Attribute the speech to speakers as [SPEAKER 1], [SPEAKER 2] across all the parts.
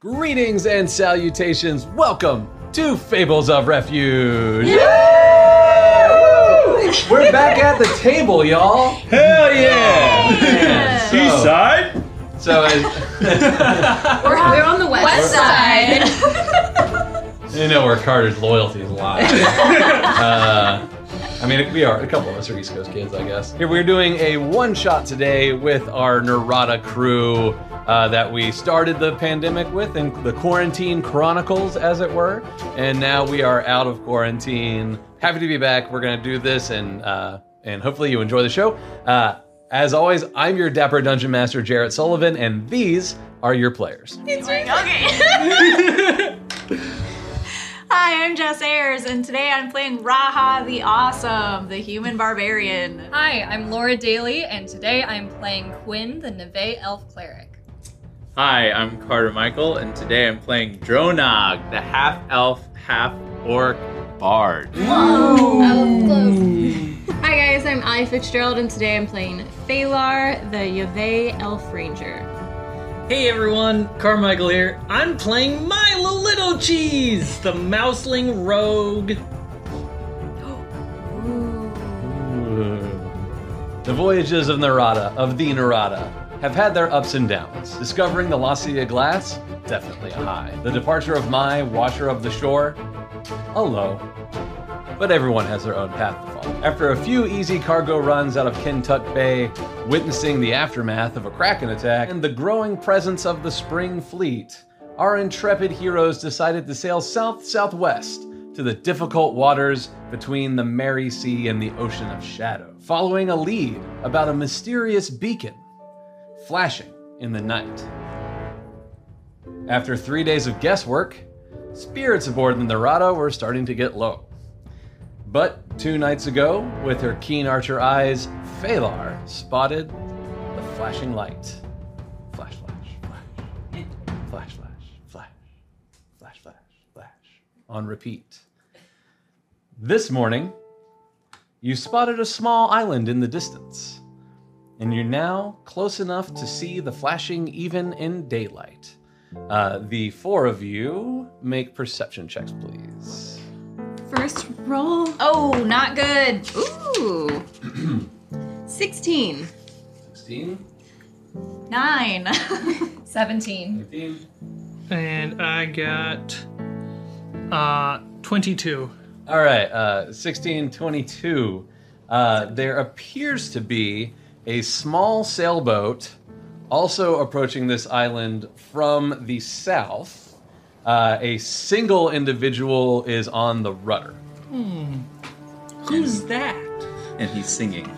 [SPEAKER 1] Greetings and salutations. Welcome to Fables of Refuge. We're back at the table, y'all.
[SPEAKER 2] Hell yeah!
[SPEAKER 1] So,
[SPEAKER 2] East side?
[SPEAKER 1] so uh, as,
[SPEAKER 3] We're, we're on the west, side.
[SPEAKER 1] you know where Carter's loyalties lie. uh, I mean, we are a couple of us are East Coast kids, I guess. Here we're doing a one shot today with our Narada crew uh, that we started the pandemic with, and the quarantine chronicles, as it were. And now we are out of quarantine. Happy to be back. We're gonna do this, and uh, and hopefully you enjoy the show. Uh, as always, I'm your dapper dungeon master, Jarrett Sullivan, and these are your players.
[SPEAKER 4] Hi, I'm Jess Ayers, and today I'm playing Raha the Awesome, the human barbarian.
[SPEAKER 3] Hi, I'm Laura Daly, and today I'm playing Quinn, the Neve Elf Cleric.
[SPEAKER 5] Hi, I'm Carter Michael, and today I'm playing Dronog, the half elf, half orc bard.
[SPEAKER 6] Hi guys, I'm Ali Fitzgerald, and today I'm playing Thalar, the Yave Elf Ranger.
[SPEAKER 7] Hey everyone, Carmichael here. I'm playing Milo Little Cheese, the mouseling rogue.
[SPEAKER 1] The voyages of Narada, of the Narada, have had their ups and downs. Discovering the La Silla Glass, definitely a high. The departure of Mai, Watcher of the Shore, a low. But everyone has their own path to follow. After a few easy cargo runs out of Kentuck Bay, witnessing the aftermath of a Kraken attack and the growing presence of the Spring Fleet, our intrepid heroes decided to sail south southwest to the difficult waters between the Merry Sea and the Ocean of Shadow, following a lead about a mysterious beacon flashing in the night. After three days of guesswork, spirits aboard the Narada were starting to get low. But two nights ago, with her keen archer eyes, Phalar spotted the flashing light. Flash, flash, flash. Flash, flash, flash. Flash, flash, flash. On repeat. This morning, you spotted a small island in the distance, and you're now close enough to see the flashing even in daylight. Uh, the four of you make perception checks, please.
[SPEAKER 6] First roll.
[SPEAKER 3] Oh, not good.
[SPEAKER 6] Ooh. 16.
[SPEAKER 1] 16,
[SPEAKER 4] Nine.
[SPEAKER 3] 17.
[SPEAKER 1] 15.
[SPEAKER 7] And I got uh 22.
[SPEAKER 1] All right, uh, 1622. Uh, there appears to be a small sailboat also approaching this island from the south. Uh, a single individual is on the rudder.
[SPEAKER 7] Hmm. Who's that?
[SPEAKER 5] And he's singing.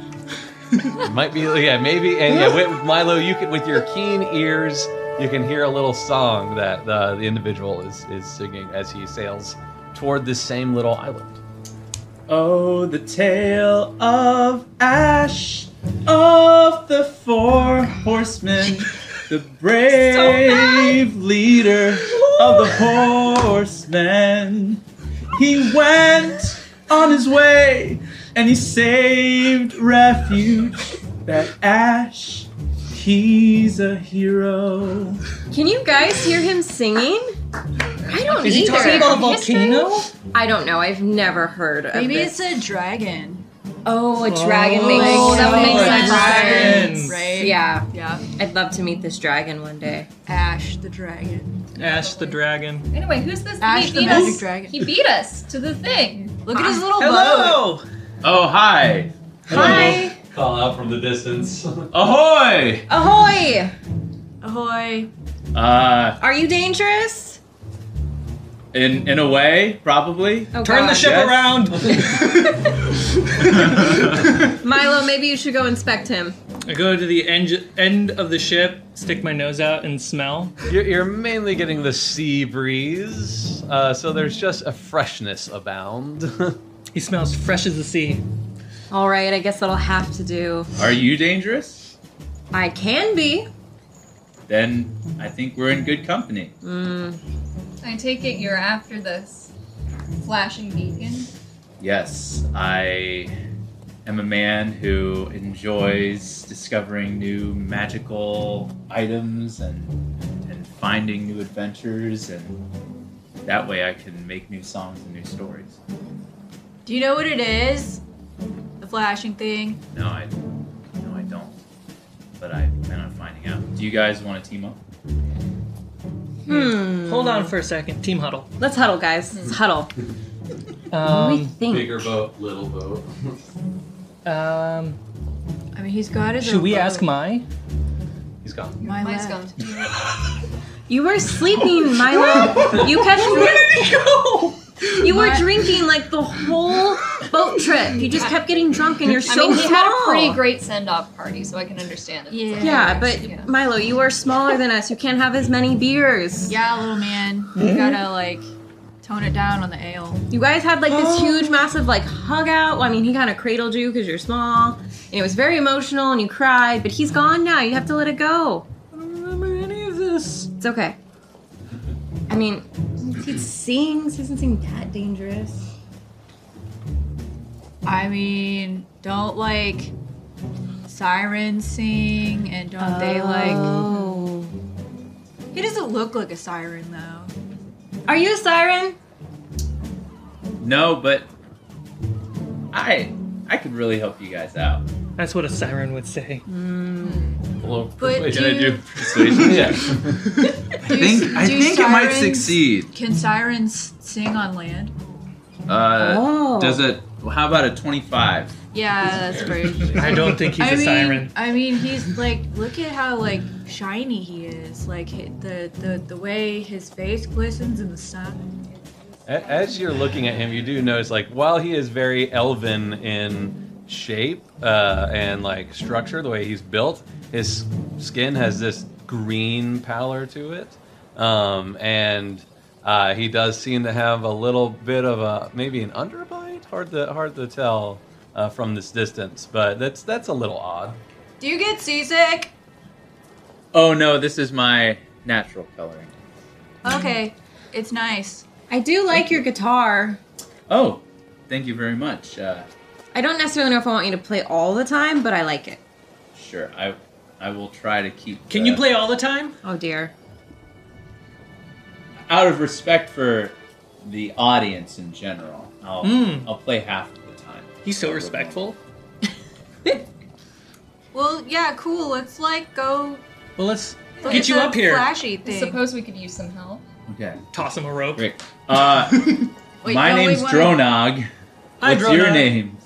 [SPEAKER 1] It might be, yeah, maybe. And yeah, with Milo, you can, with your keen ears, you can hear a little song that the, the individual is, is singing as he sails toward this same little island.
[SPEAKER 5] Oh, the tale of Ash, of the four horsemen, the brave leader of the horsemen. He went on his way and he saved refuge. That Ash, he's a hero.
[SPEAKER 6] Can you guys hear him singing? I don't
[SPEAKER 7] Is he
[SPEAKER 6] either.
[SPEAKER 7] talking about a volcano?
[SPEAKER 6] I don't know. I've never heard of
[SPEAKER 4] Maybe
[SPEAKER 6] this.
[SPEAKER 4] it's a dragon.
[SPEAKER 6] oh, a dragon makes
[SPEAKER 4] Oh,
[SPEAKER 6] so
[SPEAKER 4] that
[SPEAKER 6] much
[SPEAKER 4] makes sense.
[SPEAKER 6] sense.
[SPEAKER 7] Dragons.
[SPEAKER 4] Right?
[SPEAKER 6] Yeah,
[SPEAKER 4] Yeah.
[SPEAKER 6] I'd love to meet this dragon one day.
[SPEAKER 4] Ash the dragon.
[SPEAKER 7] Ash the dragon.
[SPEAKER 3] Anyway, who's this?
[SPEAKER 4] Ash
[SPEAKER 3] he
[SPEAKER 4] the
[SPEAKER 3] beat
[SPEAKER 4] magic
[SPEAKER 3] us.
[SPEAKER 4] dragon.
[SPEAKER 3] He beat us to the thing. Ah,
[SPEAKER 4] Look at his little boat.
[SPEAKER 7] Hello!
[SPEAKER 5] Oh, hi.
[SPEAKER 6] Hi,
[SPEAKER 1] Call out from the distance.
[SPEAKER 5] Ahoy!
[SPEAKER 6] ahoy!
[SPEAKER 4] Ahoy.
[SPEAKER 6] Oh.
[SPEAKER 5] Uh,
[SPEAKER 6] Are you dangerous?
[SPEAKER 5] in in a way, probably.
[SPEAKER 6] Oh,
[SPEAKER 7] Turn
[SPEAKER 6] God.
[SPEAKER 7] the ship
[SPEAKER 5] Yes.
[SPEAKER 7] around.
[SPEAKER 6] Milo, maybe you should go inspect him.
[SPEAKER 7] I go to the end, end of the ship, stick my nose out and smell.
[SPEAKER 1] You're, you're mainly getting the sea breeze, uh, so there's just a freshness abound.
[SPEAKER 7] He smells fresh as the sea.
[SPEAKER 6] All right, I guess that'll have to do.
[SPEAKER 5] Are you dangerous?
[SPEAKER 6] I can be.
[SPEAKER 5] Then I think we're in good company.
[SPEAKER 6] Mm,
[SPEAKER 3] I take it you're after this flashing beacon.
[SPEAKER 5] Yes, I am a man who enjoys discovering new magical items and and and finding new adventures, and that way I can make new songs and new stories.
[SPEAKER 4] Do you know what it is? The flashing thing.
[SPEAKER 5] No, I, no, I don't. But I plan on finding out. Do you guys want to team up?
[SPEAKER 6] Hmm.
[SPEAKER 7] Hold on for a second. Team huddle. Hmm.
[SPEAKER 6] Let's huddle, guys. Let's huddle. we
[SPEAKER 7] Um,
[SPEAKER 6] think.
[SPEAKER 1] Bigger boat, little boat.
[SPEAKER 7] um,
[SPEAKER 4] I mean, he's got his.
[SPEAKER 7] should
[SPEAKER 4] own
[SPEAKER 7] we
[SPEAKER 4] boat.
[SPEAKER 7] ask my?
[SPEAKER 1] He's gone.
[SPEAKER 4] My
[SPEAKER 3] Mine's
[SPEAKER 4] left.
[SPEAKER 3] gone.
[SPEAKER 6] You were sleeping, Milo. you kept.
[SPEAKER 7] Go.
[SPEAKER 6] You were
[SPEAKER 4] My-
[SPEAKER 6] drinking like the whole boat trip. You just kept getting drunk, and you're
[SPEAKER 3] I
[SPEAKER 6] so
[SPEAKER 3] mean, he
[SPEAKER 6] small.
[SPEAKER 3] had a pretty great send-off party, so I can understand it.
[SPEAKER 4] Yeah.
[SPEAKER 6] yeah, but
[SPEAKER 3] Yeah.
[SPEAKER 6] Milo, you are smaller than us. You can't have as many beers.
[SPEAKER 4] Yeah, little man.
[SPEAKER 7] Hmm?
[SPEAKER 4] You gotta like tone it down on the ale.
[SPEAKER 6] You guys had like this huge, massive like hug out. Well, I mean, he kind of cradled you because you're small, and it was very emotional, and you cried. But he's gone now. You have to let it go.
[SPEAKER 7] I don't remember any of this.
[SPEAKER 6] It's okay. I mean, he sings. He doesn't seem that dangerous.
[SPEAKER 4] I mean, don't like sirens sing, and don't they like?
[SPEAKER 6] Oh.
[SPEAKER 4] He doesn't look like a siren though.
[SPEAKER 6] Are you a siren?
[SPEAKER 5] No, but I, I could really help you guys out.
[SPEAKER 7] That's what a siren would say.
[SPEAKER 4] Hmm.
[SPEAKER 1] A little
[SPEAKER 4] But
[SPEAKER 1] persuasion.
[SPEAKER 4] do-
[SPEAKER 5] Persuasion.
[SPEAKER 1] Yeah.
[SPEAKER 5] I think I
[SPEAKER 4] do
[SPEAKER 5] think it might
[SPEAKER 4] sirens-
[SPEAKER 5] succeed.
[SPEAKER 4] Can sirens sing on land?
[SPEAKER 5] Uh,
[SPEAKER 6] Oh.
[SPEAKER 5] Does it? well, How about a twenty-five?
[SPEAKER 4] Yeah, that's great.
[SPEAKER 7] I don't think he's
[SPEAKER 4] I
[SPEAKER 7] a
[SPEAKER 4] mean,
[SPEAKER 7] siren.
[SPEAKER 4] I mean, he's like, look at how like shiny he is. Like hi- the the the way his face glistens in the sun.
[SPEAKER 1] A- As you're looking at him, you do notice, like, while he is very elven in shape uh, and like structure, the way he's built, his skin has this green pallor to it, um, and uh, he does seem to have a little bit of a maybe an underbite. Hard to hard to tell uh, from this distance, but that's that's a little odd.
[SPEAKER 4] Do you get seasick?
[SPEAKER 5] Oh no, this is my natural coloring.
[SPEAKER 4] Okay, it's nice.
[SPEAKER 6] I do like your guitar.
[SPEAKER 5] Oh, thank you very much. Uh,
[SPEAKER 6] I don't necessarily know if I want you to play all the time, but I like it.
[SPEAKER 5] sure, I I will try to keep. uh,
[SPEAKER 7] Can
[SPEAKER 5] the-
[SPEAKER 7] you play all the time?
[SPEAKER 6] Oh dear.
[SPEAKER 5] out of respect for the audience in general? I'll
[SPEAKER 7] Mm.
[SPEAKER 5] I'll play half of the time.
[SPEAKER 7] He's so respectful.
[SPEAKER 4] Well, yeah, cool. Let's like go
[SPEAKER 7] Well, let's
[SPEAKER 4] look at
[SPEAKER 7] get you
[SPEAKER 4] the
[SPEAKER 7] up here.
[SPEAKER 4] Flashy
[SPEAKER 3] I
[SPEAKER 4] thing.
[SPEAKER 3] suppose we could use some help.
[SPEAKER 5] Okay,
[SPEAKER 7] Toss him a rope.
[SPEAKER 5] great. Uh,
[SPEAKER 4] Wait,
[SPEAKER 5] my
[SPEAKER 4] no, we
[SPEAKER 5] name's
[SPEAKER 4] wanna-
[SPEAKER 5] Dronog.
[SPEAKER 7] Hi,
[SPEAKER 5] What's your
[SPEAKER 7] Dronog.
[SPEAKER 5] name?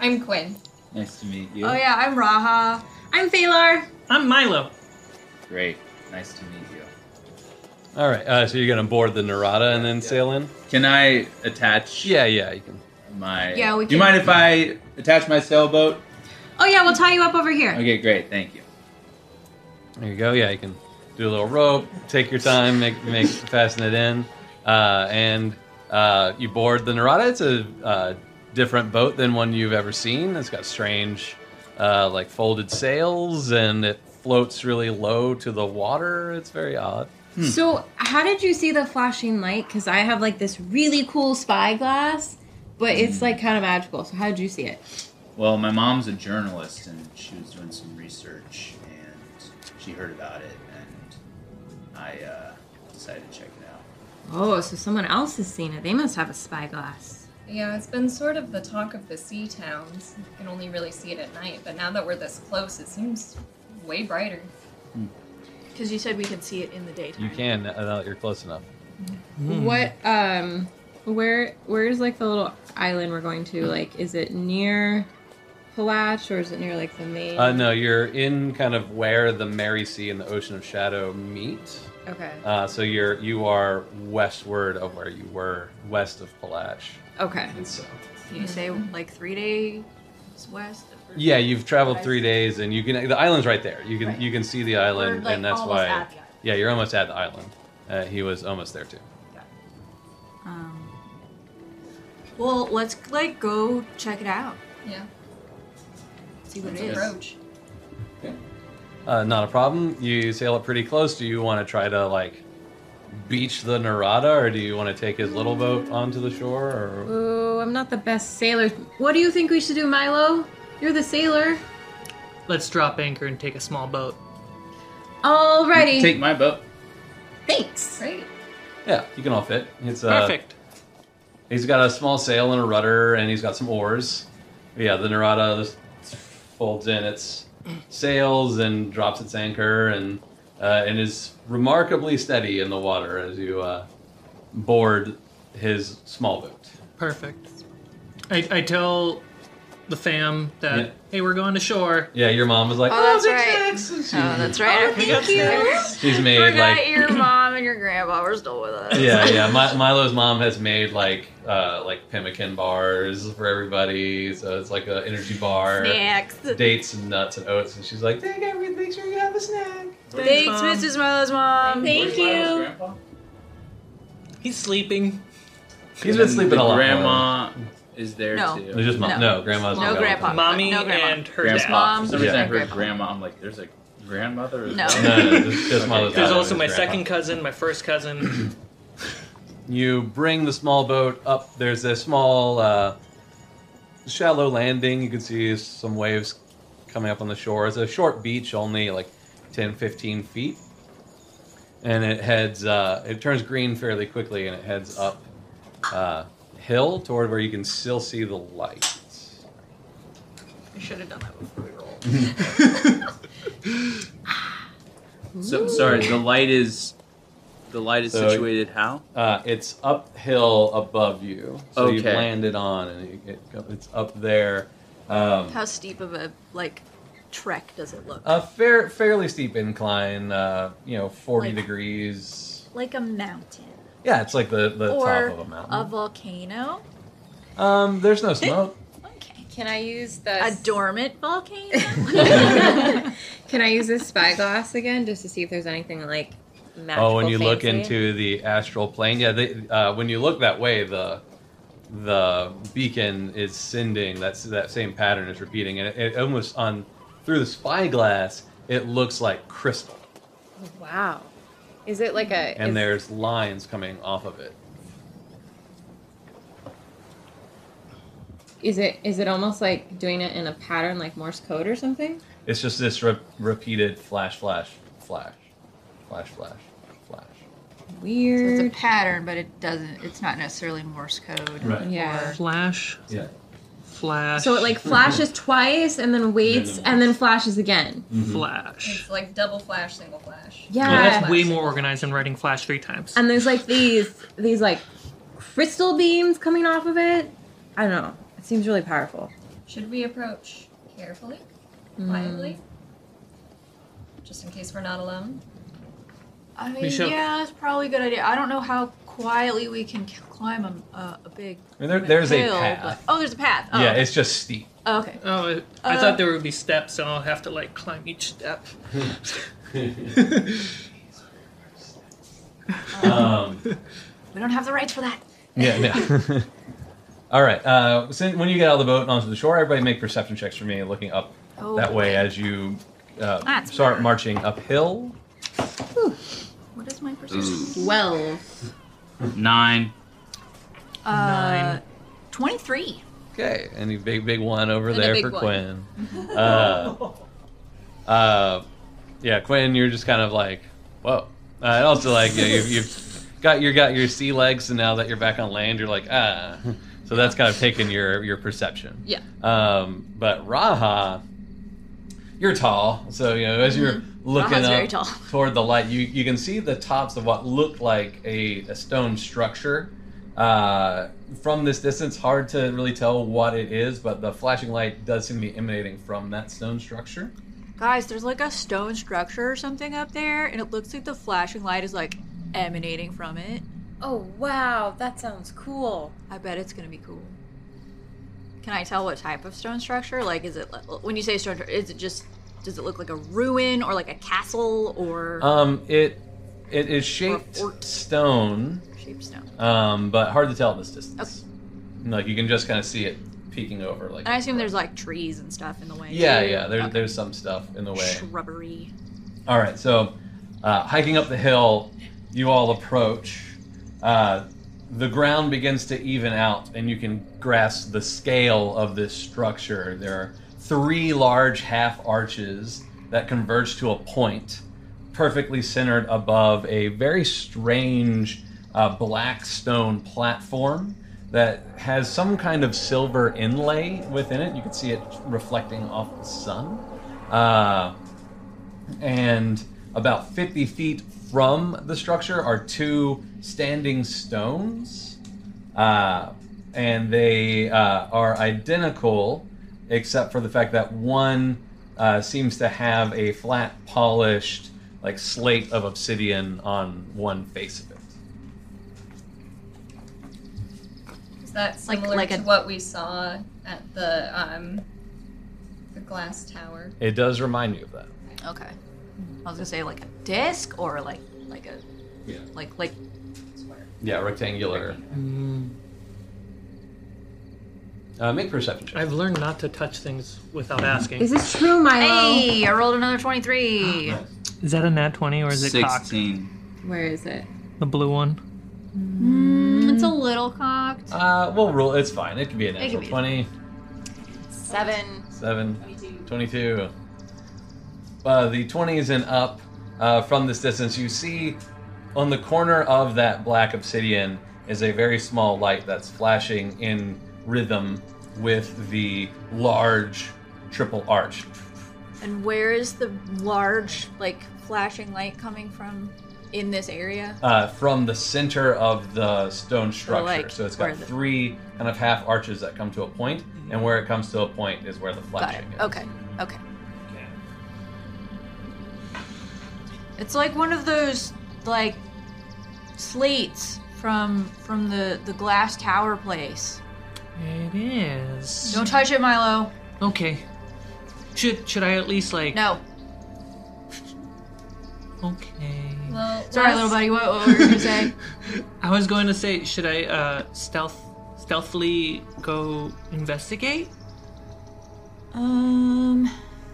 [SPEAKER 3] I'm Quinn.
[SPEAKER 5] Nice to meet you.
[SPEAKER 4] Oh yeah, I'm Raha.
[SPEAKER 6] I'm Phalar.
[SPEAKER 7] I'm Milo.
[SPEAKER 5] Great. Nice to meet you.
[SPEAKER 1] All right, uh, so you're gonna board the Narada and then sail in.
[SPEAKER 5] Can I attach?
[SPEAKER 1] Yeah, yeah, you can.
[SPEAKER 5] My.
[SPEAKER 4] Yeah, we
[SPEAKER 5] Do you
[SPEAKER 4] can-
[SPEAKER 5] mind if I attach my sailboat?
[SPEAKER 6] Oh yeah, we'll tie you up over here.
[SPEAKER 5] Okay, great. Thank you.
[SPEAKER 1] There you go. Yeah, you can do a little rope. Take your time. Make make fasten it in, uh, and uh, you board the Narada. It's a uh, different boat than one you've ever seen. It's got strange, uh, like folded sails, and it floats really low to the water. It's very odd.
[SPEAKER 6] So, how did you see the flashing light? Because I have like this really cool spyglass, but it's like kind of magical. So, how did you see it?
[SPEAKER 5] Well, my mom's a journalist, and she was doing some research, and she heard about it, and I uh, decided to check it out.
[SPEAKER 6] Oh, so someone else has seen it. They must have a spyglass.
[SPEAKER 3] Yeah, it's been sort of the talk of the sea towns. You can only really see it at night, but now that we're this close, it seems way brighter.
[SPEAKER 4] Because you said we can see it in the daytime.
[SPEAKER 1] Hmm. You can uh, now that you're close enough.
[SPEAKER 6] Hmm. What? Um, where? Where's like the little island we're going to? Like, is it near Palach or is it near like the main?
[SPEAKER 1] Uh, no, you're in kind of where the Mary Sea and the Ocean of Shadow meet.
[SPEAKER 6] Okay.
[SPEAKER 1] Uh, so you're you are westward of where you were, west of Palach,
[SPEAKER 6] Okay.
[SPEAKER 1] and so.
[SPEAKER 4] You say like three days west. Or,
[SPEAKER 1] Yeah, you've traveled three days, and you can. The island's right there. You can
[SPEAKER 4] Right.
[SPEAKER 1] you can see the
[SPEAKER 4] or,
[SPEAKER 1] island,
[SPEAKER 4] like,
[SPEAKER 1] and that's
[SPEAKER 4] almost
[SPEAKER 1] why.
[SPEAKER 4] at the island.
[SPEAKER 1] Yeah, you're almost at the island. Uh, he was almost there too.
[SPEAKER 4] Um, well, let's like go check it out.
[SPEAKER 3] Yeah,
[SPEAKER 4] See what
[SPEAKER 3] let's
[SPEAKER 4] it is.
[SPEAKER 3] approach.
[SPEAKER 1] Uh, not a problem. You sail up pretty close. Do you want to try to like beach the Narada, or do you want to take his little
[SPEAKER 4] Mm.
[SPEAKER 1] boat onto the shore? Or
[SPEAKER 6] Ooh, I'm not the best sailor. What do you think we should do, Milo? You're the sailor.
[SPEAKER 7] Let's drop anchor and take a small boat.
[SPEAKER 6] Alrighty.
[SPEAKER 5] Take my boat.
[SPEAKER 8] Thanks.
[SPEAKER 3] Great.
[SPEAKER 1] Yeah, you can all fit. It's uh,
[SPEAKER 7] Perfect.
[SPEAKER 1] He's got a small sail and a rudder, and he's got some oars. Yeah, the Narada just folds in its sails and drops its anchor, and uh, and is remarkably steady in the water as you uh, board his small boat.
[SPEAKER 7] Perfect. I, I tell the fam that
[SPEAKER 1] Yeah.
[SPEAKER 7] hey, we're going to shore.
[SPEAKER 1] Yeah, your mom was like,
[SPEAKER 4] Oh, that's right. Oh, that's right.
[SPEAKER 7] thank you.
[SPEAKER 1] she's made
[SPEAKER 4] Forgot
[SPEAKER 1] like
[SPEAKER 4] your mom and your grandpa were still with us.
[SPEAKER 1] yeah, yeah. My, Milo's mom has made like uh, like pemmican bars for everybody, so it's like an energy bar,
[SPEAKER 4] Snacks. Thanks,
[SPEAKER 1] dates and nuts and oats, and she's like, take everything, make sure you have a snack.
[SPEAKER 7] Mom.
[SPEAKER 4] Mrs. Milo's mom.
[SPEAKER 3] Thank
[SPEAKER 5] Where's Milo's grandpa?
[SPEAKER 9] He's sleeping.
[SPEAKER 1] He's been
[SPEAKER 5] And
[SPEAKER 1] sleeping
[SPEAKER 5] the
[SPEAKER 1] a lot.
[SPEAKER 5] Grandma is there
[SPEAKER 4] No.
[SPEAKER 5] too.
[SPEAKER 1] There's just mom. No,
[SPEAKER 4] No.
[SPEAKER 1] grandma's
[SPEAKER 4] No
[SPEAKER 1] not
[SPEAKER 4] grandpa.
[SPEAKER 9] Mommy
[SPEAKER 4] No, grandma.
[SPEAKER 9] and her
[SPEAKER 5] grandpa.
[SPEAKER 9] dad.
[SPEAKER 4] Mom.
[SPEAKER 5] For some reason
[SPEAKER 1] Yeah.
[SPEAKER 5] I heard
[SPEAKER 4] Grandpa.
[SPEAKER 5] grandma. I'm like, there's a grandmother. Is
[SPEAKER 4] No.
[SPEAKER 5] there-
[SPEAKER 1] No, no, just, just mother's
[SPEAKER 5] Okay,
[SPEAKER 9] There's
[SPEAKER 5] Yeah,
[SPEAKER 9] also
[SPEAKER 1] his
[SPEAKER 9] my
[SPEAKER 1] grandpa.
[SPEAKER 9] second cousin, my first cousin.
[SPEAKER 1] You bring the small boat up. There's a small, uh, shallow landing. You can see some waves coming up on the shore. It's a short beach, only like 10, 15 feet. And it heads, uh, it turns green fairly quickly and it heads up uh, hill toward where you can still see the lights.
[SPEAKER 4] I should have done that before we rolled.
[SPEAKER 5] So sorry. The light is. The light is
[SPEAKER 1] So-
[SPEAKER 5] situated how?
[SPEAKER 1] Uh, it's uphill above you. So you've
[SPEAKER 5] Okay.
[SPEAKER 1] landed on and it, it, it's up there. Um,
[SPEAKER 4] How steep of a like trek does it look?
[SPEAKER 1] A fair, fairly steep incline, uh, you know, 40
[SPEAKER 4] Like-
[SPEAKER 1] degrees.
[SPEAKER 4] like a mountain
[SPEAKER 1] Yeah, it's like the, the
[SPEAKER 4] or
[SPEAKER 1] top of a
[SPEAKER 4] a
[SPEAKER 1] mountain.
[SPEAKER 4] volcano?
[SPEAKER 1] um, there's no smoke.
[SPEAKER 4] Okay.
[SPEAKER 8] Can I use the
[SPEAKER 4] A dormant volcano?
[SPEAKER 8] Can I use this spyglass again just to see if there's anything like magical?
[SPEAKER 1] oh, when you look
[SPEAKER 8] fancy?
[SPEAKER 1] into the astral plane, yeah, they, uh, when you look that way, the the beacon is sending that's that same pattern is repeating, and it, it almost on through the spyglass, it looks like crystal,
[SPEAKER 8] Wow. Is it like a
[SPEAKER 1] and
[SPEAKER 8] is-
[SPEAKER 1] there's lines coming off of it.
[SPEAKER 8] is it is it almost like doing it in a pattern like Morse code or something?
[SPEAKER 1] It's just this re- repeated flash, flash, flash, flash, flash, flash.
[SPEAKER 4] it's a
[SPEAKER 8] Weird.
[SPEAKER 4] pattern, but it doesn't. It's not necessarily Morse code.
[SPEAKER 1] Right.
[SPEAKER 8] yeah.
[SPEAKER 7] Flash,
[SPEAKER 1] Yeah.
[SPEAKER 7] flash.
[SPEAKER 8] So it like flashes twice and then waits and then flashes again.
[SPEAKER 1] Mm-hmm.
[SPEAKER 7] flash.
[SPEAKER 3] It's like double flash, single flash.
[SPEAKER 8] Yeah.
[SPEAKER 7] Yeah, that's way more organized than writing flash three times.
[SPEAKER 8] And there's like these these like crystal beams coming off of it. I don't know. It seems really powerful.
[SPEAKER 3] Should we approach carefully, quietly, just in case we're not alone?
[SPEAKER 4] I
[SPEAKER 7] We
[SPEAKER 4] mean,
[SPEAKER 7] should-
[SPEAKER 4] yeah, it's probably a good idea. I don't know how quietly we can c- climb a, a, a big.
[SPEAKER 1] I mean, there, there's a
[SPEAKER 4] hill,
[SPEAKER 1] path.
[SPEAKER 4] but- oh, there's a path. Oh,
[SPEAKER 1] Yeah, it's just steep.
[SPEAKER 4] oh, okay.
[SPEAKER 7] Oh, I- I
[SPEAKER 4] Uh,
[SPEAKER 7] thought there would be steps, so I'll have to like climb each step.
[SPEAKER 1] Um,
[SPEAKER 4] We don't have the rights for that.
[SPEAKER 1] yeah, yeah. All right. Uh, since, when you get out of the boat and onto the shore, everybody make perception checks for me, looking up
[SPEAKER 4] Oh,
[SPEAKER 1] that way
[SPEAKER 4] okay.
[SPEAKER 1] as you uh,
[SPEAKER 4] That's
[SPEAKER 1] start
[SPEAKER 4] better.
[SPEAKER 1] marching uphill.
[SPEAKER 4] What is my perception?
[SPEAKER 5] Ooh.
[SPEAKER 8] Twelve.
[SPEAKER 5] Nine.
[SPEAKER 4] Uh, Twenty-three.
[SPEAKER 1] Okay, and a big, big one over
[SPEAKER 4] And a
[SPEAKER 1] there
[SPEAKER 4] big
[SPEAKER 1] for
[SPEAKER 4] one.
[SPEAKER 1] Quinn. Uh, uh, yeah, Quinn, you're just kind of like, whoa. Uh, and also, like, you know, you've, you've got your got your sea legs, and now that you're back on land, you're like, ah. So that's kind of taken your your perception.
[SPEAKER 4] Yeah.
[SPEAKER 1] Um, but Raha, you're tall, so you know as you're looking
[SPEAKER 4] Mm-hmm. Raha's
[SPEAKER 1] up
[SPEAKER 4] very tall.
[SPEAKER 1] toward the light, you you can see the tops of what looked like a, a stone structure. Uh, from this distance, hard to really tell what it is, but the flashing light does seem to be emanating from that stone structure.
[SPEAKER 4] Guys, there's like a stone structure or something up there, and it looks like the flashing light is like emanating from it.
[SPEAKER 8] Oh wow, that sounds cool.
[SPEAKER 4] I bet it's gonna be cool. Can I tell what type of stone structure? Like, is it when you say stone? stru- Is it just does it look like a ruin or like a castle or
[SPEAKER 1] Um, it it is shaped
[SPEAKER 4] fort.
[SPEAKER 1] stone,
[SPEAKER 4] shaped stone?
[SPEAKER 1] um, but hard to tell at this distance. Like you can just kind of see it peeking over. Like
[SPEAKER 4] And I assume there's like trees and stuff in the way.
[SPEAKER 1] yeah,
[SPEAKER 4] too.
[SPEAKER 1] yeah. There's
[SPEAKER 4] Okay.
[SPEAKER 1] there's some stuff in the way.
[SPEAKER 4] shrubbery.
[SPEAKER 1] All right, so uh, hiking up the hill, you all approach. Uh, the ground begins to even out, and you can grasp the scale of this structure. There are three large half arches that converge to a point, perfectly centered above a very strange uh, black stone platform that has some kind of silver inlay within it. You can see it reflecting off the sun. Uh, and about 50 feet from the structure are two standing stones. Uh, and they uh, are identical, except for the fact that one uh, seems to have a flat, polished, like slate of obsidian on one face of it.
[SPEAKER 3] Is that
[SPEAKER 4] Like-
[SPEAKER 3] similar
[SPEAKER 4] like
[SPEAKER 3] to
[SPEAKER 4] a-
[SPEAKER 3] what we saw at the um, the glass tower?
[SPEAKER 1] It does remind you of that.
[SPEAKER 4] Okay. I was gonna say like a disc or like like a
[SPEAKER 1] Yeah.
[SPEAKER 4] like like
[SPEAKER 1] Yeah, rectangular. Uh, make perception check.
[SPEAKER 7] I've learned not to touch things without asking.
[SPEAKER 8] Is this true, Milo?
[SPEAKER 4] Hey, I rolled another twenty-three.
[SPEAKER 1] Ah,
[SPEAKER 7] Is that a nat 20 or is it cocked?
[SPEAKER 5] Sixteen.
[SPEAKER 8] Where is it?
[SPEAKER 7] The blue one.
[SPEAKER 8] Mm,
[SPEAKER 4] it's a little cocked.
[SPEAKER 1] Uh, we'll rule. It's fine. It could be a natural
[SPEAKER 4] could be.
[SPEAKER 1] 20,
[SPEAKER 4] Seven.
[SPEAKER 1] 7, 22. Uh, the 20 is an up uh, from this distance. You see on the corner of that black obsidian is a very small light that's flashing in rhythm with the large triple arch.
[SPEAKER 4] And where is the large like flashing light coming from in this area?
[SPEAKER 1] uh, from the center of the stone structure.
[SPEAKER 4] like,
[SPEAKER 1] so it's
[SPEAKER 4] where
[SPEAKER 1] got
[SPEAKER 4] the- Mhm.
[SPEAKER 1] three kind of half arches that come to a point, and where it comes to a point is where the
[SPEAKER 4] Got it. Oh.
[SPEAKER 1] flashing
[SPEAKER 4] Okay.
[SPEAKER 1] is.
[SPEAKER 4] Okay. It's like one of those like slates from from the the glass tower place.
[SPEAKER 7] It is.
[SPEAKER 4] Don't touch it, Milo.
[SPEAKER 7] Okay. Should should I at least like?
[SPEAKER 4] No.
[SPEAKER 7] Okay.
[SPEAKER 3] Well, last-
[SPEAKER 4] Sorry, little buddy. What, what were you gonna say?
[SPEAKER 7] I was going to say, should I uh stealth stealthily go investigate
[SPEAKER 4] um,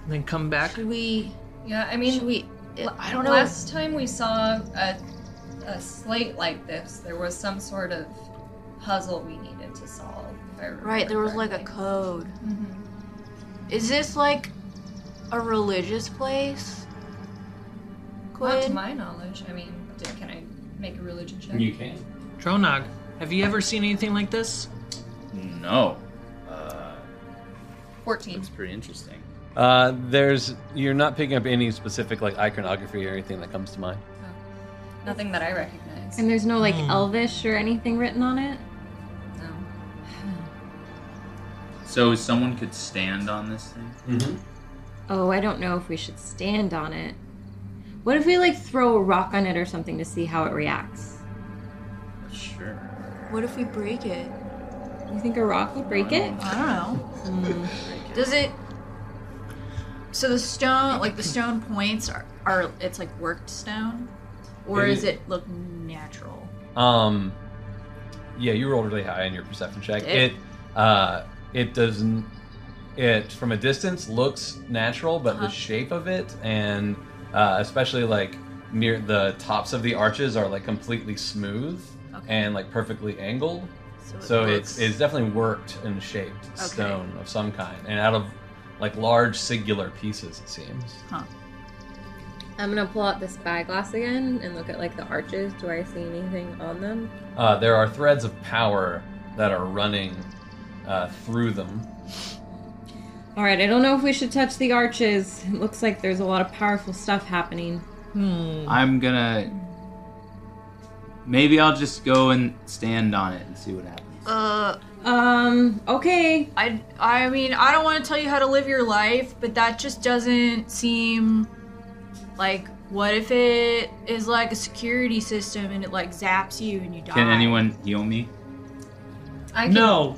[SPEAKER 7] and then come back?
[SPEAKER 4] should we?
[SPEAKER 3] Yeah, I
[SPEAKER 4] Should
[SPEAKER 3] mean,
[SPEAKER 4] we? I don't know.
[SPEAKER 3] Last time we saw a, a slate like this, there was some sort of puzzle we needed to solve. if I remember
[SPEAKER 4] Right, there was like a
[SPEAKER 3] correctly.
[SPEAKER 4] code.
[SPEAKER 8] Mm-hmm.
[SPEAKER 3] Mhm.
[SPEAKER 4] Is this like a religious place?
[SPEAKER 3] Not to
[SPEAKER 4] Quinn?
[SPEAKER 3] my knowledge. I mean, d can I make a religion check?
[SPEAKER 1] You can.
[SPEAKER 7] Dronog, have you ever seen anything like this?
[SPEAKER 5] No. Uh,
[SPEAKER 3] Fourteen.
[SPEAKER 5] looks pretty interesting.
[SPEAKER 1] Uh, there's you're not picking up any specific like iconography or anything that comes to mind.
[SPEAKER 3] Nothing that I recognize.
[SPEAKER 8] And there's no like
[SPEAKER 7] Hmm.
[SPEAKER 8] Elvish or anything written on it.
[SPEAKER 3] no.
[SPEAKER 5] So someone could stand on this thing.
[SPEAKER 1] Mm-hmm.
[SPEAKER 8] Oh, I don't know if we should stand on it. What if we like throw a rock on it or something to see how it reacts?
[SPEAKER 5] Sure.
[SPEAKER 4] What if we break it?
[SPEAKER 8] You think a rock would break it? Hmm.
[SPEAKER 4] I don't know. Does it? So the stone, like the stone points, are, are it's like worked stone, or
[SPEAKER 1] It
[SPEAKER 4] is
[SPEAKER 1] is-
[SPEAKER 4] it look natural?
[SPEAKER 1] Um, yeah, you rolled really high on your perception check.
[SPEAKER 4] Did.
[SPEAKER 1] It uh, it doesn't. It from a distance looks natural, but
[SPEAKER 4] Uh-huh.
[SPEAKER 1] the shape of it, and uh, especially like near the tops of the arches, are like completely smooth
[SPEAKER 4] Okay.
[SPEAKER 1] and like perfectly angled.
[SPEAKER 4] So,
[SPEAKER 1] So
[SPEAKER 4] looks-
[SPEAKER 1] it's it's definitely worked and shaped
[SPEAKER 4] Okay.
[SPEAKER 1] stone of some kind, and out of like large singular pieces, it seems.
[SPEAKER 8] I'm gonna pull out the spyglass again and look at like the arches. Do I see anything on them?
[SPEAKER 1] Uh, there are threads of power that are running uh, through them.
[SPEAKER 8] All right, I don't know if we should touch the arches. It looks like there's a lot of powerful stuff happening.
[SPEAKER 7] Hmm.
[SPEAKER 5] I'm gonna. Maybe I'll just go and stand on it and see what happens.
[SPEAKER 4] Uh,
[SPEAKER 8] Um, okay.
[SPEAKER 4] I I mean I don't want to tell you how to live your life, but that just doesn't seem like. What if it is like a security system and it like zaps you and you die?
[SPEAKER 5] Can anyone heal me?
[SPEAKER 3] I can,
[SPEAKER 7] No.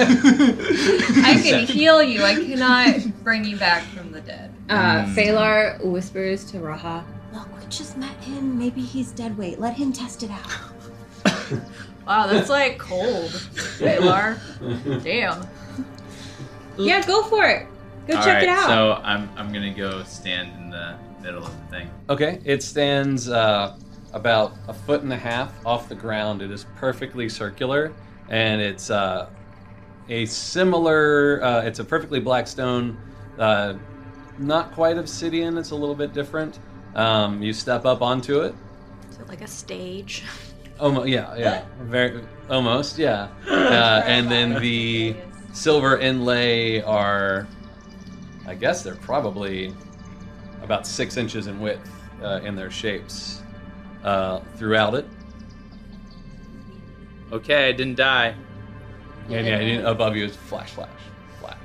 [SPEAKER 3] I can heal you. I cannot bring you back from the dead.
[SPEAKER 8] Uh,
[SPEAKER 1] Mm.
[SPEAKER 5] Hmm.
[SPEAKER 8] Phalar whispers to Raha.
[SPEAKER 10] Look, we just met him. Maybe he's dead weight. Let him test it out.
[SPEAKER 4] Wow, that's like cold, Baylor. Damn.
[SPEAKER 8] Yeah, go for it. Go
[SPEAKER 5] All
[SPEAKER 8] check
[SPEAKER 5] right,
[SPEAKER 8] it out.
[SPEAKER 5] So I'm I'm gonna go stand in the middle of the thing.
[SPEAKER 1] Okay, it stands uh, about a foot and a half off the ground. It is perfectly circular, and it's uh, a similar. Uh, it's a perfectly black stone, uh, not quite obsidian. It's a little bit different, uh, Um, you step up onto it.
[SPEAKER 4] So like a stage.
[SPEAKER 1] Almost, yeah, yeah, very almost, yeah. Uh, and then the silver inlay are, I guess they're probably about six inches in width uh, in their shapes uh, throughout it.
[SPEAKER 5] Okay, I didn't die.
[SPEAKER 1] And yeah, and above you is flash, flash, flash.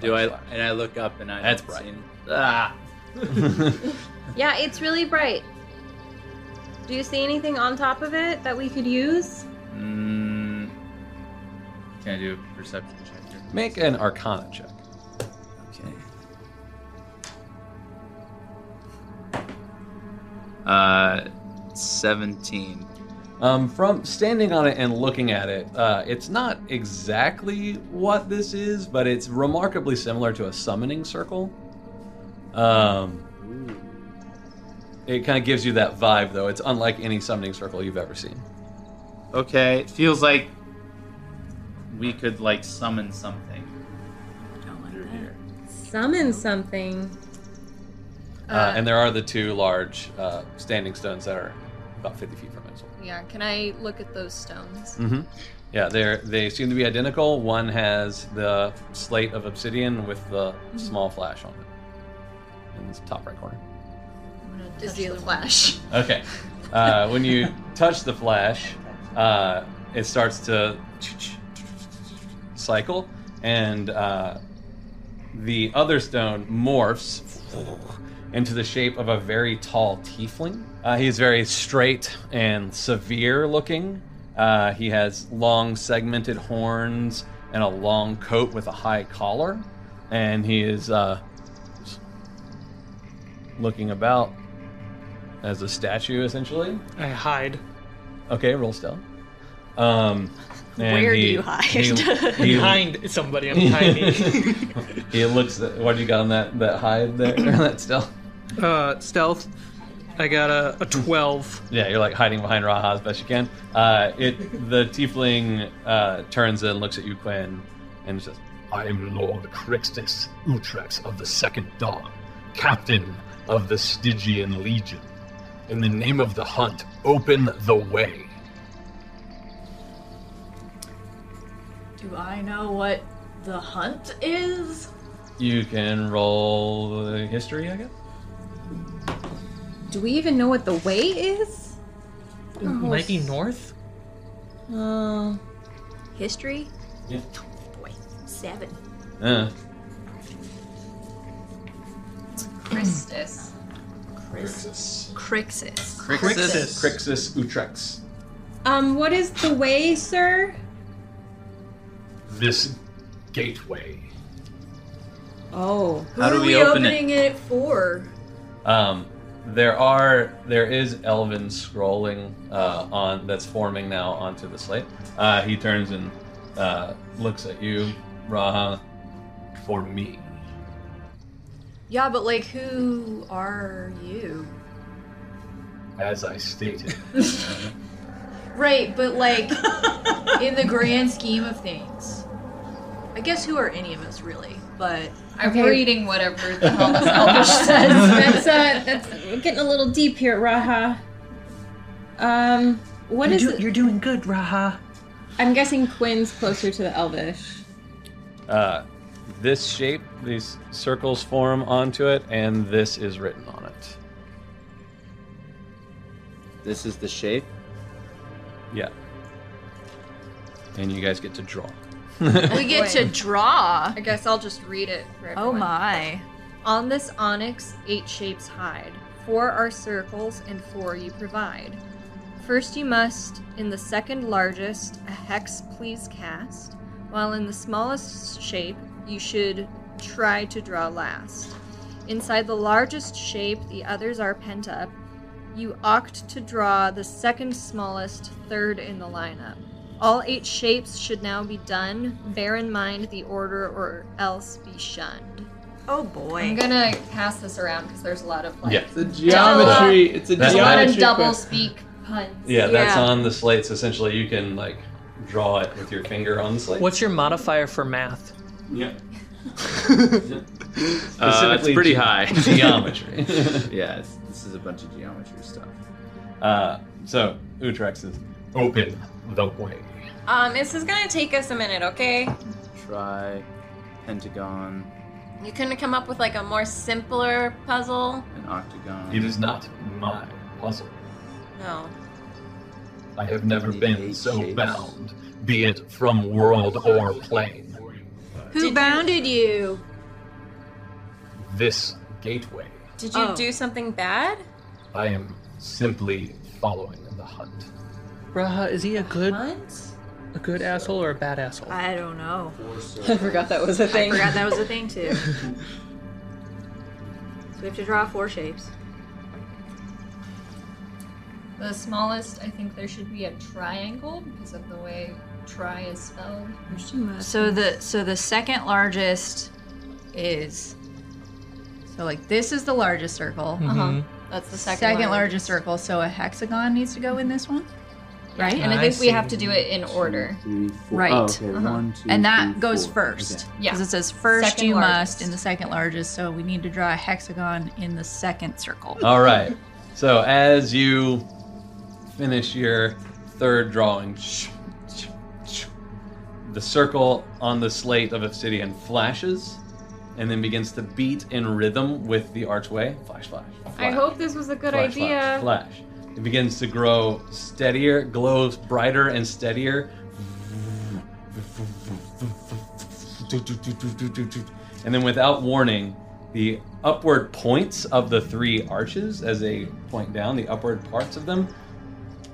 [SPEAKER 5] Do I?
[SPEAKER 1] flash,
[SPEAKER 5] And I look up and I.
[SPEAKER 1] That's
[SPEAKER 5] don't
[SPEAKER 1] bright.
[SPEAKER 5] see any- Ah.
[SPEAKER 1] flash.
[SPEAKER 6] Yeah, it's really bright. Do you see anything on top of it that we could use?
[SPEAKER 5] Mm, can I do a perception check? Here?
[SPEAKER 1] Make an Arcana check.
[SPEAKER 5] Okay. Uh, seventeen.
[SPEAKER 1] Um, from standing on it and looking at it, uh, it's not exactly what this is, but it's remarkably similar to a summoning circle. Um, it kind of gives you that vibe, though. It's unlike any summoning circle you've ever seen.
[SPEAKER 5] Okay, it feels like we could like summon something
[SPEAKER 4] Don't like
[SPEAKER 5] through
[SPEAKER 4] that.
[SPEAKER 5] here.
[SPEAKER 6] Summon something.
[SPEAKER 1] Uh, and there are the two large uh, standing stones that are about 50 feet from it.
[SPEAKER 11] Yeah, can I look at those stones?
[SPEAKER 1] Mm-hmm. Yeah, they they seem to be identical. One has the slate of obsidian with the small flash on it in the top right corner.
[SPEAKER 11] Is the other flash?
[SPEAKER 1] Okay. Uh, when you touch the flash, uh, it starts to cycle, and uh, the other stone morphs into the shape of a very tall tiefling. Uh, he's very straight and severe looking. Uh, he has long segmented horns and a long coat with a high collar, and he is uh, looking about as a statue, essentially.
[SPEAKER 7] I hide.
[SPEAKER 1] Okay, roll stealth. Um, and
[SPEAKER 4] Where do
[SPEAKER 1] he-
[SPEAKER 4] you hide?
[SPEAKER 1] He, he-
[SPEAKER 7] Behind somebody. I'm hiding.
[SPEAKER 1] he looks. At, what do you got on that that hide there? that stealth.
[SPEAKER 7] uh, stealth. I got a, a 12.
[SPEAKER 1] Yeah, you're like hiding behind Raha as best you can. Uh, it the tiefling uh, turns and looks at you, Quinn, and says,
[SPEAKER 12] I am Lord Crixtus Utrex of the Second Dawn, captain of the Stygian Legion. In the name of the hunt, open the way.
[SPEAKER 4] Do I know what the hunt is?
[SPEAKER 1] "You can roll uh, history, I guess."
[SPEAKER 6] Do we even know what the way is?
[SPEAKER 7] Might be north?
[SPEAKER 6] Oh,
[SPEAKER 4] History?
[SPEAKER 1] Yeah.
[SPEAKER 4] Boy, seven.
[SPEAKER 1] Uh,
[SPEAKER 11] Christus.
[SPEAKER 4] Crixus.
[SPEAKER 5] Crixus.
[SPEAKER 1] Crixus Utrex.
[SPEAKER 6] Um, what is the way, sir?
[SPEAKER 12] This gateway.
[SPEAKER 6] Oh.
[SPEAKER 4] Who
[SPEAKER 5] How do
[SPEAKER 4] are
[SPEAKER 5] we
[SPEAKER 4] we
[SPEAKER 5] open it?
[SPEAKER 4] opening it for?
[SPEAKER 1] Um, there are there is Elvin scrolling uh, on that's forming now onto the slate. Uh, he turns and uh, looks at you, Raha.
[SPEAKER 12] For me.
[SPEAKER 4] Yeah, but like, who are you?
[SPEAKER 12] As I stated,
[SPEAKER 4] Right, but like, in the grand scheme of things, I guess who are any of us really? But
[SPEAKER 11] I'm
[SPEAKER 6] Okay.
[SPEAKER 11] reading whatever the hell this elvish says.
[SPEAKER 6] Oh, that's uh, that's we're getting a little deep here, Raha. Um, what is? it?
[SPEAKER 7] you're doing good, Raha.
[SPEAKER 6] I'm guessing Quinn's closer to the Elvish.
[SPEAKER 1] Uh, this shape, these circles form onto it, and this is written on it.
[SPEAKER 5] This is the shape.
[SPEAKER 1] Yeah. And you guys get to draw.
[SPEAKER 4] we get to draw.
[SPEAKER 11] I guess I'll just read it for
[SPEAKER 4] Oh
[SPEAKER 11] everyone.
[SPEAKER 4] my.
[SPEAKER 3] On this onyx, eight shapes hide. Four are circles, and four you provide. First, you must, in the second largest, a hex please cast, while in the smallest shape, you should try to draw last. Inside the largest shape, the others are pent up. You oct to draw the second smallest, third in the lineup. All eight shapes should now be done. Bear in mind the order, or else be shunned.
[SPEAKER 4] Oh
[SPEAKER 11] I'm
[SPEAKER 4] boy.
[SPEAKER 11] gonna pass this around because there's a lot of like
[SPEAKER 1] Yeah.
[SPEAKER 13] It's a geometry. It's a
[SPEAKER 11] there's
[SPEAKER 1] That's
[SPEAKER 11] a
[SPEAKER 1] Yeah,
[SPEAKER 11] lot of
[SPEAKER 13] geometry.
[SPEAKER 11] double
[SPEAKER 13] question.
[SPEAKER 11] speak puns.
[SPEAKER 1] Yeah, that's
[SPEAKER 4] Yeah.
[SPEAKER 1] on the slates. Essentially, you can like draw it with your finger on the slate.
[SPEAKER 7] What's your modifier for math?
[SPEAKER 1] Yeah.
[SPEAKER 5] Uh, it's
[SPEAKER 1] Specifically
[SPEAKER 5] pretty
[SPEAKER 1] ge-
[SPEAKER 5] high.
[SPEAKER 1] geometry.
[SPEAKER 5] yes, this is a bunch of geometry stuff.
[SPEAKER 1] Uh, so Utrex is
[SPEAKER 14] open the way.
[SPEAKER 15] Um, this is gonna take us a minute, okay?
[SPEAKER 5] Try pentagon
[SPEAKER 15] You couldn't come up with like a more simpler puzzle?
[SPEAKER 5] and octagon.
[SPEAKER 14] It is not my puzzle.
[SPEAKER 15] No.
[SPEAKER 14] I have never been so bound, be it from world or plane.
[SPEAKER 4] Who bounded you?
[SPEAKER 14] This gateway,
[SPEAKER 15] Did you
[SPEAKER 4] Oh.
[SPEAKER 15] do something bad?
[SPEAKER 14] I am simply following the hunt.
[SPEAKER 7] Raha, Uh, is he a good a good asshole or a bad asshole?
[SPEAKER 4] I don't know.
[SPEAKER 7] I forgot that was a thing.
[SPEAKER 4] I forgot that was a thing too. so we have to draw four shapes.
[SPEAKER 3] The smallest, I think there should be a triangle because of the way tri is spelled.
[SPEAKER 4] So the so the second largest is so like this is the largest circle.
[SPEAKER 3] Uh-huh. That's the second
[SPEAKER 4] Mm-hmm.
[SPEAKER 3] large.
[SPEAKER 4] Second largest circle. So a hexagon needs to go in this one, right?
[SPEAKER 3] And I think we have to do it in order.
[SPEAKER 4] Right.
[SPEAKER 5] Oh, okay.
[SPEAKER 4] Uh-huh.
[SPEAKER 5] One, two,
[SPEAKER 4] and that
[SPEAKER 5] three,
[SPEAKER 4] goes
[SPEAKER 5] four.
[SPEAKER 4] first.
[SPEAKER 5] Okay.
[SPEAKER 3] Yeah.
[SPEAKER 4] Because it says first
[SPEAKER 3] Second
[SPEAKER 4] you
[SPEAKER 3] largest.
[SPEAKER 4] must in the second largest. So we need to draw a hexagon in the second circle.
[SPEAKER 1] All right. So as you finish your third drawing, the circle on the slate of obsidian flashes and then begins to beat in rhythm with the archway. Flash, flash.
[SPEAKER 15] I
[SPEAKER 1] flash,
[SPEAKER 15] hope this was a good
[SPEAKER 1] flash,
[SPEAKER 15] idea.
[SPEAKER 1] Flash, flash. It begins to grow steadier, glows brighter and steadier. And then without warning, the upward points of the three arches as they point down, the upward parts of them,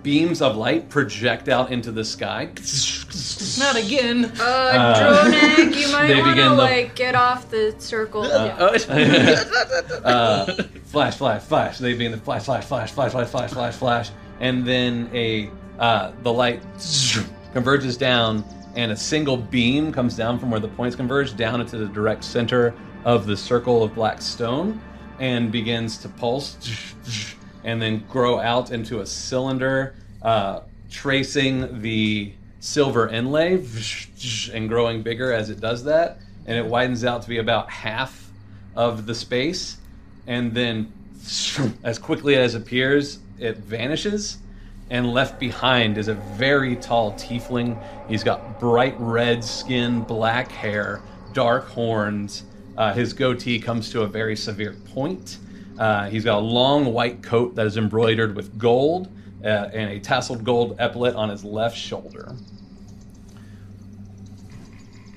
[SPEAKER 1] beams of light project out into the sky.
[SPEAKER 7] Not again.
[SPEAKER 4] Uh,
[SPEAKER 1] Uh,
[SPEAKER 4] Dronag, you might
[SPEAKER 1] they
[SPEAKER 4] want to
[SPEAKER 1] begin the-
[SPEAKER 4] like get off the circle.
[SPEAKER 1] Uh, uh, flash, flash, flash. They being the flash, flash, flash, flash, flash, flash, flash, flash, and then a uh, the light converges down, and a single beam comes down from where the points converge down into the direct center of the circle of black stone, and begins to pulse, and then grow out into a cylinder, uh, tracing the silver inlay and growing bigger as it does that, and it widens out to be about half of the space, and then as quickly as appears, it vanishes. And left behind is a very tall tiefling. He's got bright red skin, black hair, dark horns. Uh, his goatee comes to a very severe point. Uh, he's got a long white coat that is embroidered with gold uh, and a tasseled gold epaulet on his left shoulder.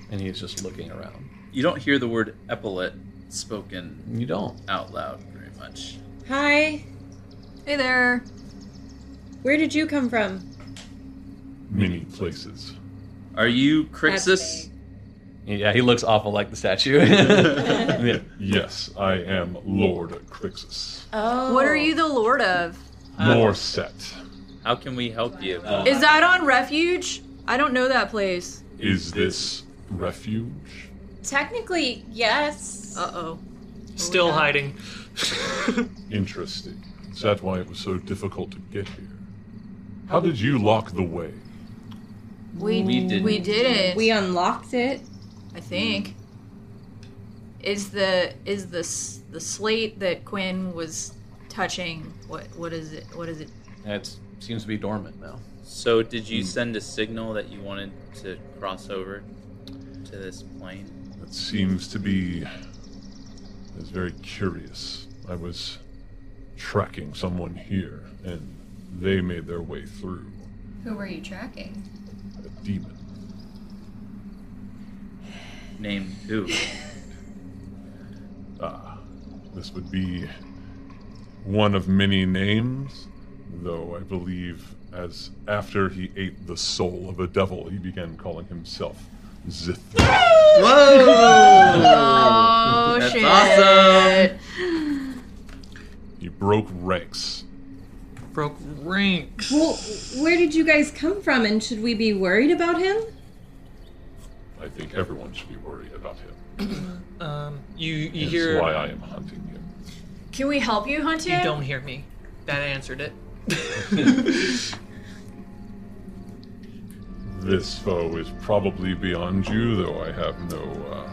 [SPEAKER 1] And he's just looking around.
[SPEAKER 5] You don't hear the word epaulet spoken.
[SPEAKER 1] You don't.
[SPEAKER 5] out loud very much.
[SPEAKER 8] Hi.
[SPEAKER 4] Hey there.
[SPEAKER 8] Where did you come from?
[SPEAKER 14] Many places.
[SPEAKER 5] Are you Crixus?
[SPEAKER 1] Yeah, he looks awful like the statue.
[SPEAKER 14] Yes, I am Lord Crixus.
[SPEAKER 4] Oh. What are you the lord of?
[SPEAKER 14] More set. Uh,
[SPEAKER 5] How can we Uh, help you?
[SPEAKER 9] Uh,
[SPEAKER 4] Is that on refuge? I don't know that place.
[SPEAKER 14] Is this refuge?
[SPEAKER 15] Technically, yes.
[SPEAKER 4] Uh oh.
[SPEAKER 7] Still hiding.
[SPEAKER 14] Interesting. Is that why it was so difficult to get here? How did you lock the way?
[SPEAKER 4] We
[SPEAKER 14] We
[SPEAKER 4] we,
[SPEAKER 14] didn't.
[SPEAKER 4] did it.
[SPEAKER 8] We unlocked it.
[SPEAKER 4] I think. Is the is the s- the slate that Quinn was touching? What what is it? What is it?
[SPEAKER 1] It seems to be dormant now.
[SPEAKER 5] So, did
[SPEAKER 1] Hmm.
[SPEAKER 5] you send a signal that you wanted to cross over to this plane?
[SPEAKER 14] That seems to be. I was very curious. I was tracking someone here, and they made their way through
[SPEAKER 3] Who were you tracking?
[SPEAKER 14] a demon.
[SPEAKER 5] Name who?
[SPEAKER 14] Ah, this would be one of many names, though I believe as after he ate the soul of a devil, he began calling himself Zithra.
[SPEAKER 4] Oh
[SPEAKER 14] That's
[SPEAKER 4] shit!
[SPEAKER 14] He broke ranks.
[SPEAKER 7] Broke ranks.
[SPEAKER 8] Well, where did you guys come from, and should we be worried about him?
[SPEAKER 14] I think everyone should be worried about him.
[SPEAKER 7] Um, you you
[SPEAKER 14] That's
[SPEAKER 7] hear?
[SPEAKER 14] why I am hunting him.
[SPEAKER 4] Can we help you hunt
[SPEAKER 7] You
[SPEAKER 4] him?
[SPEAKER 7] don't hear me. That answered it.
[SPEAKER 14] This foe is probably beyond you, though I have no uh,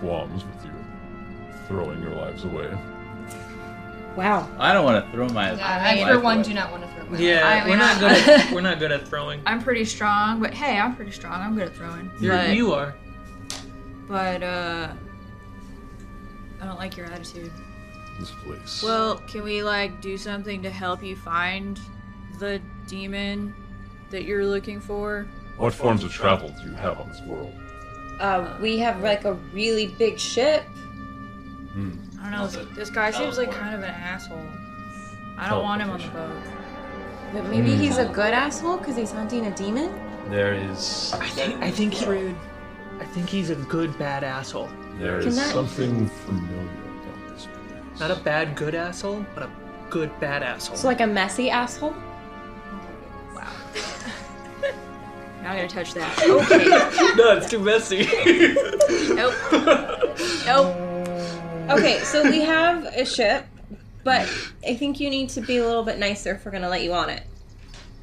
[SPEAKER 14] qualms with you throwing your lives away.
[SPEAKER 8] Wow.
[SPEAKER 5] I don't want to throw my.
[SPEAKER 3] I,
[SPEAKER 5] life
[SPEAKER 3] for one,
[SPEAKER 5] away.
[SPEAKER 3] do not want to throw my
[SPEAKER 9] Yeah,
[SPEAKER 4] I-
[SPEAKER 9] we're not good. At, we're not good at throwing.
[SPEAKER 4] I'm pretty strong, but hey, I'm pretty strong. I'm good at throwing.
[SPEAKER 9] You're,
[SPEAKER 4] but,
[SPEAKER 9] you are.
[SPEAKER 4] But uh, I don't like your attitude.
[SPEAKER 14] This place.
[SPEAKER 4] Well, can we like do something to help you find the demon that you're looking for?
[SPEAKER 14] what forms of travel do you have on this world?
[SPEAKER 6] Uh, we have like a really big ship.
[SPEAKER 4] I don't know. This, this guy seems like kind of an asshole. I don't want him on the boat.
[SPEAKER 6] But maybe
[SPEAKER 4] Hmm.
[SPEAKER 1] Mm.
[SPEAKER 6] he's a good asshole because he's hunting a demon.
[SPEAKER 1] There is.
[SPEAKER 7] I think I think he, I think he's a good bad asshole.
[SPEAKER 14] There
[SPEAKER 7] Can
[SPEAKER 14] is
[SPEAKER 7] that-
[SPEAKER 14] something familiar about this place.
[SPEAKER 7] Not a bad good asshole, but a good bad asshole.
[SPEAKER 6] So like a messy asshole.
[SPEAKER 4] Not gonna touch that. Okay.
[SPEAKER 9] no, it's too messy.
[SPEAKER 4] nope. Nope.
[SPEAKER 6] Okay, so we have a ship, but I think you need to be a little bit nicer if we're gonna let you on it.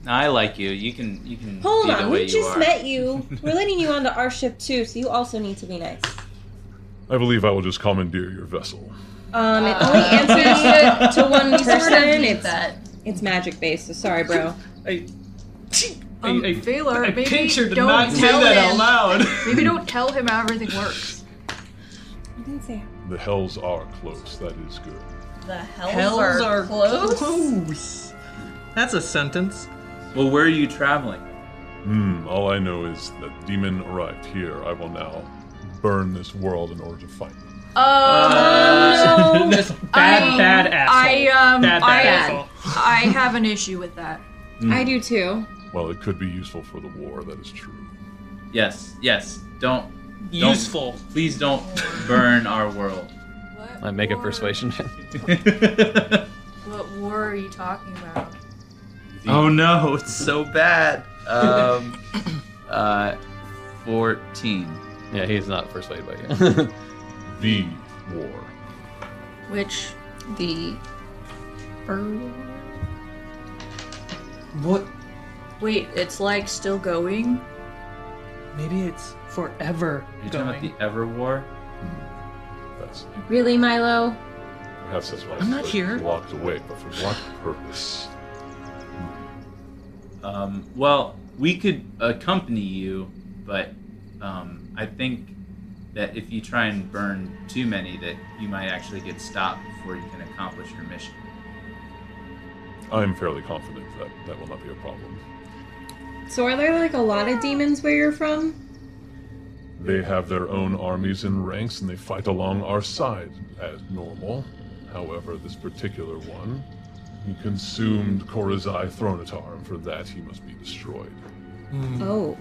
[SPEAKER 5] I like you. You can. You can.
[SPEAKER 6] Hold
[SPEAKER 5] be the
[SPEAKER 6] on,
[SPEAKER 5] way
[SPEAKER 6] we
[SPEAKER 5] you
[SPEAKER 6] just
[SPEAKER 5] are.
[SPEAKER 6] met you. We're letting you onto our ship too, so you also need to be nice.
[SPEAKER 14] I believe I will just commandeer your vessel.
[SPEAKER 6] Um, it only answers to, to one
[SPEAKER 3] You sort of
[SPEAKER 6] person.
[SPEAKER 3] need
[SPEAKER 6] It's it's magic based. So sorry, bro.
[SPEAKER 4] Um,
[SPEAKER 9] I- I-
[SPEAKER 4] Valor,
[SPEAKER 9] I
[SPEAKER 4] maybe
[SPEAKER 9] pictured
[SPEAKER 4] don't
[SPEAKER 9] not say
[SPEAKER 4] tell
[SPEAKER 9] that
[SPEAKER 4] him.
[SPEAKER 9] out loud.
[SPEAKER 4] maybe don't tell him how everything works.
[SPEAKER 6] I didn't say.
[SPEAKER 14] The hells are close. That is good.
[SPEAKER 3] The hells,
[SPEAKER 9] Hells
[SPEAKER 3] are,
[SPEAKER 9] are
[SPEAKER 3] close.
[SPEAKER 9] close. That's a sentence.
[SPEAKER 5] Well, where are you traveling?
[SPEAKER 14] Hmm. All I know is that demon arrived here. I will now burn this world in order to find them.
[SPEAKER 4] Oh,
[SPEAKER 3] Uh,
[SPEAKER 4] no.
[SPEAKER 9] this bad,
[SPEAKER 4] Oh, I,
[SPEAKER 9] bad asshole.
[SPEAKER 4] I um,
[SPEAKER 9] Bad, bad
[SPEAKER 4] I,
[SPEAKER 9] asshole.
[SPEAKER 4] I have an issue with that.
[SPEAKER 14] Hmm.
[SPEAKER 8] I do too.
[SPEAKER 14] Well, it could be useful for the war. That is true.
[SPEAKER 5] Yes. Yes. Don't. don't-
[SPEAKER 9] Useful.
[SPEAKER 5] please don't burn our world.
[SPEAKER 1] I make a persuasion check.
[SPEAKER 4] What war are you talking about?
[SPEAKER 5] Oh no, it's so bad. Um, uh, 14.
[SPEAKER 1] Yeah, he's not persuaded by you.
[SPEAKER 14] the war.
[SPEAKER 4] Which er,
[SPEAKER 3] the
[SPEAKER 7] What?
[SPEAKER 4] wait, it's like still going.
[SPEAKER 7] Maybe it's forever
[SPEAKER 5] You're talking
[SPEAKER 7] going.
[SPEAKER 5] about the Ever War?
[SPEAKER 14] Hmm. That's
[SPEAKER 6] Really, Milo?
[SPEAKER 14] perhaps that's why
[SPEAKER 7] I'm not
[SPEAKER 14] it's
[SPEAKER 7] here.
[SPEAKER 14] Locked away, but for what purpose?
[SPEAKER 5] Um, well, we could accompany you, but um, I think that if you try and burn too many, that you might actually get stopped before you can accomplish your mission.
[SPEAKER 14] I'm fairly confident that that will not be a problem.
[SPEAKER 8] So are there like a lot of demons where you're from?
[SPEAKER 14] They have their own armies and ranks, and they fight along our side as normal. However, this particular one, he consumed Korazai Thronatar, and for that he must be destroyed.
[SPEAKER 8] Oh.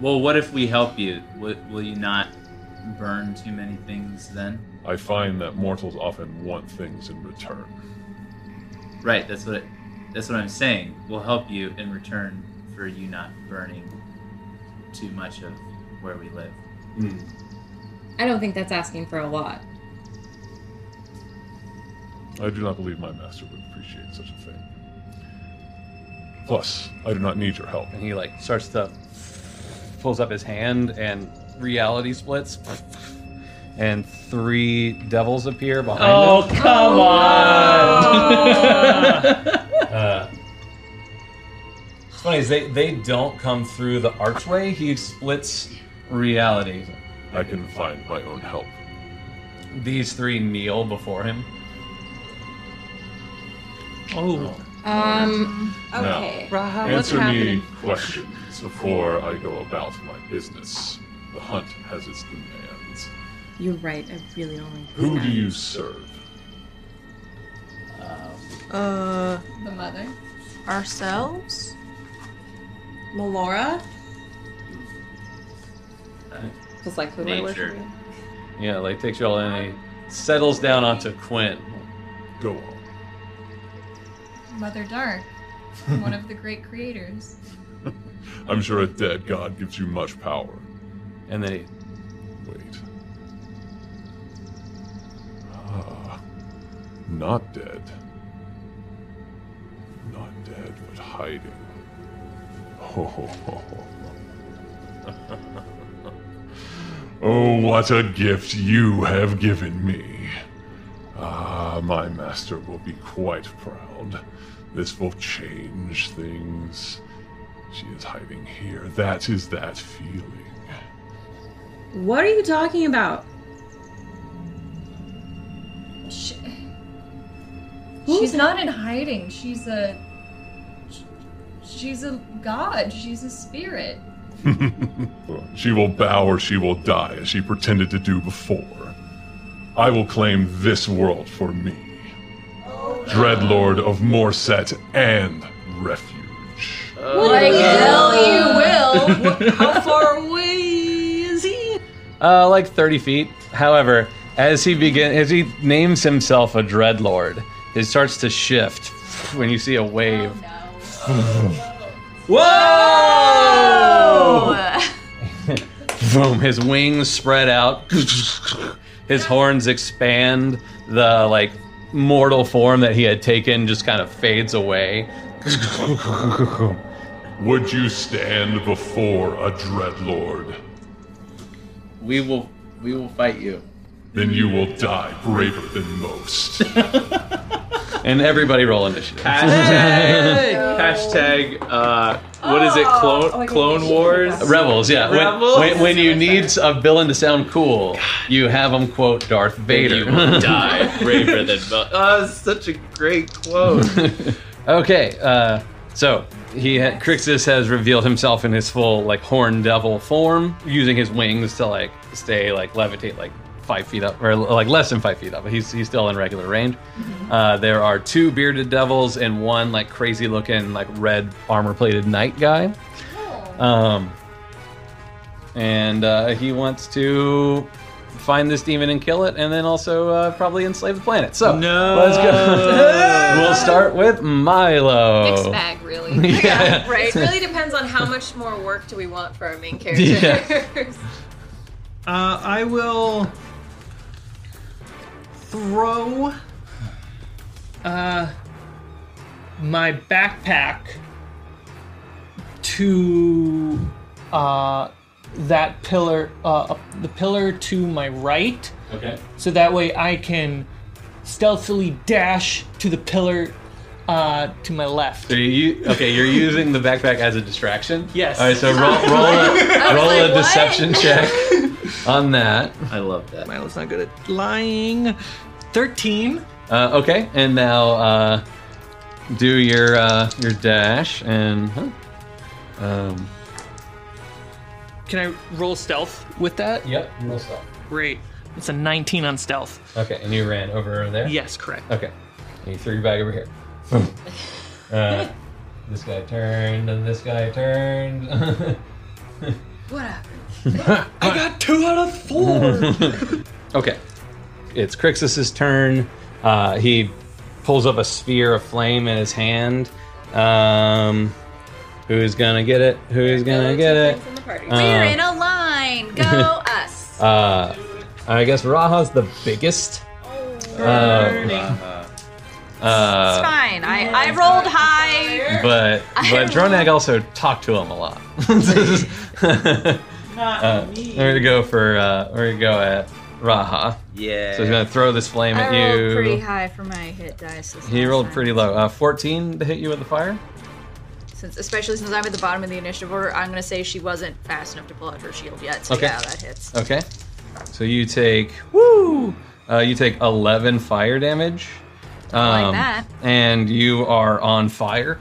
[SPEAKER 5] Well, what if we help you? Will, will you not burn too many things then?
[SPEAKER 14] I find that mortals often want things in return.
[SPEAKER 5] Right. That's what. that's what I'm saying. We'll help you in return for you not burning too much of where we live. Hmm.
[SPEAKER 8] I don't think that's asking for a lot.
[SPEAKER 14] I do not believe my master would appreciate such a thing. Plus, I do not need your help.
[SPEAKER 1] and he like starts to pulls up his hand and reality splits and three devils appear behind
[SPEAKER 9] Oh,
[SPEAKER 1] him
[SPEAKER 9] come on.
[SPEAKER 5] Oh,
[SPEAKER 1] uh, it's funny is they they don't come through the archway he splits reality
[SPEAKER 14] I can find my own help.
[SPEAKER 1] these three kneel before him
[SPEAKER 9] oh.
[SPEAKER 8] Um.
[SPEAKER 14] Now,
[SPEAKER 8] Okay.
[SPEAKER 14] Answer me questions before I go about my business. The hunt has its demands.
[SPEAKER 8] You're right. I really don't like
[SPEAKER 14] Who do you serve?
[SPEAKER 4] Uh,
[SPEAKER 3] the mother.
[SPEAKER 4] ourselves?
[SPEAKER 8] Melora?
[SPEAKER 5] Uh,
[SPEAKER 8] Because like who
[SPEAKER 5] am I Nature. worshiping?
[SPEAKER 1] yeah like takes you all in and he settles down onto quinn
[SPEAKER 14] Go on.
[SPEAKER 3] Mother Dark, one of the great creators.
[SPEAKER 14] I'm sure a dead god gives you much power.
[SPEAKER 1] and then he
[SPEAKER 14] Wait. Ah, not dead. Not dead, but hiding. Ho, ho, ho, ho. oh, what a gift you have given me. Ah, my master will be quite proud. This will change things. She is hiding here. That is that feeling.
[SPEAKER 8] What are you talking about?
[SPEAKER 3] Sh
[SPEAKER 8] Who's
[SPEAKER 3] she's
[SPEAKER 8] that?
[SPEAKER 3] not in hiding. She's a. sh- She's a god. She's a spirit.
[SPEAKER 14] she will bow or she will die, as she pretended to do before. I will claim this world for me. Dreadlord of Morset and Refuge.
[SPEAKER 5] Oh.
[SPEAKER 4] like hell you will.
[SPEAKER 1] What-
[SPEAKER 4] How far away is he?
[SPEAKER 1] Uh, like 30 feet. However, as he begin, as he names himself a dreadlord, it starts to shift when you see a wave.
[SPEAKER 8] Oh,
[SPEAKER 1] Whoa! Boom! His wings spread out. His horns expand. The like mortal form that he had taken just kind of fades away.
[SPEAKER 14] Would you stand before a dreadlord?
[SPEAKER 5] We will we will fight you.
[SPEAKER 14] Then you will die braver than most.
[SPEAKER 1] And everybody roll initiative.
[SPEAKER 5] Hashtag, hashtag uh, what is it? Clone, Clone Wars?
[SPEAKER 1] Rebels, yeah. When-
[SPEAKER 5] Rebels?
[SPEAKER 1] When, when you need a villain to sound cool, you have them quote Darth Vader.
[SPEAKER 5] you will die braver than most. Oh, such a great quote.
[SPEAKER 1] okay, uh, so he ha- Crixus has revealed himself in his full like horn devil form, using his wings to like stay like levitate like five feet up or like less than five feet up. But he's he's still in regular range. Uh, there are two bearded devils and one like crazy looking like red armor plated knight guy. Um, and uh, he wants to find this demon and kill it, and then also uh, probably enslave the planet. So
[SPEAKER 5] no,
[SPEAKER 1] let's go. we'll start with Milo.
[SPEAKER 6] Mixed bag, really.
[SPEAKER 1] Yeah.
[SPEAKER 6] right. It really depends on how much more work do we want for our main characters.
[SPEAKER 7] Yeah. Uh, I will throw uh, my backpack to uh, that pillar, uh, up- the pillar to my right.
[SPEAKER 1] Okay.
[SPEAKER 7] So that way I can stealthily dash to the pillar uh, to my left.
[SPEAKER 1] So you okay? You're using the backpack as a distraction.
[SPEAKER 7] Yes.
[SPEAKER 1] All right. So roll roll
[SPEAKER 7] I
[SPEAKER 1] a,
[SPEAKER 7] was
[SPEAKER 1] roll
[SPEAKER 7] like,
[SPEAKER 1] a
[SPEAKER 7] what?
[SPEAKER 1] deception check on that.
[SPEAKER 5] I love that.
[SPEAKER 7] Milo's not good at lying. 13.
[SPEAKER 1] Uh, okay, and now uh, do your uh, your dash and huh? um,
[SPEAKER 7] Can I roll stealth with that?
[SPEAKER 1] Yep, roll stealth.
[SPEAKER 7] Great. It's a 19 on stealth.
[SPEAKER 1] okay, and you ran over there.
[SPEAKER 7] Yes, correct.
[SPEAKER 1] Okay, and you threw your bag over here. uh, this guy turned, and this guy turned.
[SPEAKER 7] Whatever. I got two out of four.
[SPEAKER 1] okay, it's Crixus's turn. Uh, he pulls up a sphere of flame in his hand. Um, who's gonna get it? Who's gonna get it?
[SPEAKER 4] We're
[SPEAKER 1] Uh,
[SPEAKER 4] in a line. Go us.
[SPEAKER 1] Uh, I guess Raha's the biggest.
[SPEAKER 4] Burning.
[SPEAKER 1] Uh, uh,
[SPEAKER 4] Oh. it's fine. I, I rolled high.
[SPEAKER 1] But but Dronag also talked to him a lot.
[SPEAKER 7] Not
[SPEAKER 1] uh, we're gonna go for uh, we're gonna go at Raha.
[SPEAKER 5] Yeah.
[SPEAKER 1] So he's gonna throw this flame at
[SPEAKER 4] I rolled
[SPEAKER 1] you.
[SPEAKER 4] pretty high for my hit dice. This
[SPEAKER 1] He
[SPEAKER 4] last
[SPEAKER 1] rolled
[SPEAKER 4] time.
[SPEAKER 1] pretty low. Uh, 14 to hit you with the fire.
[SPEAKER 4] Since, especially since I'm at the bottom of the initiative order, I'm gonna say she wasn't fast enough to pull out her shield yet. So yeah, that hits.
[SPEAKER 1] Okay. So you take woo. Uh, you take 11 fire damage. Um,
[SPEAKER 4] like that.
[SPEAKER 1] And you are on fire.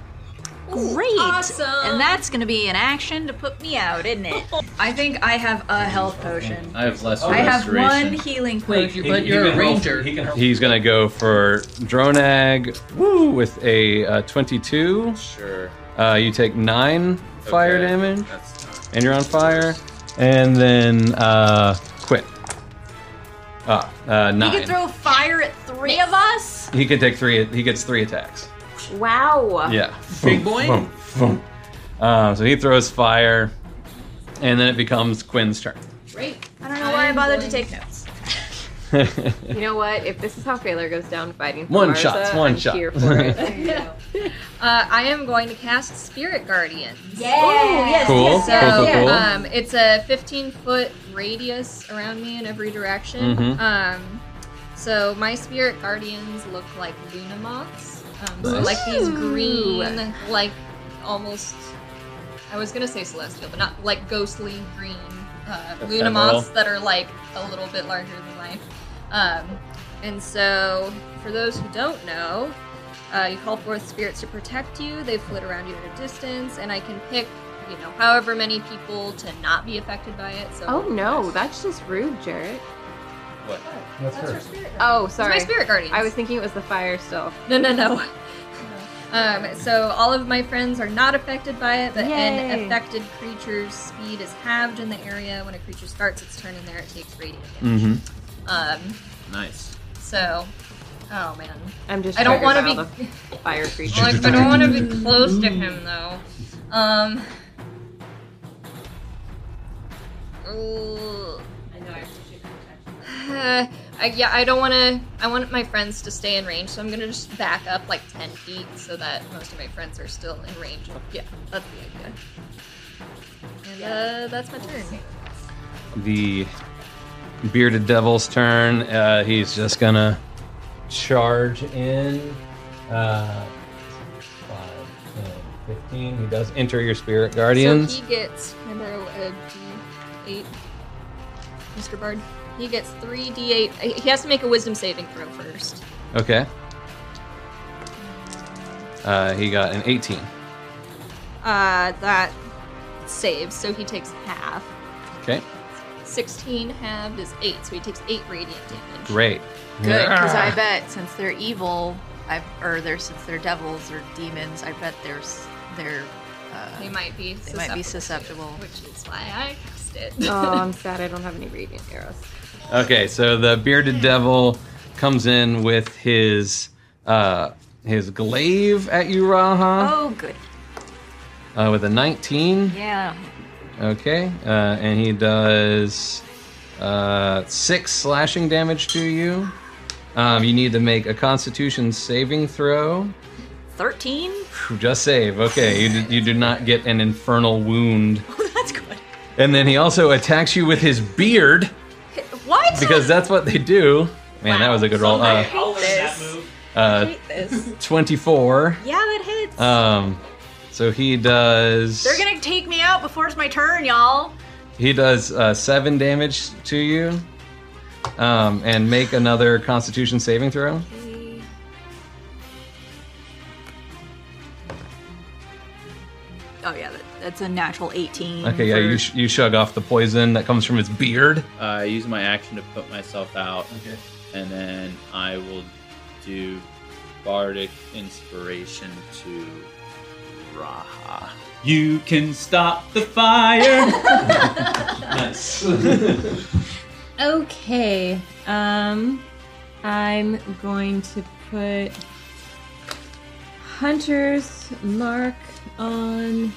[SPEAKER 4] Great. Awesome. And that's gonna be an action to put me out, isn't it? I think I have a health potion.
[SPEAKER 5] I have less
[SPEAKER 4] I have
[SPEAKER 5] restoration.
[SPEAKER 4] one healing potion.
[SPEAKER 7] Wait, you- but you're a ranger.
[SPEAKER 1] He's gonna go for Dronag woo with a uh, 22.
[SPEAKER 5] Sure.
[SPEAKER 1] Uh, you take nine fire
[SPEAKER 5] Okay,
[SPEAKER 1] damage, and you're on fire. And then uh, quit. Ah, uh,
[SPEAKER 4] You
[SPEAKER 1] nine.
[SPEAKER 4] can throw fire at three of us.
[SPEAKER 1] He can take three. He gets three attacks.
[SPEAKER 4] Wow.
[SPEAKER 1] Yeah.
[SPEAKER 7] Big boy?
[SPEAKER 1] Vroom, vroom. Uh, so he throws fire, and then it becomes Quinn's turn.
[SPEAKER 4] Great. I don't know why I bothered to take notes.
[SPEAKER 6] You know what? If this is how Failure goes down fighting, for
[SPEAKER 1] One
[SPEAKER 6] Marza,
[SPEAKER 1] shots, one
[SPEAKER 6] I'm
[SPEAKER 1] shot.
[SPEAKER 6] Here for it.
[SPEAKER 10] Uh, I am going to cast Spirit Guardian.
[SPEAKER 4] Yeah. Ooh, Oh, yes, uh,
[SPEAKER 1] Cool, yes, cool, yes. cool,
[SPEAKER 10] So,
[SPEAKER 1] cool.
[SPEAKER 10] Um,
[SPEAKER 2] Mm-hmm.
[SPEAKER 10] it's a 15 foot radius around me in every direction.
[SPEAKER 1] Mhm.
[SPEAKER 10] Um,
[SPEAKER 3] So my spirit guardians look like Luna moths. Um, so
[SPEAKER 2] Nice.
[SPEAKER 3] like these
[SPEAKER 2] Ooh.
[SPEAKER 3] green, like almost. I was gonna say celestial, but not like ghostly green uh, Luna
[SPEAKER 2] Ephemeral.
[SPEAKER 3] moths that are like a little bit larger than life. Um, and so, for those who don't know, uh, you call forth spirits to protect you. They flit around you at a distance, and I can pick, you know, however many people to not be affected by it. So
[SPEAKER 16] Oh no, that's just rude, Jarrett.
[SPEAKER 5] What?
[SPEAKER 1] That's,
[SPEAKER 3] her.
[SPEAKER 6] Uh,
[SPEAKER 16] Oh, sorry.
[SPEAKER 3] my spirit guardians.
[SPEAKER 16] I was thinking it was the fire still.
[SPEAKER 3] No, no, no. Um, so all of my friends are not affected by it, but an
[SPEAKER 16] Yay.
[SPEAKER 3] affected creature's speed is halved in the area. When a creature starts its turn in there, it takes radiant.
[SPEAKER 1] Mm-hmm.
[SPEAKER 3] Um,
[SPEAKER 5] Nice.
[SPEAKER 3] so, oh man,
[SPEAKER 16] I'm just.
[SPEAKER 3] I don't
[SPEAKER 16] want
[SPEAKER 3] wanna
[SPEAKER 16] to be fire creature.
[SPEAKER 3] Like, I don't want to be close to him though. Um. ugh. Uh, I, yeah, I don't want to. I want my friends to stay in range, so I'm gonna just back up like ten feet so that most of my friends are still in range. Yeah, that's the idea. And uh, that's my turn.
[SPEAKER 1] the bearded devil's turn. Uh, he's just gonna charge in. Uh, five, 10, 15. He does enter your spirit guardians.
[SPEAKER 3] So he gets remember a D eight, Mr. Bard. He gets three D eight. He has to make a Wisdom saving throw first.
[SPEAKER 1] okay. Uh, he got an 18.
[SPEAKER 3] Uh, that saves, so he takes half.
[SPEAKER 1] Okay,
[SPEAKER 3] Sixteen halved is eight, so he takes eight radiant damage.
[SPEAKER 1] great.
[SPEAKER 4] Good, because I bet since they're evil, I've, or they're since they're devils or demons, I bet there's they're uh,
[SPEAKER 3] They might be
[SPEAKER 4] they might be
[SPEAKER 3] susceptible
[SPEAKER 4] susceptible.
[SPEAKER 3] to it, which is why I cast it.
[SPEAKER 16] oh, I'm sad. I don't have any radiant arrows.
[SPEAKER 1] Ah. Okay, so the bearded devil comes in with his uh, his glaive at you, Raha,
[SPEAKER 4] Oh, good.
[SPEAKER 1] uh, with a 19.
[SPEAKER 4] Yeah.
[SPEAKER 1] Okay, uh, and he does uh, six slashing damage to you. Um, you need to make a Constitution saving throw.
[SPEAKER 4] 13?
[SPEAKER 1] Phew, Just save. Okay, you, d- you do not get an infernal wound.
[SPEAKER 4] Oh,
[SPEAKER 1] That's good. And then he also attacks you with his beard
[SPEAKER 4] What? Oh,
[SPEAKER 1] because that's what they do. Man, that was a good roll.
[SPEAKER 4] I
[SPEAKER 1] Uh,
[SPEAKER 4] hate this.
[SPEAKER 1] uh,
[SPEAKER 6] this.
[SPEAKER 1] 24.
[SPEAKER 4] Yeah, that hits.
[SPEAKER 1] Um, so he does.
[SPEAKER 4] They're gonna take me out before it's my turn, y'all.
[SPEAKER 1] He does uh, seven damage to you, um, and make another Constitution saving throw.
[SPEAKER 4] Oh yeah, that, that's a natural 18.
[SPEAKER 1] Okay, yeah, you,
[SPEAKER 4] Mm-hmm. for-
[SPEAKER 1] sh- you shug off the poison that comes from his beard.
[SPEAKER 5] Uh, I use my action to put myself out.
[SPEAKER 1] Okay.
[SPEAKER 5] And then I will do bardic inspiration to Raha. You can stop the fire. nice.
[SPEAKER 6] Okay. Um, I'm going to put Hunter's mark on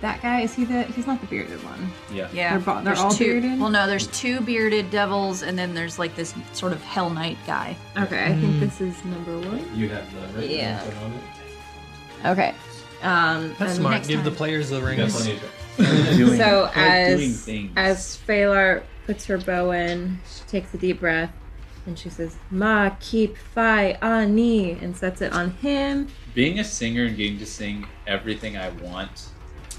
[SPEAKER 6] that guy. Is he the? He's not the bearded one.
[SPEAKER 5] Yeah.
[SPEAKER 4] Yeah,
[SPEAKER 6] They're, bo- they're
[SPEAKER 4] there's
[SPEAKER 6] all
[SPEAKER 4] two,
[SPEAKER 6] bearded.
[SPEAKER 4] Well, no, there's two bearded devils, and then there's like this sort of Hell Knight guy.
[SPEAKER 6] Okay, I
[SPEAKER 1] Mm.
[SPEAKER 6] think this is number one.
[SPEAKER 1] You have
[SPEAKER 6] the- Hmm. Yeah. Okay. Um,
[SPEAKER 7] That's
[SPEAKER 6] and
[SPEAKER 7] smart.
[SPEAKER 6] next
[SPEAKER 7] Give the
[SPEAKER 6] time-
[SPEAKER 7] players the rings.
[SPEAKER 6] So
[SPEAKER 5] doing
[SPEAKER 6] as
[SPEAKER 5] things.
[SPEAKER 6] as Phalar puts her bow in, she takes a deep breath, and she says, "Ma keep fi ani," and sets it on him.
[SPEAKER 5] Being a singer and getting to sing everything I want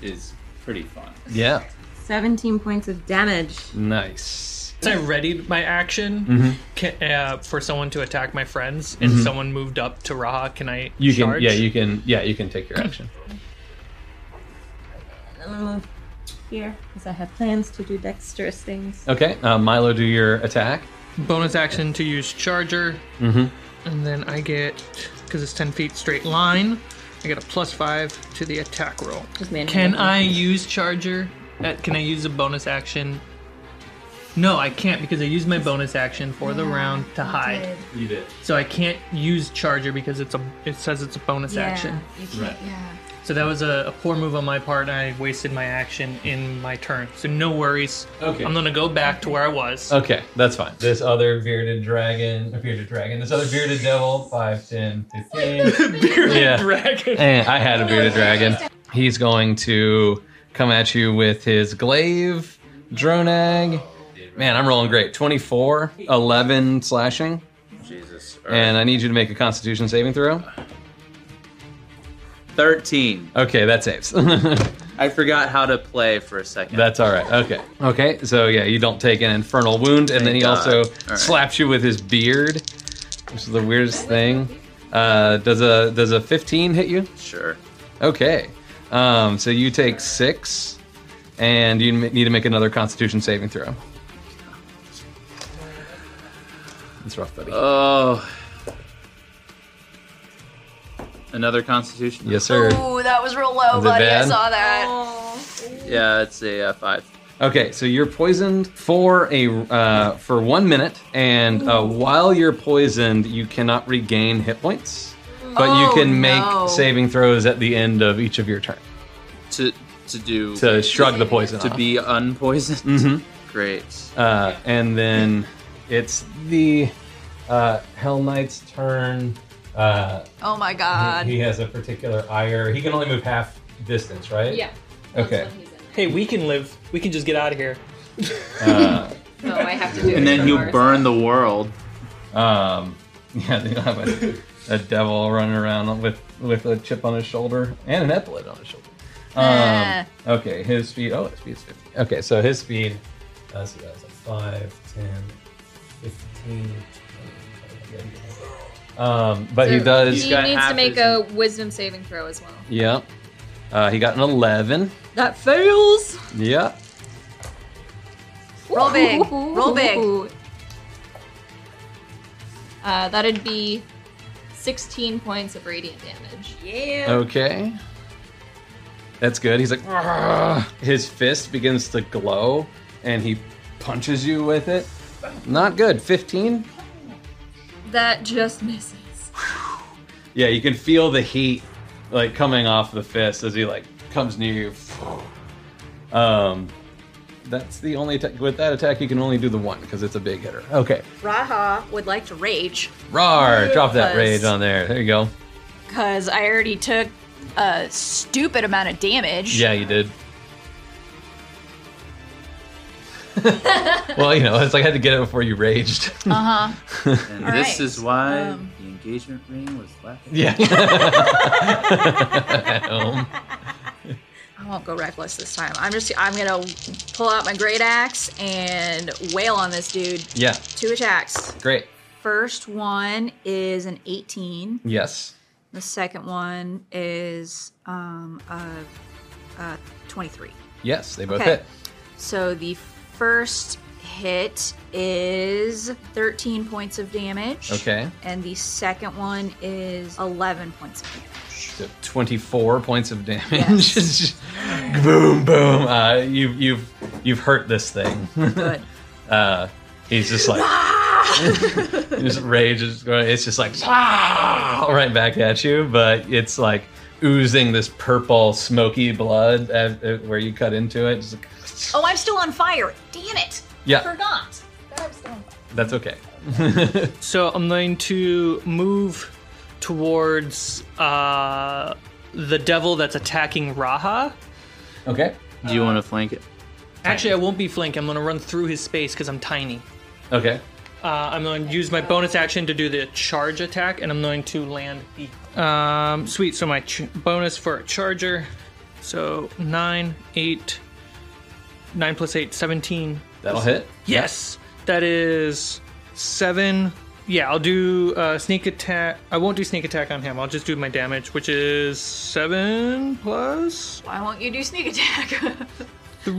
[SPEAKER 5] is pretty fun.
[SPEAKER 1] Yeah,
[SPEAKER 6] Seventeen points of damage.
[SPEAKER 1] nice.
[SPEAKER 7] Since I readied my action
[SPEAKER 1] Mhm.
[SPEAKER 7] can, uh, for someone to attack my friends, and
[SPEAKER 1] Mhm.
[SPEAKER 7] someone moved up to Raha, can I
[SPEAKER 1] You can,
[SPEAKER 7] charge?
[SPEAKER 1] yeah, you can, yeah, you can take your action.
[SPEAKER 6] I'm gonna move here because I have plans to do dexterous things.
[SPEAKER 1] Okay, uh, Milo, do your attack.
[SPEAKER 7] Bonus action to use Charger,
[SPEAKER 1] Mm-hmm.
[SPEAKER 7] and then I get because it's ten feet straight line. I get a plus five to the attack roll.
[SPEAKER 6] Just manually
[SPEAKER 7] Can
[SPEAKER 6] looking.
[SPEAKER 7] I use Charger? Uh, can I use a bonus action? No, I can't because I used my bonus action for the round to hide.
[SPEAKER 1] You did.
[SPEAKER 7] So I can't use Charger because it's a it says it's a bonus
[SPEAKER 4] yeah,
[SPEAKER 7] action.
[SPEAKER 4] You can't,
[SPEAKER 1] Right.
[SPEAKER 4] yeah.
[SPEAKER 7] So that was a, a poor move on my part, and I wasted my action in my turn. So no worries.
[SPEAKER 1] Okay.
[SPEAKER 7] I'm gonna go back to where I was.
[SPEAKER 1] Okay, that's fine. This other bearded dragon, a bearded dragon, this other bearded devil, 5, 10, 15.
[SPEAKER 7] Bearded
[SPEAKER 1] Yeah.
[SPEAKER 7] dragon.
[SPEAKER 1] and Eh, I had a bearded dragon. He's going to come at you with his glaive, Dronag, Man, I'm rolling great. 24, 11 slashing.
[SPEAKER 5] Jesus.
[SPEAKER 1] And I need you to make a constitution saving throw.
[SPEAKER 5] 13.
[SPEAKER 1] Okay, that saves.
[SPEAKER 5] I forgot how to play for a second.
[SPEAKER 1] That's all right. Okay. Okay. So yeah, you don't take an infernal wound, and then he
[SPEAKER 5] Thank God.
[SPEAKER 1] also
[SPEAKER 5] All right.
[SPEAKER 1] slaps you with his beard, which is the weirdest thing. Uh, does a does a fifteen hit you?
[SPEAKER 5] Sure.
[SPEAKER 1] Okay. Um, so you take six, and you m- need to make another Constitution saving throw. That's rough, buddy.
[SPEAKER 5] Oh. Another constitution?
[SPEAKER 1] Yes, sir.
[SPEAKER 4] Ooh, that was real low,
[SPEAKER 1] Is it
[SPEAKER 4] buddy. I
[SPEAKER 1] bad?
[SPEAKER 4] saw that.
[SPEAKER 5] Yeah, it's a uh, five.
[SPEAKER 1] Okay, so you're poisoned for a uh, for one minute, and uh, while you're poisoned, you cannot regain hit points, but you
[SPEAKER 5] Oh,
[SPEAKER 1] can make
[SPEAKER 5] no.
[SPEAKER 1] saving throws at the end of each of your turn
[SPEAKER 5] To to do
[SPEAKER 1] to shrug the poison
[SPEAKER 5] to
[SPEAKER 1] off.
[SPEAKER 5] be unpoisoned.
[SPEAKER 1] Mhm.
[SPEAKER 5] Great.
[SPEAKER 1] Uh, and then it's the uh, Hell Knight's turn. Uh,
[SPEAKER 4] Oh my god.
[SPEAKER 1] he, he has a particular ire. He can only move half distance, right?
[SPEAKER 4] Yeah.
[SPEAKER 1] Okay.
[SPEAKER 17] Hey, we can live. We can just get out of here.
[SPEAKER 1] Uh,
[SPEAKER 18] No, I have to do it.
[SPEAKER 5] and then
[SPEAKER 18] from
[SPEAKER 5] you
[SPEAKER 18] ours.
[SPEAKER 5] burn the world.
[SPEAKER 1] Um, yeah, they have a, a devil running around with with a chip on his shoulder and an epaulet on his shoulder.
[SPEAKER 3] Ah.
[SPEAKER 1] Um, okay, his speed. Oh, his speed is 50. Okay, so his speed. Uh, so that's a 5, 10, 15. 20, 25. Um, but he
[SPEAKER 3] So
[SPEAKER 1] does.
[SPEAKER 3] He needs to make a wisdom saving throw as well.
[SPEAKER 1] Yep. Uh, he got an 11.
[SPEAKER 3] That fails.
[SPEAKER 1] Yep.
[SPEAKER 3] Roll
[SPEAKER 4] big. Roll big.
[SPEAKER 3] Uh, that'd be 16 points of radiant damage. Yeah.
[SPEAKER 1] Okay. That's good. He's like, "Argh." his fist begins to glow and he punches you with it. Not good. 15?
[SPEAKER 3] That just misses.
[SPEAKER 1] Yeah, you can feel the heat like coming off the fist as he like comes near you. Um, that's the only attack. With that attack, you can only do the one because it's a big hitter. Okay.
[SPEAKER 4] Raha would like to rage
[SPEAKER 1] Rar, drop that
[SPEAKER 4] Yes.
[SPEAKER 1] rage on there. There you go.
[SPEAKER 4] because I already took a stupid amount of damage.
[SPEAKER 1] Yeah, you did. well, you know, it's like I had to get it before you raged.
[SPEAKER 4] Uh huh.
[SPEAKER 5] And
[SPEAKER 4] All
[SPEAKER 5] this
[SPEAKER 4] right.
[SPEAKER 5] is why
[SPEAKER 4] Um.
[SPEAKER 5] the engagement ring was left.
[SPEAKER 1] Yeah. Um,
[SPEAKER 4] I won't go reckless this time. I'm just I'm gonna pull out my great axe and wail on this dude.
[SPEAKER 1] yeah,
[SPEAKER 4] Two attacks.
[SPEAKER 1] great.
[SPEAKER 4] First one is an 18.
[SPEAKER 1] Yes.
[SPEAKER 4] The second one is um, a, a 23.
[SPEAKER 1] Yes, they both
[SPEAKER 4] Okay.
[SPEAKER 1] hit.
[SPEAKER 4] So the first hit is 13 points of damage.
[SPEAKER 1] Okay.
[SPEAKER 4] And the second one is 11 points of damage.
[SPEAKER 1] So 24 points of damage. Just boom, boom. Uh, you, you've you've hurt this thing.
[SPEAKER 4] Good.
[SPEAKER 1] uh, he's just like just rage is going. It's just like "Ah!" right back at you, but it's like oozing this purple smoky blood at, at where you cut into it. Just like,
[SPEAKER 4] Oh, I'm still on fire. Damn it.
[SPEAKER 1] Yeah.
[SPEAKER 4] Forgot. that I'm still on fire.
[SPEAKER 1] that's okay.
[SPEAKER 7] so I'm going to move towards uh, the devil that's attacking Raha.
[SPEAKER 1] Okay.
[SPEAKER 5] Do you want to flank it?
[SPEAKER 7] Actually, I won't be flank. I'm going to run through his space because I'm tiny.
[SPEAKER 1] Okay.
[SPEAKER 7] Uh, I'm going to use my bonus action to do the charge attack, and I'm going to land the. Um, sweet. So my ch- bonus for a charger. So nine, eight, nine plus eight, 17.
[SPEAKER 1] That'll hit.
[SPEAKER 7] Yes. That is seven. Yeah, I'll do uh, sneak attack. I won't do sneak attack on him. I'll just do my damage, which is seven plus
[SPEAKER 4] Why won't you do sneak attack?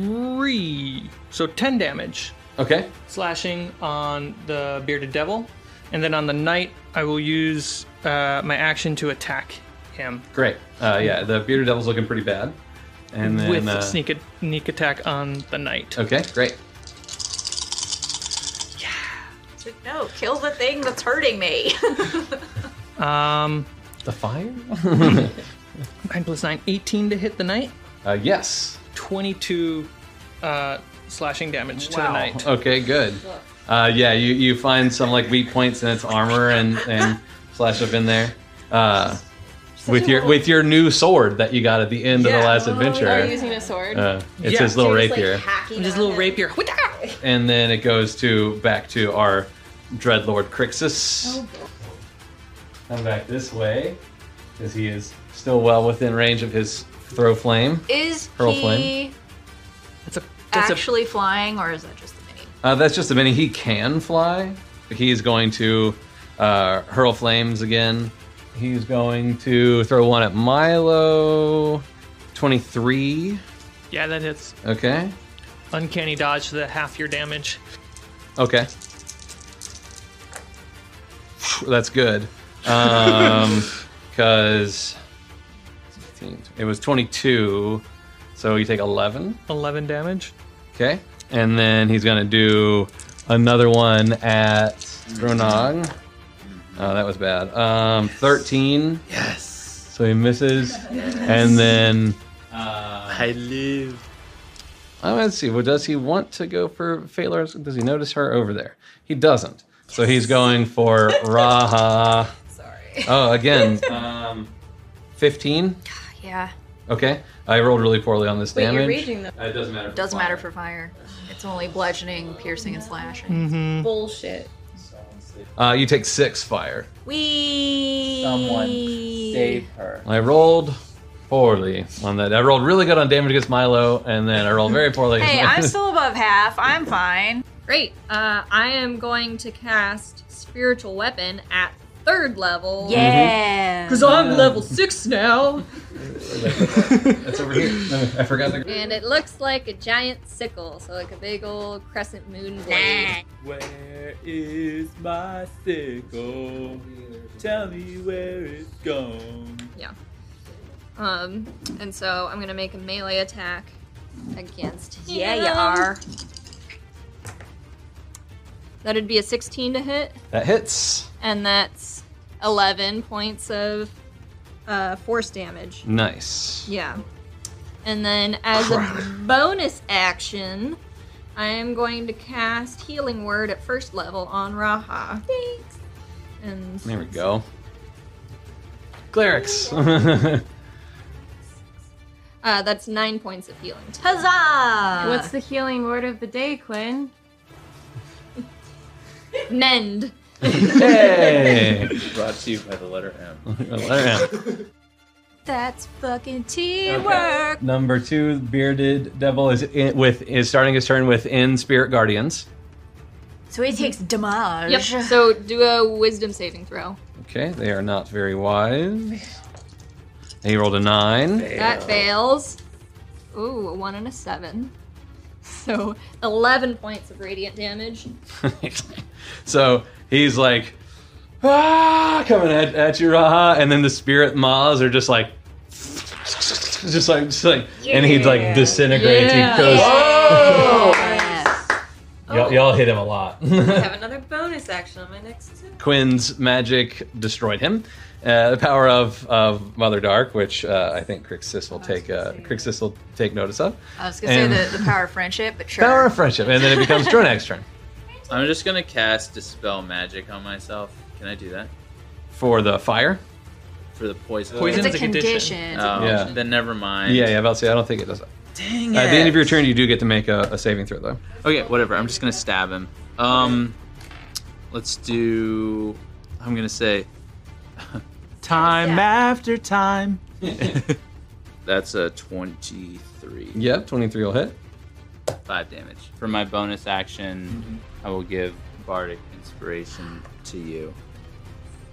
[SPEAKER 7] three. So 10 damage.
[SPEAKER 1] Okay.
[SPEAKER 7] Slashing on the bearded devil. And then on the knight, I will use uh, my action to attack him
[SPEAKER 1] Great. Uh, yeah, the bearded devil's looking pretty bad. And then
[SPEAKER 7] with
[SPEAKER 1] uh,
[SPEAKER 7] sneak, a- sneak attack on the knight.
[SPEAKER 1] Okay, great.
[SPEAKER 4] It's like, no, kill the thing that's hurting me.
[SPEAKER 7] Um,
[SPEAKER 1] the fire?
[SPEAKER 7] 9 plus 9, 18 to hit the knight.
[SPEAKER 1] Uh, yes.
[SPEAKER 7] 22 uh, slashing damage to the knight.
[SPEAKER 1] Okay, good. Uh, yeah, you, you find some like weak points in its armor and, and slash up in there. Uh, with your with your new sword that you got at the end of the last adventure.
[SPEAKER 19] Oh,
[SPEAKER 7] Oh,
[SPEAKER 19] Are you using a sword?
[SPEAKER 1] Uh, it's his little
[SPEAKER 19] You're just, like,
[SPEAKER 1] rapier.
[SPEAKER 19] hacking
[SPEAKER 7] Just
[SPEAKER 19] on
[SPEAKER 7] little
[SPEAKER 19] it.
[SPEAKER 7] rapier.
[SPEAKER 1] and then it goes to back to our Dreadlord Crixus.
[SPEAKER 19] Oh.
[SPEAKER 1] Come back this way, because he is still well within range of his throw flame.
[SPEAKER 4] Is
[SPEAKER 1] Hurl
[SPEAKER 4] he
[SPEAKER 1] flame. that's a-
[SPEAKER 4] actually flying, or is that just
[SPEAKER 1] Uh, that's just a mini. He can fly. He's going to uh, hurl flames again. He's going to throw one at Milo. 23.
[SPEAKER 7] Yeah, that hits.
[SPEAKER 1] Okay.
[SPEAKER 7] Uncanny dodge to the half your damage.
[SPEAKER 1] Okay. That's good. Um, because it was 22. So you take 11.
[SPEAKER 7] 11 damage.
[SPEAKER 1] Okay. And then he's going to do another one at Dronog. Oh, that was bad. Um, 13. Yes. So he misses. And then. Uh,
[SPEAKER 5] I live.
[SPEAKER 1] Oh, let's see. Well, does he want to go for Phalar? Does he notice her over there? He doesn't. So he's going for Raha. Sorry. Oh, again. Um, 15.
[SPEAKER 4] yeah?
[SPEAKER 1] Okay. I rolled really poorly on this
[SPEAKER 4] Wait,
[SPEAKER 1] damage.
[SPEAKER 4] you're raging though.
[SPEAKER 1] Uh, It doesn't matter. for
[SPEAKER 4] Doesn't
[SPEAKER 1] fire.
[SPEAKER 4] matter for fire. It's only bludgeoning, piercing, and slashing.
[SPEAKER 1] Mhm.
[SPEAKER 4] Bullshit.
[SPEAKER 1] Uh, you take six fire.
[SPEAKER 4] We.
[SPEAKER 2] Someone save her.
[SPEAKER 1] I rolled poorly on that. I rolled really good on damage against Milo, and then I rolled very poorly.
[SPEAKER 4] Hey, I'm still above half. I'm fine.
[SPEAKER 3] Great. Uh, I am going to cast Spiritual Weapon at third
[SPEAKER 1] Mm-hmm.
[SPEAKER 3] level.
[SPEAKER 4] Yeah.
[SPEAKER 3] Because I'm level six now.
[SPEAKER 1] That's over here. No, I forgot the.
[SPEAKER 3] And it looks like a giant sickle, so like a big old crescent moon blade.
[SPEAKER 2] Where is my sickle? Tell me where it's gone.
[SPEAKER 3] Yeah. Um, and so I'm gonna make a melee attack against him.
[SPEAKER 4] Yeah, you are.
[SPEAKER 3] That'd be a 16 to hit,
[SPEAKER 1] That hits.
[SPEAKER 3] and that's 11 points of uh, force damage.
[SPEAKER 1] Nice.
[SPEAKER 3] Yeah. And then as a bonus action, I am going to cast Healing Word at first level on Raha. Thanks. And
[SPEAKER 1] There we go. Clerics.
[SPEAKER 3] uh, that's nine points of healing.
[SPEAKER 4] Huzzah!
[SPEAKER 6] What's the healing word of the day, Quinn?
[SPEAKER 3] Mend.
[SPEAKER 1] hey.
[SPEAKER 5] Brought to you by the letter M.
[SPEAKER 1] Let her in.
[SPEAKER 4] That's fucking teamwork.
[SPEAKER 1] Number two, bearded devil is in, with is starting his turn within spirit guardians.
[SPEAKER 4] So he takes damage.
[SPEAKER 3] Yep. So do a wisdom saving throw.
[SPEAKER 1] Okay, they are not very wise. He rolled a nine.
[SPEAKER 3] That fails. Ooh, a one and a seven. So eleven points of radiant damage.
[SPEAKER 1] so he's like, ah, coming at, at you, Raha, and then the spirit maws are just like, just like, just like, and he like disintegrates.
[SPEAKER 6] Yeah.
[SPEAKER 1] He goes,
[SPEAKER 6] Oh.
[SPEAKER 1] y'all, y'all hit him a lot.
[SPEAKER 6] I have another bonus action on my next turn.
[SPEAKER 1] Quinn's magic destroyed him. Uh, the power of, of Mother Dark, which uh, I think Crixus will take uh, Crixus will take notice of.
[SPEAKER 4] I was gonna
[SPEAKER 1] And-
[SPEAKER 4] say the, the power of friendship, but sure.
[SPEAKER 1] Power of friendship, and then it becomes Dronak's turn
[SPEAKER 5] I'm just gonna cast Dispel Magic on myself. Can I do that?
[SPEAKER 1] for the fire.
[SPEAKER 5] For the poison?
[SPEAKER 1] Poison's
[SPEAKER 4] It's a a condition. condition.
[SPEAKER 5] Oh,
[SPEAKER 1] Yeah.
[SPEAKER 5] Then never mind.
[SPEAKER 1] Yeah, yeah, Valsy, I don't think it does.
[SPEAKER 5] Dang
[SPEAKER 1] At the end of
[SPEAKER 5] it.
[SPEAKER 1] your turn, you do get to make a, a saving throw, though.
[SPEAKER 5] Okay, whatever. I'm just gonna stab him. Um, let's do. I'm gonna say, time after time. that's a twenty-three.
[SPEAKER 1] Yep, 23 will hit.
[SPEAKER 5] Five damage. For my bonus action,
[SPEAKER 1] Mm-hmm.
[SPEAKER 5] I will give bardic inspiration to you.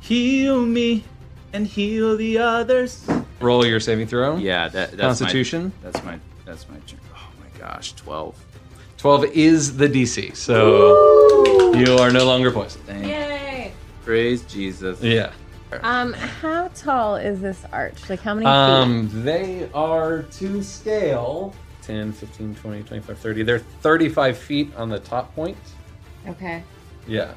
[SPEAKER 5] Heal me and heal the others.
[SPEAKER 1] Roll your saving throw.
[SPEAKER 5] Yeah, that, that's my-
[SPEAKER 1] Constitution.
[SPEAKER 5] that's my that's my turn. Oh my gosh, twelve.
[SPEAKER 1] 12 is the DC, so you are no longer poisoned.
[SPEAKER 5] Dang.
[SPEAKER 6] Yay!
[SPEAKER 5] Praise Jesus.
[SPEAKER 1] Yeah.
[SPEAKER 6] Um, how tall is this arch? Like how many
[SPEAKER 1] Um, they are to scale 10, 15, 20, 25, 30. They're 35 feet on the top point.
[SPEAKER 6] feet? Okay.
[SPEAKER 1] Yeah.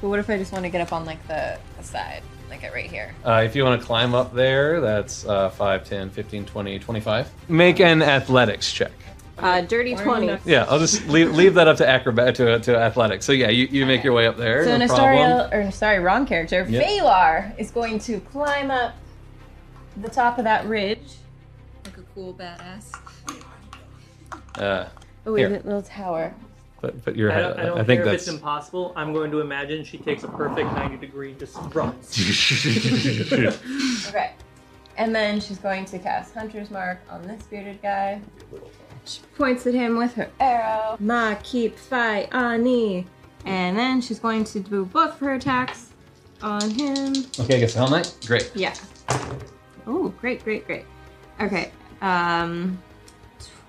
[SPEAKER 6] But what if I just want to get up on like the, the side, like it right here?
[SPEAKER 1] Uh, if you want to climb up there, that's uh, 5, 10, 15, 20, 25. Make an athletics check.
[SPEAKER 6] Uh, dirty twenty.
[SPEAKER 1] Yeah, I'll just leave, leave that up to acrobat to, to athletics. So yeah, you, you make your way up there.
[SPEAKER 6] So
[SPEAKER 1] no problem.
[SPEAKER 6] Nastario, or sorry, wrong character,
[SPEAKER 1] Yep.
[SPEAKER 6] Valar is going to climb up the top of that ridge.
[SPEAKER 3] Like a cool badass.
[SPEAKER 1] Uh,
[SPEAKER 6] Oh, wait,
[SPEAKER 5] Uh,
[SPEAKER 1] here.
[SPEAKER 6] that little tower.
[SPEAKER 1] Put, put your
[SPEAKER 7] Oh, I
[SPEAKER 1] head.
[SPEAKER 7] don't, I don't
[SPEAKER 1] think
[SPEAKER 7] care
[SPEAKER 1] that's.
[SPEAKER 7] if it's impossible. I'm going to imagine she takes a perfect 90 degree just runs.
[SPEAKER 6] Okay. And then she's going to cast Hunter's Mark on this bearded guy. She points at him with her arrow. Ma keep fi ani. And then she's going to do both of her attacks on him.
[SPEAKER 1] okay, I guess the helmet. Great.
[SPEAKER 6] Yeah. Oh, great, great, great. Okay. Um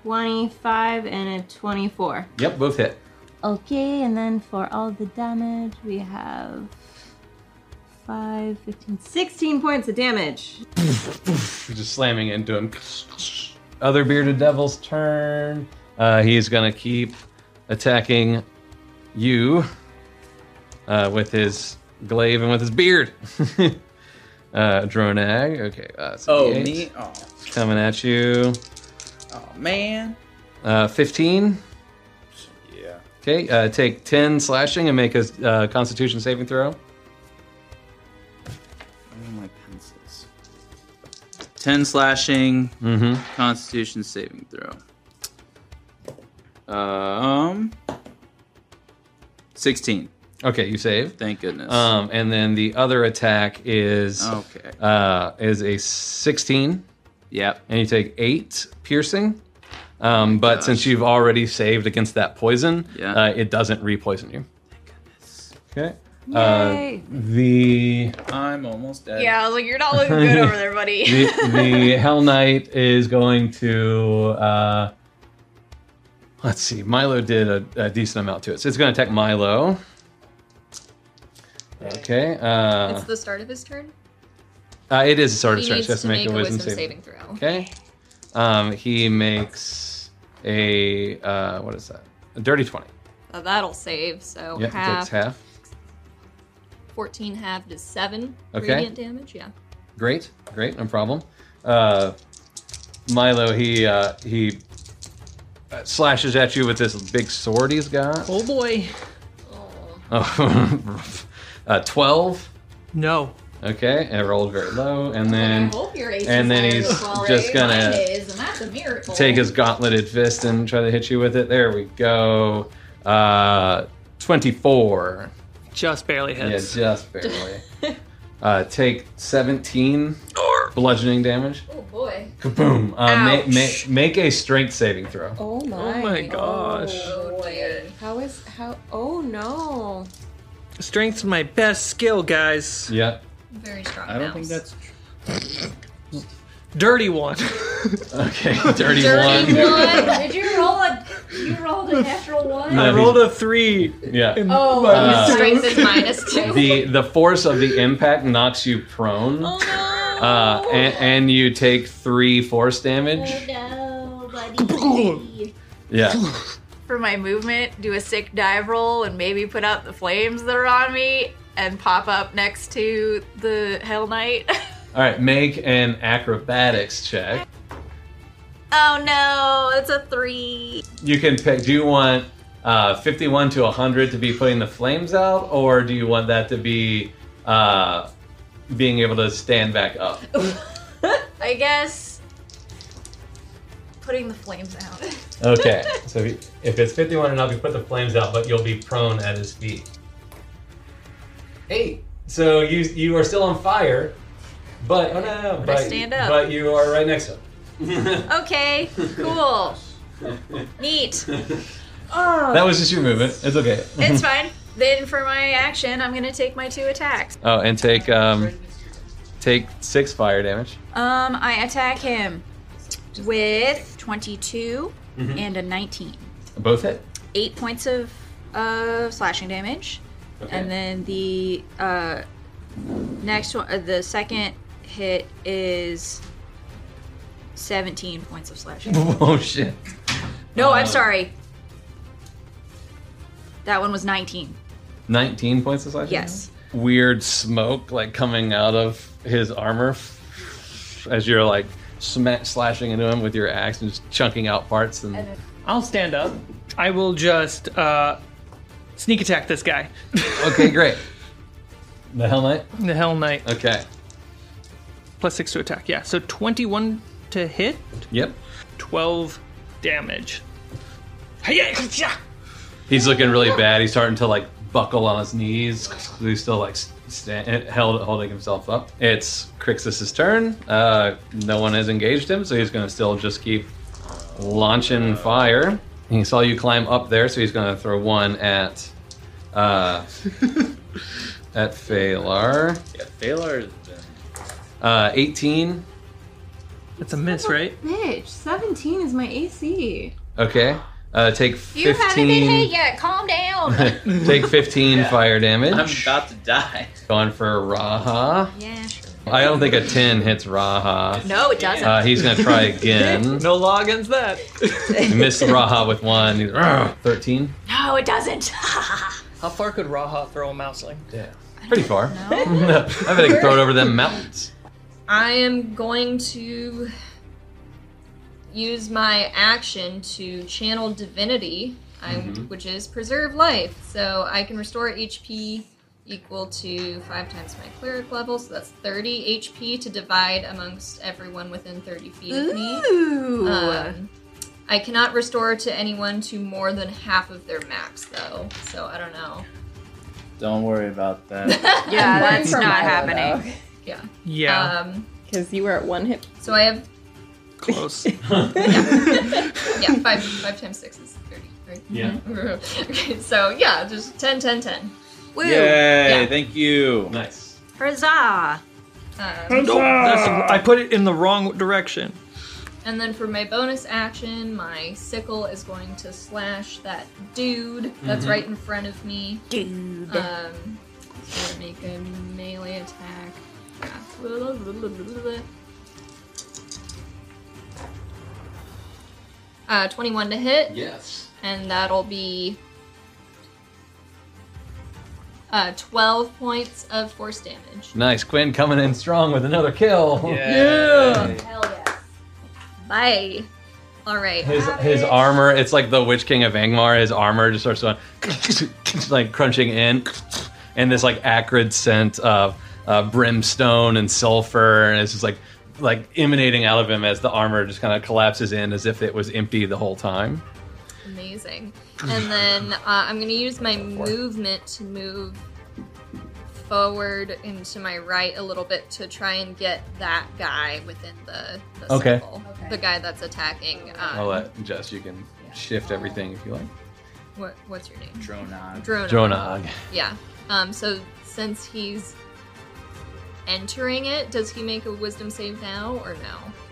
[SPEAKER 6] 25 and a 24.
[SPEAKER 1] Yep, both hit.
[SPEAKER 6] Okay, and then for all the damage, we have 5, 15, 16 points of damage.
[SPEAKER 1] You're just slamming into him. Other bearded devil's turn. Uh, he's gonna keep attacking you uh, with his glaive and with his beard. uh, Dronag. Okay. Uh, it's a
[SPEAKER 5] Oh,
[SPEAKER 1] D8.
[SPEAKER 5] me? Oh.
[SPEAKER 1] Coming at you.
[SPEAKER 5] Oh, man.
[SPEAKER 1] Uh, 15.
[SPEAKER 5] Yeah.
[SPEAKER 1] Okay. Uh, take 10 slashing and make a uh, Constitution saving throw.
[SPEAKER 5] Oh, my pencils. 10 slashing,
[SPEAKER 1] Mhm.
[SPEAKER 5] constitution saving throw. Um, 16.
[SPEAKER 1] Okay, you save.
[SPEAKER 5] Thank goodness.
[SPEAKER 1] Um, and then the other attack is
[SPEAKER 5] Okay.
[SPEAKER 1] uh, is a sixteen.
[SPEAKER 5] Yep. Oh
[SPEAKER 1] And you take eight piercing. Um, but since you've already saved against that poison, uh, it doesn't re-poison you. Thank goodness. Okay.
[SPEAKER 4] Yay.
[SPEAKER 1] Uh, the
[SPEAKER 5] I'm almost dead.
[SPEAKER 4] Yeah, I was like, you're not looking good over there, buddy.
[SPEAKER 1] the, the Hell Knight is going to. Uh, let's see. Milo did a, a decent amount to it, so it's going to attack Milo. Okay. Uh,
[SPEAKER 3] it's the start of his turn.
[SPEAKER 1] uh, it is a sort of
[SPEAKER 3] He
[SPEAKER 1] turn.
[SPEAKER 3] needs
[SPEAKER 1] so he has to make, a wisdom, saving.
[SPEAKER 3] throw.
[SPEAKER 1] Okay. Um, he makes a uh, what is that? A dirty twenty.
[SPEAKER 3] Uh, that'll save. So
[SPEAKER 1] yeah,
[SPEAKER 3] Oh, half,
[SPEAKER 1] takes half.
[SPEAKER 3] 14 halved is seven
[SPEAKER 1] Okay.
[SPEAKER 3] radiant damage. Yeah.
[SPEAKER 1] Great, great, no problem. Uh, Milo, he uh, he uh, slashes at you with this big sword he's got.
[SPEAKER 7] Oh boy.
[SPEAKER 1] Oh, uh, twelve.
[SPEAKER 7] No.
[SPEAKER 1] Okay, I rolled very low, and then
[SPEAKER 3] hope your AC
[SPEAKER 1] and then he's
[SPEAKER 3] is higher than eh?
[SPEAKER 1] just gonna
[SPEAKER 3] Mine is, and that's a miracle.
[SPEAKER 1] take his gauntleted fist and try to hit you with it. There we go. Uh, Twenty-four.
[SPEAKER 7] Just barely hits.
[SPEAKER 1] Yeah, just barely. uh, take seventeen bludgeoning damage.
[SPEAKER 3] Oh boy.
[SPEAKER 1] Kaboom! Uh, ma- ma- make a strength saving throw.
[SPEAKER 6] Oh my.
[SPEAKER 7] Oh my gosh.
[SPEAKER 3] Oh dear.
[SPEAKER 6] How is how? Oh no.
[SPEAKER 7] Strength's my best skill, guys.
[SPEAKER 1] Yeah.
[SPEAKER 3] Very strong.
[SPEAKER 7] I
[SPEAKER 3] don't
[SPEAKER 7] think that's Dirty one.
[SPEAKER 1] okay,
[SPEAKER 7] dirty,
[SPEAKER 20] Did you roll a? You rolled a natural one.
[SPEAKER 7] I rolled a three.
[SPEAKER 1] Yeah.
[SPEAKER 20] Oh,
[SPEAKER 1] Uh,
[SPEAKER 20] my strength is minus two.
[SPEAKER 1] the the force of the impact knocks you prone. Uh, and, and you take three force
[SPEAKER 4] Oh.
[SPEAKER 1] damage. Yeah.
[SPEAKER 4] For my movement, do a sick dive roll and maybe put out the flames that are on me and pop up next to the Hell Knight.
[SPEAKER 1] All right. Make an acrobatics check.
[SPEAKER 4] oh no, it's a three.
[SPEAKER 1] You can pick. Do you want uh, fifty-one to hundred to be putting the flames out, or do you want that to be uh, being able to stand back up?
[SPEAKER 4] I guess putting the flames out.
[SPEAKER 1] Okay. so if, you- if it's fifty-one and up, you put the flames out, but you'll be prone at his feet. Hey. So you you are still on fire, but oh no, no, no,
[SPEAKER 4] But I
[SPEAKER 1] but,
[SPEAKER 4] stand up.
[SPEAKER 1] but you are right next to him.
[SPEAKER 4] Okay, cool. Neat. Oh.
[SPEAKER 1] that was just your movement. It's okay.
[SPEAKER 4] It's fine. Then for my action, I'm gonna take my two attacks.
[SPEAKER 1] Oh, and take um, take six fire damage.
[SPEAKER 4] Um, I attack him with 22
[SPEAKER 1] Mhm.
[SPEAKER 4] and a 19.
[SPEAKER 1] Both hit.
[SPEAKER 4] Eight points of uh, slashing damage,
[SPEAKER 1] Okay.
[SPEAKER 4] and then the uh, next one, uh, the second hit is 17 points of slashing.
[SPEAKER 1] oh shit.
[SPEAKER 4] no, I'm
[SPEAKER 1] Uh,
[SPEAKER 4] sorry. That one was 19.
[SPEAKER 1] 19 points of slashing?
[SPEAKER 4] Yes.
[SPEAKER 1] damage? Weird smoke like coming out of his armor as you're like sma- slashing into him with your axe and just chunking out parts. And
[SPEAKER 7] I'll stand up. I will just uh, sneak attack this guy.
[SPEAKER 1] okay, great. The Hell Knight?
[SPEAKER 7] The Hell Knight.
[SPEAKER 1] Okay.
[SPEAKER 7] Plus six to attack. Yeah. So 21 to hit,
[SPEAKER 1] Yep.
[SPEAKER 7] 12 damage. Hey, yeah, yeah.
[SPEAKER 1] He's looking really bad. He's starting to like buckle on his knees. He's still like stand, held, holding himself up. It's Crixus's turn. Uh, no one has engaged him, so he's going to still just keep launching fire. He saw you climb up there, so he's going to throw one at uh, at Phalar.
[SPEAKER 21] Yeah, Baylor is
[SPEAKER 1] Uh, 18.
[SPEAKER 7] That's a miss, right?
[SPEAKER 6] Bitch, 17 is my AC.
[SPEAKER 1] Okay. Uh, take
[SPEAKER 4] You haven't been hit
[SPEAKER 1] 15.
[SPEAKER 4] yet. Calm down.
[SPEAKER 1] take 15 fire damage.
[SPEAKER 5] I'm about to die.
[SPEAKER 1] Going for Raha.
[SPEAKER 4] yeah.
[SPEAKER 1] I don't think a 10 hits Raha.
[SPEAKER 4] No, it doesn't.
[SPEAKER 1] Uh, he's going to try again.
[SPEAKER 7] no law against that.
[SPEAKER 1] Miss Raha with one. He's- "Argh." 13.
[SPEAKER 4] No, it doesn't.
[SPEAKER 7] How far could Raha throw a mouseling?
[SPEAKER 1] Yeah. Pretty far. I bet I can throw it over them mountains.
[SPEAKER 3] I am going to use my action to channel divinity, I,
[SPEAKER 1] Mhm.
[SPEAKER 3] which is preserve life. So I can restore HP equal to five times my cleric level, so that's 30 HP to divide amongst everyone within 30 feet of me.
[SPEAKER 4] Ooh.
[SPEAKER 3] Um, I cannot restore to anyone to more than half of their max, though. So I don't know.
[SPEAKER 5] Don't worry about that.
[SPEAKER 4] Yeah,
[SPEAKER 20] I'm
[SPEAKER 4] that's
[SPEAKER 20] going for
[SPEAKER 4] not
[SPEAKER 20] Milo,
[SPEAKER 4] happening.
[SPEAKER 3] Yeah.
[SPEAKER 7] Yeah.
[SPEAKER 3] Um,
[SPEAKER 20] Because you were at one hit.
[SPEAKER 3] so I have
[SPEAKER 7] Close.
[SPEAKER 3] yeah, five, five times six is 30, right?
[SPEAKER 1] Yeah.
[SPEAKER 3] okay, so yeah, just 10, 10, 10.
[SPEAKER 4] Woo.
[SPEAKER 5] Yay! Thank you.
[SPEAKER 1] Nice.
[SPEAKER 4] Huzzah.
[SPEAKER 3] Um,
[SPEAKER 7] Nope, that's- I put it in the wrong direction.
[SPEAKER 3] and then for my bonus action, my sickle is going to slash that dude that's
[SPEAKER 7] Mhm.
[SPEAKER 3] right in front of me.
[SPEAKER 4] Dude.
[SPEAKER 3] Um, so I make a melee attack. Uh, 21 to hit.
[SPEAKER 1] Yes.
[SPEAKER 3] and that'll be uh, 12 points of force damage.
[SPEAKER 1] Nice. Quinn coming in strong with another kill.
[SPEAKER 3] Yeah. Hell yes. Bye. All right.
[SPEAKER 1] His, his armor, it's like the Witch King of Angmar. His armor just starts going, like crunching in, and this like acrid scent of uh, brimstone and sulfur, and it's just like like emanating out of him as the armor just kind of collapses in as if it was empty the whole time.
[SPEAKER 3] Amazing. And then uh, I'm going to use my movement to move forward and to my right a little bit to try and get that guy within the, the
[SPEAKER 1] Okay.
[SPEAKER 3] circle. The guy that's attacking. Um,
[SPEAKER 1] I'll let Jess, you can shift everything if you like.
[SPEAKER 3] what, what's your name?
[SPEAKER 5] Dronog.
[SPEAKER 3] Dronog.
[SPEAKER 1] Dronog.
[SPEAKER 3] Yeah. Um, so since he's entering it, does he make a wisdom save now or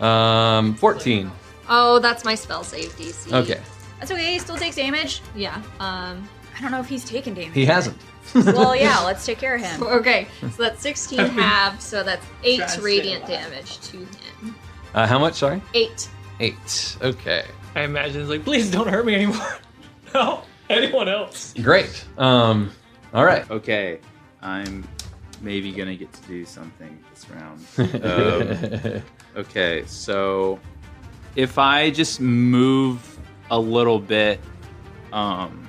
[SPEAKER 3] no?
[SPEAKER 1] Um, 14.
[SPEAKER 3] Oh, that's my spell save DC.
[SPEAKER 1] Okay.
[SPEAKER 4] That's okay. He still takes damage.
[SPEAKER 3] Yeah. Um.
[SPEAKER 4] I don't know if he's taken damage.
[SPEAKER 1] He hasn't.
[SPEAKER 4] well, yeah. Let's take care of him.
[SPEAKER 3] Okay. So that's 16 half, so that's 8 radiant damage to him.
[SPEAKER 1] Uh, how much? Sorry?
[SPEAKER 3] 8.
[SPEAKER 1] Eight. Okay.
[SPEAKER 7] I imagine it's like, please don't hurt me anymore. no, anyone else.
[SPEAKER 1] Great. Um, all right.
[SPEAKER 5] Okay, I'm maybe gonna get to do something this round. Um, okay, so if I just move a little bit, um,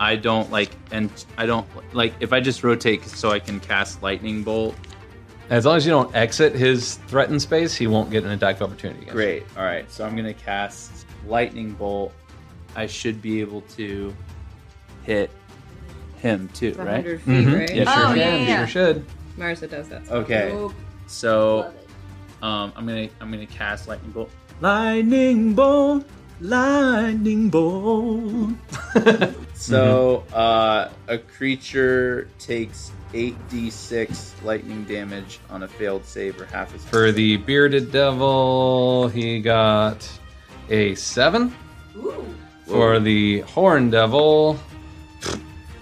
[SPEAKER 5] I don't like, and I don't like if I just rotate so I can cast lightning bolt.
[SPEAKER 1] As long as you don't exit his threatened space, he won't get an attack of opportunity. against you.
[SPEAKER 5] Great. All right, so I'm gonna cast lightning bolt. I should be able to hit him too,
[SPEAKER 6] It's
[SPEAKER 5] right?
[SPEAKER 6] 100 feet,
[SPEAKER 5] Mhm.
[SPEAKER 6] right?
[SPEAKER 5] Yeah, sure
[SPEAKER 6] Oh,
[SPEAKER 5] can.
[SPEAKER 6] yeah, yeah.
[SPEAKER 1] Mm-hmm. Sure should.
[SPEAKER 6] Marza does that.
[SPEAKER 5] Okay.
[SPEAKER 6] Nope.
[SPEAKER 5] So, um, I'm gonna I'm gonna cast lightning bolt. Lightning bolt, lightning bolt. So uh, a creature takes eight d six lightning damage on a failed save or half as.
[SPEAKER 1] For the bearded devil, he got a seven. For the horn devil,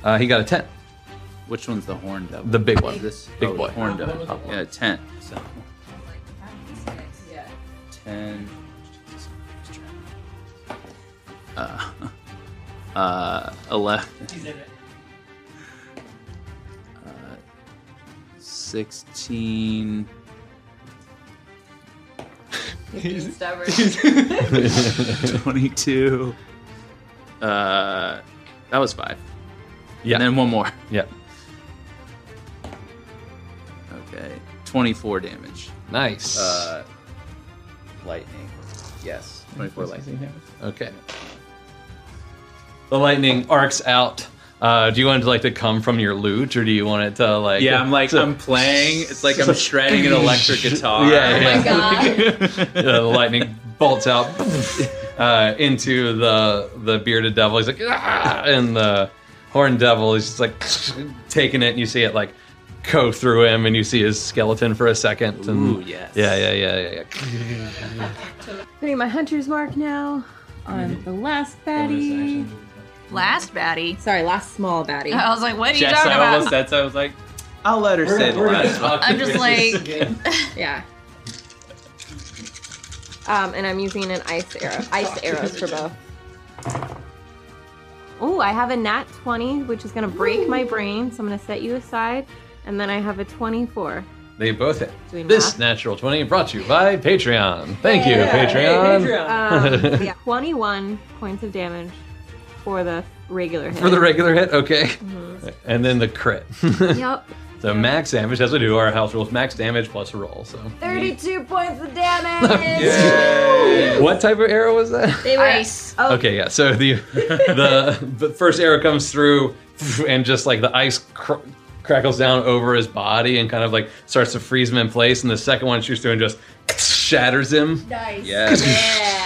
[SPEAKER 1] uh, he got a ten.
[SPEAKER 5] Which one's the horn devil?
[SPEAKER 1] The big one.
[SPEAKER 5] This
[SPEAKER 1] Big
[SPEAKER 5] oh,
[SPEAKER 1] boy.
[SPEAKER 5] horn devil. Yeah, ten. So ten. Uh, uh, eleven. Uh, sixteen.
[SPEAKER 20] He's stubborn.
[SPEAKER 5] 22. Uh, that was five.
[SPEAKER 1] Yeah.
[SPEAKER 5] And then one more.
[SPEAKER 1] Yeah.
[SPEAKER 5] Okay. 24 damage.
[SPEAKER 1] Nice.
[SPEAKER 5] Uh, lightning. Yes. 24 lightning damage.
[SPEAKER 1] Okay. The lightning arcs out. Uh, do you want it to like to come from your lute, or do you want it to like?
[SPEAKER 2] Yeah, I'm like
[SPEAKER 1] to-
[SPEAKER 2] I'm playing. It's like I'm shredding an electric guitar.
[SPEAKER 1] Yeah,
[SPEAKER 15] Oh
[SPEAKER 1] yeah. the lightning bolts out uh, into the the bearded devil. He's like, "Ah!" and the horned devil is just like taking it, and you see it like go through him, and you see his skeleton for a second. And
[SPEAKER 2] Ooh, yes.
[SPEAKER 1] Yeah, yeah, yeah, yeah, yeah.
[SPEAKER 6] Putting my hunter's mark now on the last baddie.
[SPEAKER 15] Last baddie.
[SPEAKER 6] Sorry, last small baddie.
[SPEAKER 15] I was like, what are you
[SPEAKER 2] Jess,
[SPEAKER 15] talking
[SPEAKER 2] I
[SPEAKER 15] about?
[SPEAKER 2] almost that's I was like, I'll let her
[SPEAKER 15] We're
[SPEAKER 2] say
[SPEAKER 15] gonna-
[SPEAKER 2] the
[SPEAKER 15] we're gonna
[SPEAKER 2] last one.
[SPEAKER 15] I'm just like-
[SPEAKER 6] yeah. Um, and I'm using an ice arrow. Ice arrows for both. Oh, I have a nat 20, which is going to break my brain. So I'm going to set you aside. And then I have a 24.
[SPEAKER 1] They both hit.
[SPEAKER 6] Doing
[SPEAKER 1] This natural 20 brought to you by Patreon. Thank you,
[SPEAKER 6] Yeah.
[SPEAKER 1] Patreon.
[SPEAKER 6] Um, yeah, 21 points of damage for the regular hit.
[SPEAKER 1] For the regular hit, okay.
[SPEAKER 6] Mhm.
[SPEAKER 1] And then the crit.
[SPEAKER 6] Yep.
[SPEAKER 1] So max damage, as we do our house rules, max damage plus a roll. So
[SPEAKER 6] 32 points of damage!
[SPEAKER 1] what type of arrow was that?
[SPEAKER 6] They were ice. Oh,
[SPEAKER 1] Okay, yeah. So the the the first arrow comes through, and just like the ice cr- crackles down over his body and kind of like starts to freeze him in place. And the second one shoots through and just shatters him.
[SPEAKER 15] Nice.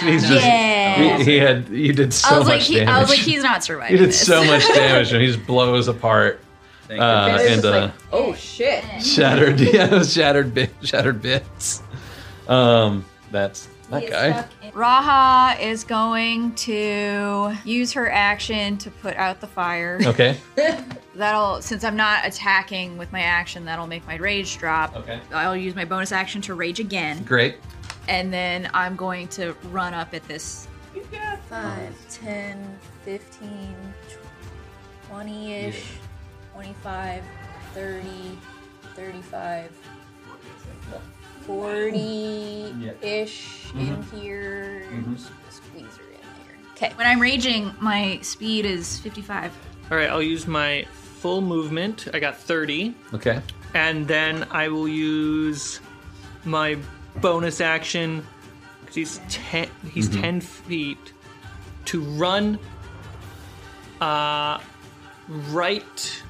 [SPEAKER 1] He's just
[SPEAKER 15] Yeah.
[SPEAKER 1] he, he had he did so
[SPEAKER 15] I was like,
[SPEAKER 1] much
[SPEAKER 15] he,
[SPEAKER 1] damage.
[SPEAKER 15] I was like, he's not
[SPEAKER 1] he
[SPEAKER 15] surviving.
[SPEAKER 1] did
[SPEAKER 15] this.
[SPEAKER 1] so much damage, and he just blows apart. Uh,
[SPEAKER 6] Barry's
[SPEAKER 1] and
[SPEAKER 6] just
[SPEAKER 1] uh,
[SPEAKER 6] like, oh shit.
[SPEAKER 1] shattered yeah shattered bit shattered bits um that's that guy
[SPEAKER 15] Raha is going to use her action to put out the fire.
[SPEAKER 1] okay
[SPEAKER 15] That'll since I'm not attacking with my action, that'll make my rage drop.
[SPEAKER 1] Okay.
[SPEAKER 15] I'll use my bonus action to rage again.
[SPEAKER 1] great
[SPEAKER 15] And then I'm going to run up at this. You got 5, 10,
[SPEAKER 10] 15, 20 ish, 25, 30, 35, 40 ish in
[SPEAKER 1] Mm-hmm.
[SPEAKER 15] Mhm.
[SPEAKER 10] here.
[SPEAKER 15] Mhm.
[SPEAKER 10] Squeeze her in
[SPEAKER 15] Okay. When I'm raging, my speed is 55.
[SPEAKER 7] All right, I'll use my full movement. I got 30.
[SPEAKER 1] okay
[SPEAKER 7] And then I will use my bonus action because he's ten. He's
[SPEAKER 1] Mhm.
[SPEAKER 7] ten feet to run. Uh, right.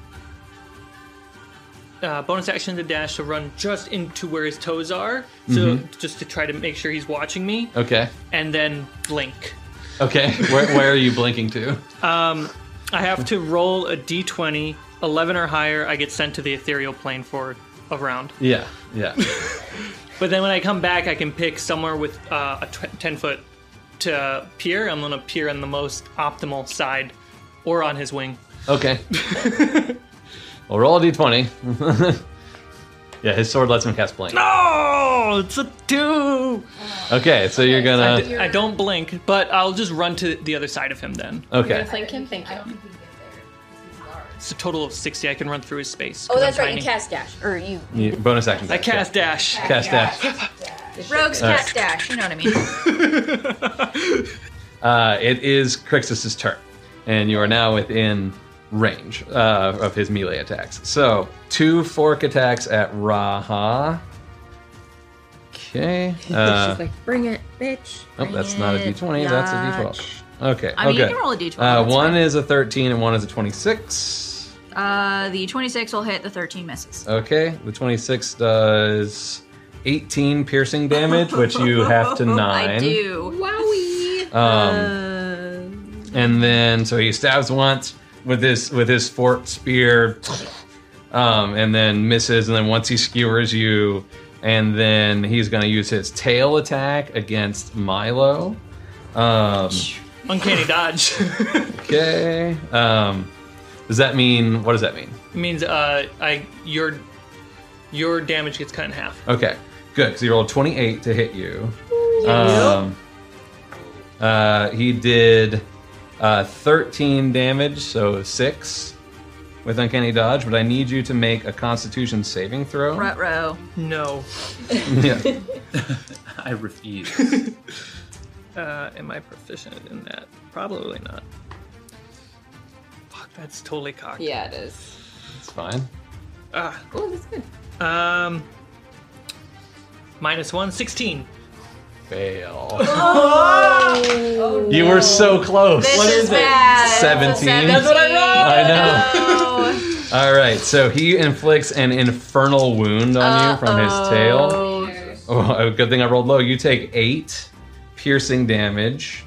[SPEAKER 7] Uh, bonus action to dash to run just into where his toes are, so
[SPEAKER 1] Mhm.
[SPEAKER 7] just to try to make sure he's watching me,
[SPEAKER 1] okay
[SPEAKER 7] and then blink.
[SPEAKER 1] okay where, where are you blinking to
[SPEAKER 7] Um, I have to roll a d20, 11 or higher, I get sent to the ethereal plane for a round.
[SPEAKER 1] yeah yeah
[SPEAKER 7] But then when I come back, I can pick somewhere with uh, a tw- 10 foot to pier. I'm going to pier on the most optimal side or on his wing.
[SPEAKER 1] okay well roll a d20 yeah his sword lets him cast blink
[SPEAKER 7] No! It's a two!
[SPEAKER 1] okay so you're
[SPEAKER 7] I,
[SPEAKER 1] gonna
[SPEAKER 7] d- I don't blink, but I'll just run to the other side of him then.
[SPEAKER 1] okay
[SPEAKER 10] Thank him, thank you.
[SPEAKER 7] It's a total of 60. I can run through his space.
[SPEAKER 10] Oh,
[SPEAKER 7] 'cause
[SPEAKER 10] that's
[SPEAKER 7] I'm
[SPEAKER 10] right, you
[SPEAKER 7] tiny.
[SPEAKER 10] cast dash. Or you.
[SPEAKER 1] You- bonus action
[SPEAKER 7] I cast dash.
[SPEAKER 1] cast dash
[SPEAKER 15] Rogue's
[SPEAKER 1] All right.
[SPEAKER 15] cast dash, you know what I mean?
[SPEAKER 1] Uh, it is Crixus's turn, and you are now within range uh, of his melee attacks. So two fork attacks at Raha. Okay. uh,
[SPEAKER 8] She's like, bring it, bitch.
[SPEAKER 6] Oh,
[SPEAKER 1] nope, that's not a d20. That's a d12. Okay.
[SPEAKER 15] I mean, you
[SPEAKER 1] okay.
[SPEAKER 15] can roll a d12,
[SPEAKER 1] Uh,
[SPEAKER 15] that's
[SPEAKER 1] one is a 13 and one is a 26.
[SPEAKER 15] Uh, the 26 will hit, the 13 misses.
[SPEAKER 1] Okay. The 26 does 18 piercing damage, which you have to nine.
[SPEAKER 15] I do. Uh,
[SPEAKER 8] Wowie.
[SPEAKER 1] Um, and then so he stabs once with his with his forked spear, um, and then misses. And then once he skewers you, and then he's going to use his tail attack against Milo. Um,
[SPEAKER 7] Uncanny dodge.
[SPEAKER 1] okay. Um, does that mean what does that mean?
[SPEAKER 7] It means uh, I your your damage gets cut in half.
[SPEAKER 1] Okay, good. Because he rolled 28 to hit you. Um, uh, he did uh, 13 damage, so 6 with Uncanny Dodge, but I need you to make a Constitution saving throw.
[SPEAKER 15] Rut row.
[SPEAKER 7] No.
[SPEAKER 1] Yeah.
[SPEAKER 5] I refuse.
[SPEAKER 7] Uh, am I proficient in that? Probably not. Fuck, that's totally cocked.
[SPEAKER 8] Yeah, it is.
[SPEAKER 1] It's fine.
[SPEAKER 7] Ah,
[SPEAKER 8] Oh, that's good.
[SPEAKER 7] um, minus one, 16.
[SPEAKER 1] fail. Um,
[SPEAKER 4] Oh.
[SPEAKER 1] You were so close.
[SPEAKER 4] This What is is bad.
[SPEAKER 1] it? 17.
[SPEAKER 4] That's what I rolled.
[SPEAKER 1] I know. All right, so he inflicts an infernal wound on you from his tail. Oh, good thing I rolled low. You take eight piercing damage.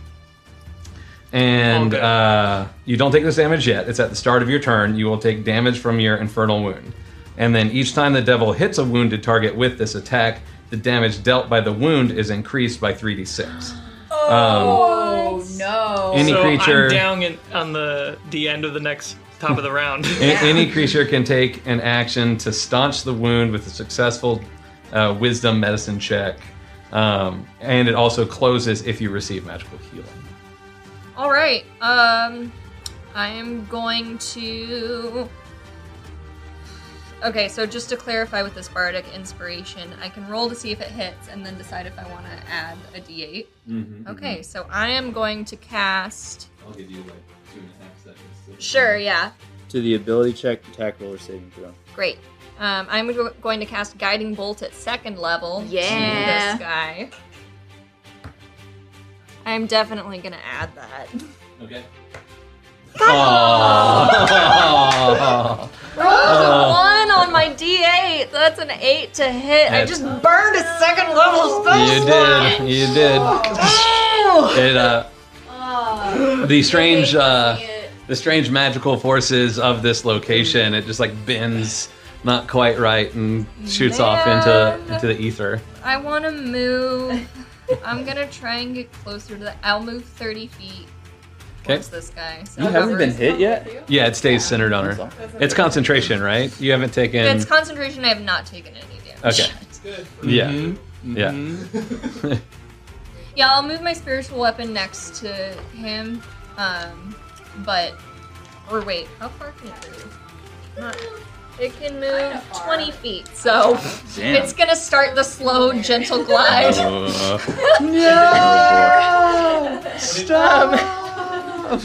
[SPEAKER 1] And uh, you don't take this damage yet. It's at the start of your turn. You will take damage from your infernal wound. And then each time the devil hits a wounded target with this attack, the damage dealt by the wound is increased by 3d6. Um,
[SPEAKER 7] Oh
[SPEAKER 15] no!
[SPEAKER 1] Any
[SPEAKER 7] so
[SPEAKER 1] creature-
[SPEAKER 7] I'm down in, on the the end of the next top of the round.
[SPEAKER 1] A- Any creature can take an action to staunch the wound with a successful uh, wisdom medicine check. Um, and it also closes if you receive magical healing.
[SPEAKER 3] All right. Um, I am going to. Okay, so just to clarify with this bardic inspiration, I can roll to see if it hits, and then decide if I want to add a d8.
[SPEAKER 1] Mhm,
[SPEAKER 3] okay, so I am going to cast.
[SPEAKER 1] I'll give you like two and a half seconds.
[SPEAKER 3] Sure, yeah,
[SPEAKER 2] To the ability check, attack roll, or saving throw.
[SPEAKER 3] great. Um, I'm go- going to cast guiding bolt at second level.
[SPEAKER 15] Yeah.
[SPEAKER 3] to this guy. I'm definitely gonna add that.
[SPEAKER 1] Okay. Oh.
[SPEAKER 3] Rolled a one on my D8. That's an eight to hit. I
[SPEAKER 1] That's-
[SPEAKER 3] just burned a second level spell
[SPEAKER 1] You
[SPEAKER 3] slot.
[SPEAKER 1] did. You did.
[SPEAKER 3] Oh.
[SPEAKER 1] It uh, the strange uh, the strange magical forces of this location. It just like bends not quite right and shoots off into into the ether.
[SPEAKER 3] I want to move. I'm gonna try and get closer to the. I'll move 30 feet.
[SPEAKER 1] Okay.
[SPEAKER 3] towards this guy. So
[SPEAKER 2] You haven't
[SPEAKER 3] whoever
[SPEAKER 2] been
[SPEAKER 3] is-
[SPEAKER 2] hit yet.
[SPEAKER 1] Yeah, it stays centered on her. It's concentration, right? You haven't taken.
[SPEAKER 3] It's concentration. I have not taken any damage.
[SPEAKER 1] okay. Yeah.
[SPEAKER 2] Mm-hmm.
[SPEAKER 1] Yeah.
[SPEAKER 3] Yeah, I'll move my spiritual weapon next to him. Um, but or wait, how far can it move? Not- It can move 20 feet, so
[SPEAKER 2] Damn.
[SPEAKER 3] it's gonna start the slow, gentle glide.
[SPEAKER 1] No!
[SPEAKER 3] Um,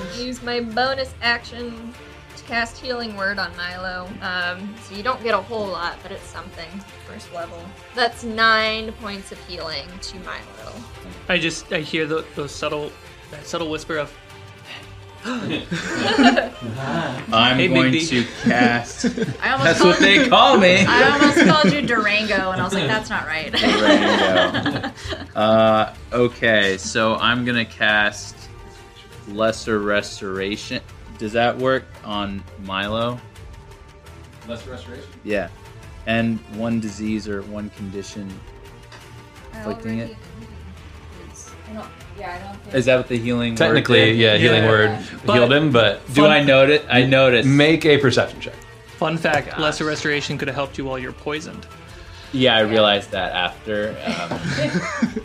[SPEAKER 3] use my bonus action to cast Healing Word on Milo. Um, so you don't get a whole lot, but it's something. First level. That's nine points of healing to Milo.
[SPEAKER 7] I just I hear the, those subtle that subtle whisper of.
[SPEAKER 5] I'm
[SPEAKER 7] Hey, Big
[SPEAKER 5] going
[SPEAKER 7] D.
[SPEAKER 5] to cast.
[SPEAKER 15] I almost
[SPEAKER 5] That's
[SPEAKER 15] called
[SPEAKER 5] what they call me.
[SPEAKER 15] I almost called you Durango, and I was like, that's not right.
[SPEAKER 2] Durango.
[SPEAKER 5] Uh, okay, so I'm gonna cast Lesser Restoration. Does that work on Milo?
[SPEAKER 1] Less restoration.
[SPEAKER 5] Yeah, and one disease or one condition inflicting it. Is that what the healing?
[SPEAKER 1] Technically,
[SPEAKER 5] word did?
[SPEAKER 1] yeah, healing word healed him, but
[SPEAKER 5] Do I note it? I noticed.
[SPEAKER 1] Make a perception check.
[SPEAKER 7] Fun fact: lesser restoration could have helped you while you're poisoned.
[SPEAKER 5] Yeah, I realized that after. Um,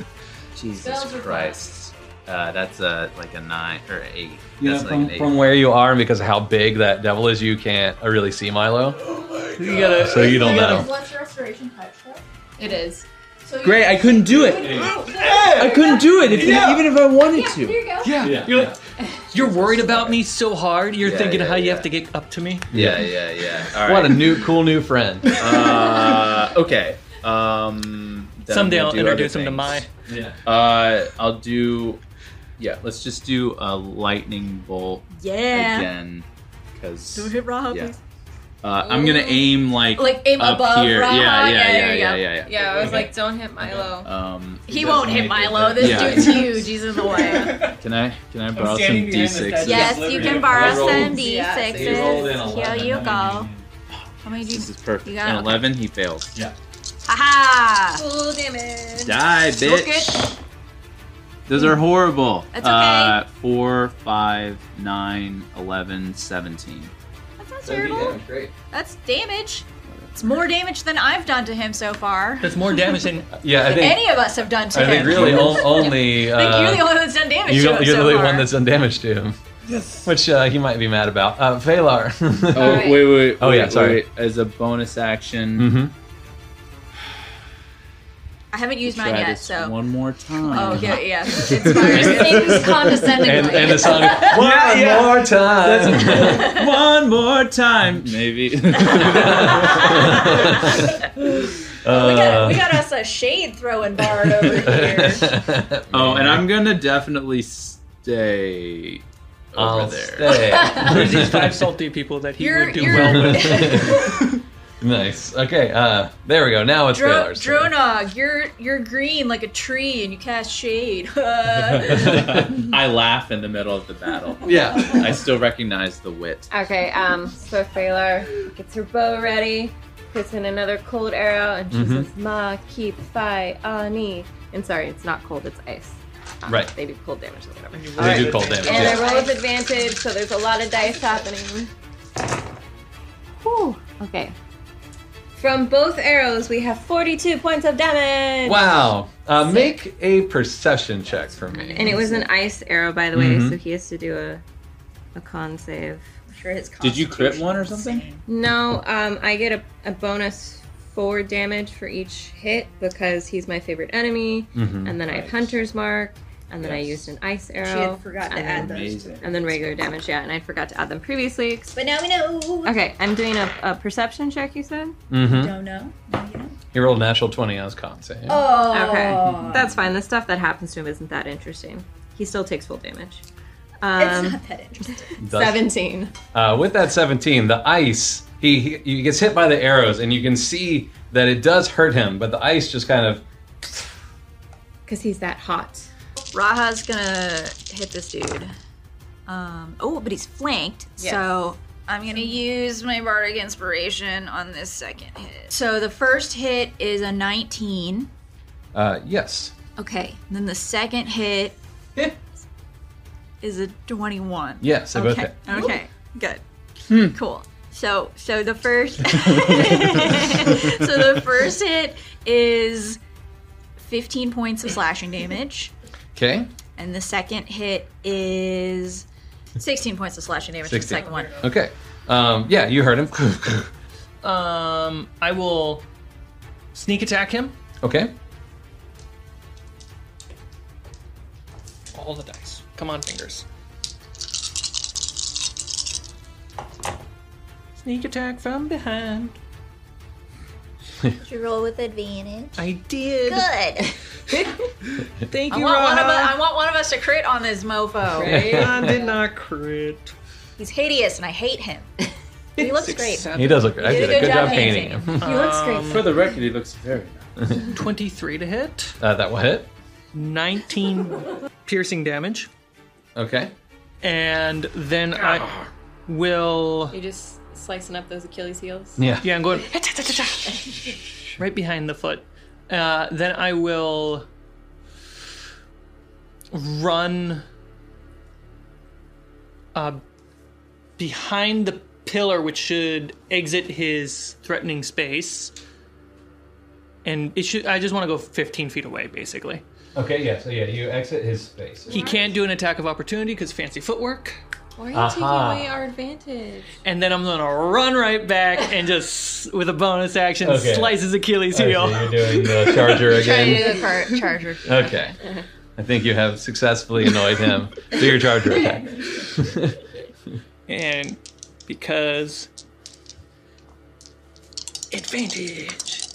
[SPEAKER 5] Jesus Christ, uh, that's a like a nine or eight.
[SPEAKER 1] You know,
[SPEAKER 5] that's
[SPEAKER 1] from,
[SPEAKER 5] like an eight.
[SPEAKER 1] from where you are and because of how big that devil is, you can't uh, really see Milo.
[SPEAKER 7] You gotta.
[SPEAKER 1] So you don't know.
[SPEAKER 4] What's your restoration touch
[SPEAKER 3] It is.
[SPEAKER 4] So you-
[SPEAKER 2] Great, I couldn't do it. I couldn't do it if even if I wanted to.
[SPEAKER 4] Here you go.
[SPEAKER 7] Yeah.
[SPEAKER 1] Yeah.
[SPEAKER 7] You're like, you're worried about me so hard. You're
[SPEAKER 2] Yeah,
[SPEAKER 7] thinking
[SPEAKER 2] yeah,
[SPEAKER 7] how you
[SPEAKER 2] yeah.
[SPEAKER 7] have to get up to me.
[SPEAKER 5] Yeah, yeah, yeah. All right.
[SPEAKER 1] What a new, cool new friend.
[SPEAKER 5] Uh, okay. Um, then
[SPEAKER 7] Someday
[SPEAKER 5] I'm
[SPEAKER 7] I'll
[SPEAKER 5] gonna do other
[SPEAKER 7] introduce him to
[SPEAKER 5] things.
[SPEAKER 7] my.
[SPEAKER 1] yeah.
[SPEAKER 5] Uh, I'll do. Yeah, let's just do a lightning bolt
[SPEAKER 15] Yeah.
[SPEAKER 5] again, because
[SPEAKER 15] Don't hit Raha, please.
[SPEAKER 5] Uh, I'm gonna aim like
[SPEAKER 15] Like, aim
[SPEAKER 5] up
[SPEAKER 15] above
[SPEAKER 5] here.
[SPEAKER 15] Raha.
[SPEAKER 5] Yeah,
[SPEAKER 15] Yeah,
[SPEAKER 5] yeah, yeah, yeah,
[SPEAKER 15] there you
[SPEAKER 5] yeah,
[SPEAKER 15] go.
[SPEAKER 5] yeah,
[SPEAKER 8] Yeah, I was
[SPEAKER 5] Okay.
[SPEAKER 8] like, don't hit Milo.
[SPEAKER 5] Um,
[SPEAKER 15] He
[SPEAKER 5] it
[SPEAKER 15] won't
[SPEAKER 5] doesn't
[SPEAKER 15] hit
[SPEAKER 5] make it
[SPEAKER 15] Milo.
[SPEAKER 5] that-
[SPEAKER 15] This
[SPEAKER 5] yeah.
[SPEAKER 15] dude's huge. He's in the way.
[SPEAKER 5] Can I can I borrow some
[SPEAKER 9] standing behind the
[SPEAKER 5] d6s?
[SPEAKER 9] statue.
[SPEAKER 15] yes,
[SPEAKER 9] Just
[SPEAKER 15] you
[SPEAKER 9] literally
[SPEAKER 15] can borrow
[SPEAKER 1] rolled-
[SPEAKER 15] some
[SPEAKER 4] Yeah, so
[SPEAKER 15] d6s.
[SPEAKER 1] you rolled in
[SPEAKER 15] Here
[SPEAKER 1] 11.
[SPEAKER 15] you go. How many
[SPEAKER 5] This is
[SPEAKER 15] d6s?
[SPEAKER 5] perfect.
[SPEAKER 15] You got
[SPEAKER 5] An
[SPEAKER 15] it.
[SPEAKER 5] 11, he fails.
[SPEAKER 1] Yeah.
[SPEAKER 15] Haha!
[SPEAKER 3] Full damage.
[SPEAKER 5] Die,
[SPEAKER 15] Look
[SPEAKER 5] bitch.
[SPEAKER 15] at
[SPEAKER 5] Those are horrible.
[SPEAKER 15] That's okay.
[SPEAKER 5] Uh, 4, 5, 9, 11, 17.
[SPEAKER 15] That's not terrible.
[SPEAKER 1] Great.
[SPEAKER 15] That's damage. It's more damage than I've done to him so far.
[SPEAKER 7] That's more damage than
[SPEAKER 1] Yeah, I
[SPEAKER 15] than
[SPEAKER 1] think,
[SPEAKER 15] any of us have done to
[SPEAKER 1] I
[SPEAKER 15] him.
[SPEAKER 1] think really o- only.
[SPEAKER 15] I think
[SPEAKER 1] Uh,
[SPEAKER 15] you're the only one that's done damage
[SPEAKER 1] you
[SPEAKER 15] to
[SPEAKER 1] don't-
[SPEAKER 15] him
[SPEAKER 1] you're
[SPEAKER 15] so
[SPEAKER 1] the only
[SPEAKER 15] far.
[SPEAKER 1] one that's done damage to him. Yes. Which uh, he might be mad about. Uh, Phalar.
[SPEAKER 5] Oh,
[SPEAKER 8] Alright.
[SPEAKER 5] wait, wait.
[SPEAKER 1] Oh, yeah, Mm-hmm.
[SPEAKER 5] wait,
[SPEAKER 1] sorry.
[SPEAKER 5] wait. As a bonus action,
[SPEAKER 1] mm-hmm.
[SPEAKER 4] I haven't used mine
[SPEAKER 2] Try
[SPEAKER 4] yet,
[SPEAKER 2] this
[SPEAKER 4] so.
[SPEAKER 2] one more time.
[SPEAKER 4] Oh, yeah, yeah. It's
[SPEAKER 1] and, and the song, one
[SPEAKER 2] Not yet.
[SPEAKER 1] more time.
[SPEAKER 2] one more time, maybe. Uh,
[SPEAKER 1] Uh.
[SPEAKER 4] we got us a shade throwing bard over here.
[SPEAKER 2] oh, and I'm gonna definitely stay over
[SPEAKER 1] I'll
[SPEAKER 2] there.
[SPEAKER 1] stay.
[SPEAKER 7] There's these five salty people that he
[SPEAKER 4] You're-
[SPEAKER 7] would do
[SPEAKER 4] you're-
[SPEAKER 7] well with.
[SPEAKER 1] nice. Okay, uh, there we go. Now it's
[SPEAKER 4] Dro-
[SPEAKER 1] Baylor's. turn.
[SPEAKER 4] Dronog, you're you're green like a tree, and you cast shade.
[SPEAKER 2] I laugh in the middle of the battle.
[SPEAKER 1] Yeah.
[SPEAKER 2] I still recognize the wit.
[SPEAKER 6] Okay, um, so Phalar gets her bow ready, puts in another cold arrow, and she
[SPEAKER 1] Mhm.
[SPEAKER 6] says, Ma, keep, fi, ani. And sorry, it's not cold, it's ice. Um,
[SPEAKER 1] Right.
[SPEAKER 6] They do cold damage or whatever.
[SPEAKER 1] They Alright. do cold damage,
[SPEAKER 6] And
[SPEAKER 1] yeah.
[SPEAKER 6] I roll with advantage, so there's a lot of dice happening. Whew. Okay. From both arrows, we have 42 points of damage.
[SPEAKER 1] Wow. Uh, make a perception check for me.
[SPEAKER 6] And it was an ice arrow, by the way,
[SPEAKER 1] Mhm.
[SPEAKER 6] so he has to do a, a con save.
[SPEAKER 4] sure his
[SPEAKER 2] Did you crit one or something?
[SPEAKER 6] No, um, I get a, a bonus four damage for each hit because he's my favorite enemy,
[SPEAKER 1] Mhm.
[SPEAKER 6] and then I have
[SPEAKER 2] Right.
[SPEAKER 6] Hunter's Mark, and then I
[SPEAKER 2] Yes.
[SPEAKER 6] used an Ice Arrow.
[SPEAKER 4] forgot to
[SPEAKER 6] and
[SPEAKER 4] add
[SPEAKER 6] then-
[SPEAKER 2] those to Amazing.
[SPEAKER 6] And then regular damage, yeah, and I forgot to add them previously.
[SPEAKER 4] but now we know.
[SPEAKER 6] Okay, I'm doing a, a perception check, you said?
[SPEAKER 1] Mm-hmm.
[SPEAKER 4] Don't know.
[SPEAKER 1] He rolled a natural 20 on his con save.
[SPEAKER 4] Oh.
[SPEAKER 6] Okay, that's fine. The stuff that happens to him isn't that interesting. He still takes full damage. Um,
[SPEAKER 4] it's not that interesting.
[SPEAKER 1] Does-
[SPEAKER 6] 17.
[SPEAKER 1] Uh, with that 17, the ice, he, he, he gets hit by the arrows, and you can see that it does hurt him, but the ice just kind of.
[SPEAKER 6] Because he's that hot.
[SPEAKER 4] Raha's gonna hit this dude. Um, oh, but he's flanked, so I'm gonna use my bardic inspiration on this second hit. So the first hit is a 19.
[SPEAKER 1] Uh, yes.
[SPEAKER 4] Okay, and then the second hit is a 21.
[SPEAKER 1] Yes, they
[SPEAKER 4] okay.
[SPEAKER 1] both hit.
[SPEAKER 4] Okay, good, cool. So, so the first, so the first hit is 15 points of slashing damage.
[SPEAKER 1] Okay.
[SPEAKER 4] And the second hit is 16 points of slashing damage for the
[SPEAKER 1] 16.
[SPEAKER 4] second one.
[SPEAKER 1] Okay. Um, yeah, you heard him.
[SPEAKER 7] Um, I will sneak attack him.
[SPEAKER 1] okay.
[SPEAKER 7] All the dice. Come on, fingers. Sneak attack from behind.
[SPEAKER 4] Did you roll with advantage?
[SPEAKER 7] I did.
[SPEAKER 4] Good.
[SPEAKER 7] Thank
[SPEAKER 4] I
[SPEAKER 7] you,
[SPEAKER 4] want, one of
[SPEAKER 7] Raha.
[SPEAKER 4] us, I want one of us to crit on this mofo.
[SPEAKER 7] Right? I did not crit.
[SPEAKER 4] He's hideous and I hate him. He looks great.
[SPEAKER 1] He does look great. I
[SPEAKER 4] You
[SPEAKER 1] did a good job painting him.
[SPEAKER 4] He looks great.
[SPEAKER 2] Um, For the record, he looks very
[SPEAKER 7] Twenty-three to hit.
[SPEAKER 1] Uh, that will hit.
[SPEAKER 7] Nineteen piercing damage,
[SPEAKER 1] Okay.
[SPEAKER 7] and then I will.
[SPEAKER 8] You're just slicing up those Achilles heels.
[SPEAKER 1] Yeah.
[SPEAKER 7] Yeah, I'm going right behind the foot. Uh, then I will run uh, behind the pillar, which should exit his threatening space. And it should. I just want to go 15 feet away, basically.
[SPEAKER 1] Okay, yeah, so yeah, you exit his space.
[SPEAKER 7] He can't do an attack of opportunity because fancy footwork.
[SPEAKER 8] Why are you
[SPEAKER 1] Aha.
[SPEAKER 8] taking away our advantage?
[SPEAKER 7] And then I'm gonna run right back and just with a bonus action
[SPEAKER 1] Okay.
[SPEAKER 7] slices Achilles' heel.
[SPEAKER 1] you're doing the charger
[SPEAKER 15] Trying to do
[SPEAKER 1] again.
[SPEAKER 15] the car- charger.
[SPEAKER 1] Okay. I think you have successfully annoyed him. Do your charger attack.
[SPEAKER 7] And because advantage.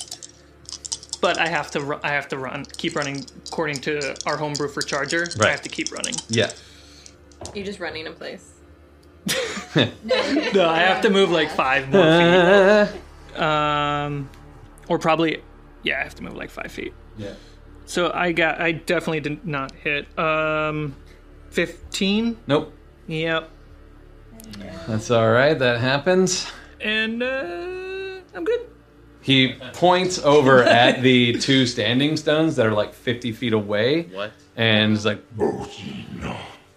[SPEAKER 7] But I have to ru- I have to run keep running according to our homebrew for charger. I
[SPEAKER 1] Right.
[SPEAKER 7] have to keep running.
[SPEAKER 1] Yeah.
[SPEAKER 8] You're just running in place.
[SPEAKER 7] No, I have to move like 5 more
[SPEAKER 1] Uh.
[SPEAKER 7] feet. Um or probably yeah, I have to move like 5 feet.
[SPEAKER 1] yeah.
[SPEAKER 7] So I got I definitely did not hit um 15.
[SPEAKER 1] Nope.
[SPEAKER 7] Yep.
[SPEAKER 1] That's all right. That happens.
[SPEAKER 7] And uh I'm good.
[SPEAKER 1] He points over at the two standing stones that are like 50 feet away
[SPEAKER 2] What?
[SPEAKER 1] and is like,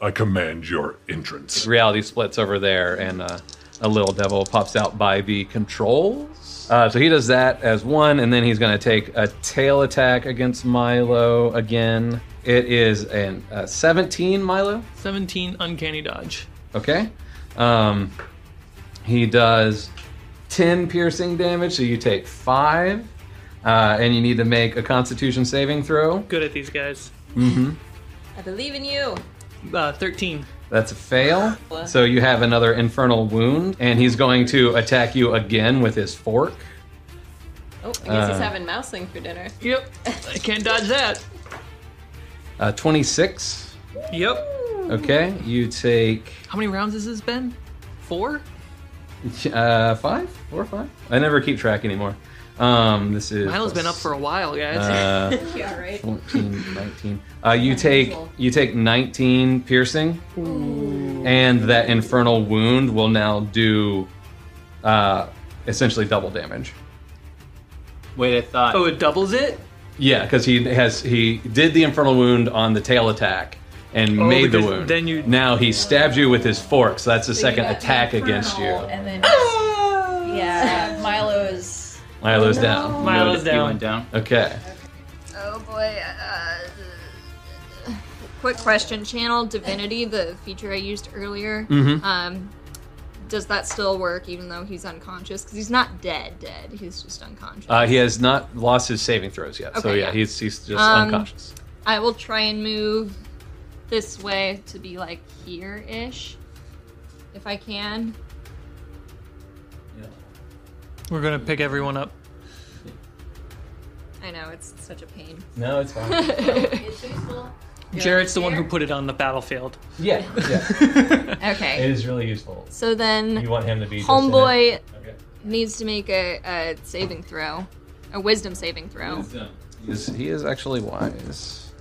[SPEAKER 14] I command your entrance.
[SPEAKER 1] reality splits over there, and uh, a little devil pops out by the controls. Uh, so he does that as one, and then he's going to take a tail attack against Milo again. It is an uh, 17, Milo.
[SPEAKER 7] 17 uncanny dodge.
[SPEAKER 1] Okay. Um, he does 10 piercing damage, so you take five. Uh, and you need to make a Constitution saving throw.
[SPEAKER 7] Good at these guys.
[SPEAKER 1] Mm-hmm.
[SPEAKER 3] I believe in you.
[SPEAKER 7] Uh, 13.
[SPEAKER 1] That's a fail. So you have another infernal wound, and he's going to attack you again with his fork.
[SPEAKER 6] Oh, I guess
[SPEAKER 1] Uh.
[SPEAKER 6] he's having mouseling for dinner.
[SPEAKER 7] Yep. I can't dodge that.
[SPEAKER 1] Uh, 26.
[SPEAKER 7] Yep.
[SPEAKER 1] Okay, you take
[SPEAKER 7] How many rounds has this been? Four?
[SPEAKER 1] uh, five, four or five. I never keep track anymore. Um, this is
[SPEAKER 7] Milo's been up for a while, guys.
[SPEAKER 1] Uh,
[SPEAKER 6] yeah, right.
[SPEAKER 1] 14, 19. Uh, you take you take 19 piercing, and that infernal wound will now do uh, essentially double damage.
[SPEAKER 5] Wait, I thought.
[SPEAKER 7] Oh, it doubles it?
[SPEAKER 1] Yeah, because he has he did the infernal wound on the tail attack and
[SPEAKER 7] Oh,
[SPEAKER 1] made the
[SPEAKER 7] because
[SPEAKER 1] wound.
[SPEAKER 7] then you-
[SPEAKER 1] now he stabs you with his fork, so that's the
[SPEAKER 4] So you
[SPEAKER 1] second
[SPEAKER 4] got
[SPEAKER 1] attack
[SPEAKER 4] Inferno
[SPEAKER 1] against you.
[SPEAKER 4] And then yeah, Milo's.
[SPEAKER 1] Milo's down.
[SPEAKER 7] Milo's down.
[SPEAKER 5] down.
[SPEAKER 1] Okay.
[SPEAKER 3] Oh boy. Uh, quick question: Channel divinity, the feature I used earlier.
[SPEAKER 1] Mhm.
[SPEAKER 3] Um, does that still work even though he's unconscious? Because he's not dead. Dead. He's just unconscious.
[SPEAKER 1] Uh, he has not lost his saving throws yet, so
[SPEAKER 3] Okay,
[SPEAKER 1] yeah,
[SPEAKER 3] yeah.
[SPEAKER 1] he's he's just
[SPEAKER 3] Um,
[SPEAKER 1] unconscious.
[SPEAKER 3] I will try and move this way to be like here ish, if I can.
[SPEAKER 7] We're going to pick everyone up.
[SPEAKER 3] I know it's such a pain.
[SPEAKER 1] No, it's
[SPEAKER 7] Jared's the one who put it on the battlefield.
[SPEAKER 1] Yeah, yeah.
[SPEAKER 3] Okay.
[SPEAKER 1] is really useful.
[SPEAKER 3] So then,
[SPEAKER 1] want him to be
[SPEAKER 3] homeboy needs to make a, a saving throw, a wisdom saving throw.
[SPEAKER 1] Is, he is actually wise.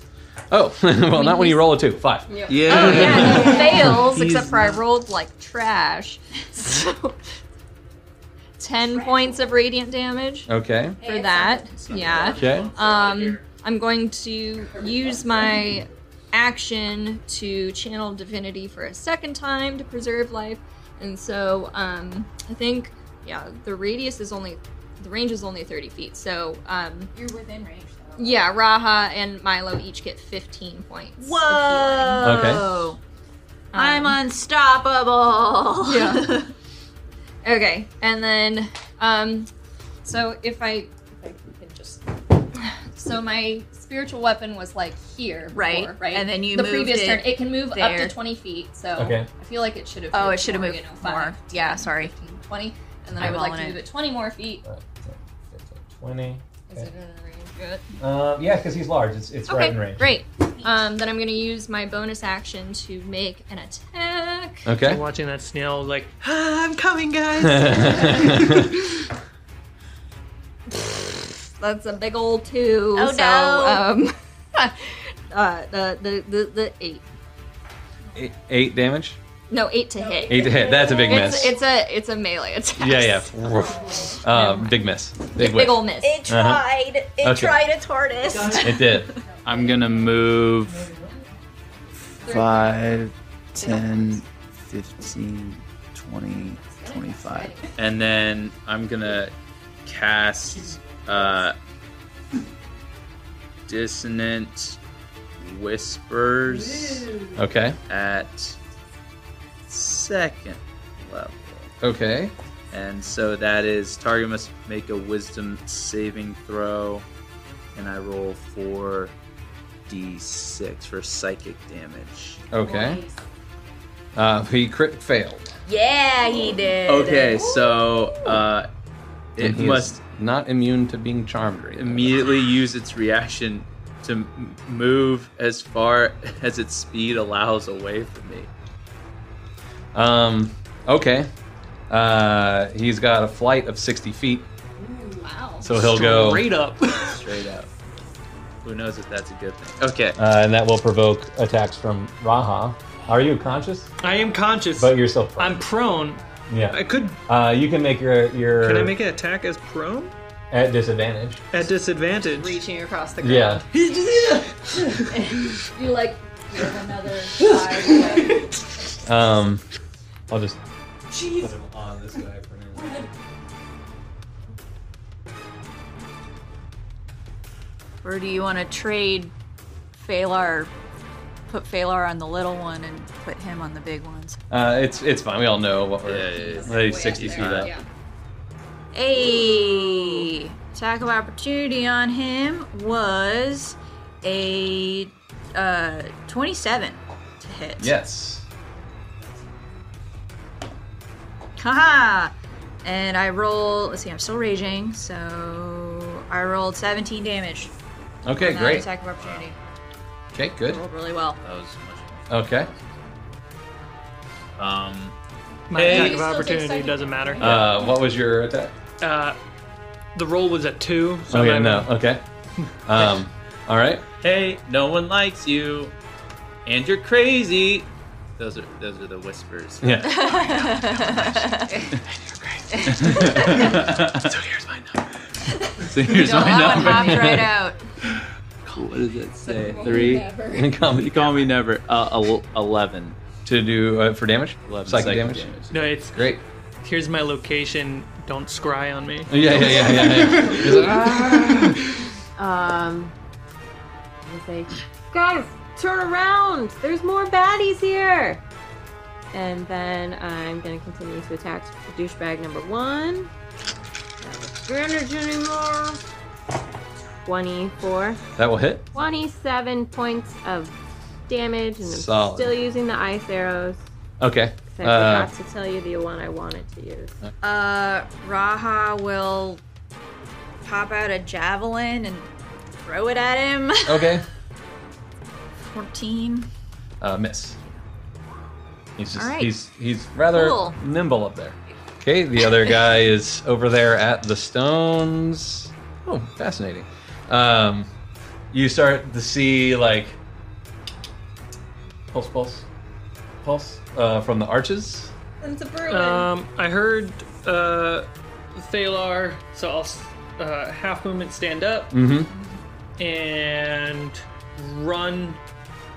[SPEAKER 1] Oh, well, not when you roll a two. Five.
[SPEAKER 3] Yeah.
[SPEAKER 1] Yeah.
[SPEAKER 3] Oh, yeah, he fails,
[SPEAKER 1] He's
[SPEAKER 3] except for I rolled like trash. So, 10 points of radiant damage
[SPEAKER 1] Okay.
[SPEAKER 3] for that. Yeah.
[SPEAKER 1] Okay.
[SPEAKER 3] Um, I'm going to use my action to channel divinity for a second time to preserve life. And so um, I think, yeah, the radius is only, the range is only 30 feet. So um,
[SPEAKER 4] You're within range.
[SPEAKER 3] yeah, Raha and Milo each get 15 points.
[SPEAKER 4] Whoa! Um,
[SPEAKER 1] Okay.
[SPEAKER 4] I'm unstoppable.
[SPEAKER 3] Yeah. okay, and then, um, so if I, if I can just. So my spiritual weapon was like here, before,
[SPEAKER 4] Right,
[SPEAKER 3] right,
[SPEAKER 4] and then you
[SPEAKER 3] the
[SPEAKER 4] moved
[SPEAKER 3] previous
[SPEAKER 4] it
[SPEAKER 3] turn. It can move up
[SPEAKER 4] there.
[SPEAKER 3] to twenty feet, so
[SPEAKER 4] Okay.
[SPEAKER 3] I feel like it should have.
[SPEAKER 4] Oh, it should have moved
[SPEAKER 3] you know, five,
[SPEAKER 4] more. Yeah, sorry.
[SPEAKER 3] 15, twenty, and then
[SPEAKER 4] I'm
[SPEAKER 3] I would like
[SPEAKER 4] rolling
[SPEAKER 3] to
[SPEAKER 4] it.
[SPEAKER 3] move it twenty more feet.
[SPEAKER 1] Twenty.
[SPEAKER 3] Is it in the range? Good.
[SPEAKER 1] Um, yeah, because he's large. It's it's
[SPEAKER 3] okay, great. Um, then I'm going to use my bonus action to make an attack.
[SPEAKER 1] Okay.
[SPEAKER 7] I'm watching that snail, like,
[SPEAKER 3] Ah, I'm coming, That's a big old two.
[SPEAKER 4] Oh,
[SPEAKER 3] so,
[SPEAKER 4] no.
[SPEAKER 3] Um, uh, the, the the the eight.
[SPEAKER 1] Eight, eight damage.
[SPEAKER 3] No, eight to hit.
[SPEAKER 1] Eight to hit. That's a big
[SPEAKER 3] it's,
[SPEAKER 1] miss.
[SPEAKER 3] It's a it's a melee attack.
[SPEAKER 1] yeah, yeah. Woof. Um, big miss. Big, whiff.
[SPEAKER 3] ol' miss.
[SPEAKER 4] It
[SPEAKER 1] Uh-huh.
[SPEAKER 4] tried. It
[SPEAKER 1] Okay.
[SPEAKER 4] tried its hardest.
[SPEAKER 1] It did.
[SPEAKER 5] I'm gonna move 5, 10, 15, 20, 25. And then I'm gonna cast uh, Dissonant Whispers
[SPEAKER 1] Okay.
[SPEAKER 5] at second level.
[SPEAKER 1] Okay.
[SPEAKER 5] And so that is target must make a wisdom saving throw, and I roll 4d6 for psychic damage.
[SPEAKER 1] Okay. Uh, he crit failed.
[SPEAKER 4] Yeah, he did.
[SPEAKER 5] Okay, so uh,
[SPEAKER 1] And
[SPEAKER 5] it
[SPEAKER 1] he is
[SPEAKER 5] must
[SPEAKER 1] not immune to being charmed. Or anything.
[SPEAKER 5] immediately use its reaction to m- move as far as its speed allows away from me.
[SPEAKER 1] Um. Okay. Uh, he's got a flight of sixty feet.
[SPEAKER 3] Wow.
[SPEAKER 1] So he'll go-
[SPEAKER 7] Straight up.
[SPEAKER 5] Straight up. Who knows if that's a good thing? Okay.
[SPEAKER 1] Uh, and that will provoke attacks from Raha. Are you conscious?
[SPEAKER 7] I am conscious.
[SPEAKER 1] But you're still prone.
[SPEAKER 7] I'm prone.
[SPEAKER 1] Yeah.
[SPEAKER 7] I could.
[SPEAKER 1] Uh, you can make your your
[SPEAKER 7] Can I make an attack as prone?
[SPEAKER 1] at disadvantage.
[SPEAKER 7] At disadvantage.
[SPEAKER 6] Reaching across the
[SPEAKER 1] Yeah.
[SPEAKER 6] ground.
[SPEAKER 3] you like
[SPEAKER 4] another
[SPEAKER 1] Um, I'll just
[SPEAKER 4] Jeez.
[SPEAKER 1] put him on this guy for now.
[SPEAKER 4] Or do you want to trade Phalar? Put Phalar on the little one and put him on the big ones.
[SPEAKER 1] Uh, it's it's fine. We all know what we're
[SPEAKER 5] Yeah, yeah, yeah.
[SPEAKER 1] like, sixty feet up.
[SPEAKER 4] Hey, attack of opportunity on him was a uh, 27 to hit.
[SPEAKER 1] Yes.
[SPEAKER 4] Haha! And I roll. Let's see. I'm still raging, so I rolled 17 damage.
[SPEAKER 1] Okay,
[SPEAKER 4] on that
[SPEAKER 1] great.
[SPEAKER 4] Attack of opportunity.
[SPEAKER 1] Okay, good.
[SPEAKER 4] Rolled really well.
[SPEAKER 5] That was
[SPEAKER 1] Okay.
[SPEAKER 5] much. Um,
[SPEAKER 7] My
[SPEAKER 1] Hey.
[SPEAKER 7] attack
[SPEAKER 1] You
[SPEAKER 7] of
[SPEAKER 1] still take
[SPEAKER 7] opportunity
[SPEAKER 1] psychic
[SPEAKER 7] doesn't matter.
[SPEAKER 1] Uh, what was your attack?
[SPEAKER 7] Uh, the roll was at two. So
[SPEAKER 1] Okay,
[SPEAKER 7] I'm-
[SPEAKER 1] no. Okay. Um, all right.
[SPEAKER 5] hey, no one likes you, and you're crazy. Those are those are the whispers.
[SPEAKER 1] Yeah.
[SPEAKER 5] so here's my number. So here's
[SPEAKER 15] Don't
[SPEAKER 5] my
[SPEAKER 15] allow it
[SPEAKER 5] number.
[SPEAKER 15] popped right out.
[SPEAKER 5] What does it say?
[SPEAKER 15] Call me
[SPEAKER 5] Three.
[SPEAKER 15] never.
[SPEAKER 1] Call me,
[SPEAKER 5] call me never. Uh, el- Eleven.
[SPEAKER 1] To do uh, for damage.
[SPEAKER 5] 11
[SPEAKER 1] Psychic
[SPEAKER 5] psychic
[SPEAKER 1] damage?
[SPEAKER 5] damage.
[SPEAKER 7] No, it's
[SPEAKER 1] great.
[SPEAKER 7] Here's my location. Don't scry on me.
[SPEAKER 1] Yeah, yeah, yeah, yeah, yeah. He's like, "Ah."
[SPEAKER 6] Um, I say, guys, turn around. There's more baddies here. And then I'm going to continue to attack douchebag number one. That was 300 anymore. 24.
[SPEAKER 1] That will hit.
[SPEAKER 6] 27 points of damage, and I'm
[SPEAKER 1] Solid.
[SPEAKER 6] still using the ice arrows.
[SPEAKER 1] Okay.
[SPEAKER 6] 'cause I
[SPEAKER 1] Uh,
[SPEAKER 6] forgot to tell you the one I wanted to use.
[SPEAKER 4] Uh, Raha will pop out a javelin and throw it at him.
[SPEAKER 1] okay.
[SPEAKER 4] 14.
[SPEAKER 1] Uh, miss. He's just
[SPEAKER 4] All right.
[SPEAKER 1] he's he's rather
[SPEAKER 4] Cool.
[SPEAKER 1] nimble up there. Okay, the other guy is over there at the stones. Oh, fascinating. Um, you start to see like pulse, pulse, pulse uh, from the arches.
[SPEAKER 8] It's a Bruin.
[SPEAKER 7] Um, I heard uh, Thalar, so I'll s- uh, half movement stand up
[SPEAKER 1] Mm-hmm.
[SPEAKER 7] and run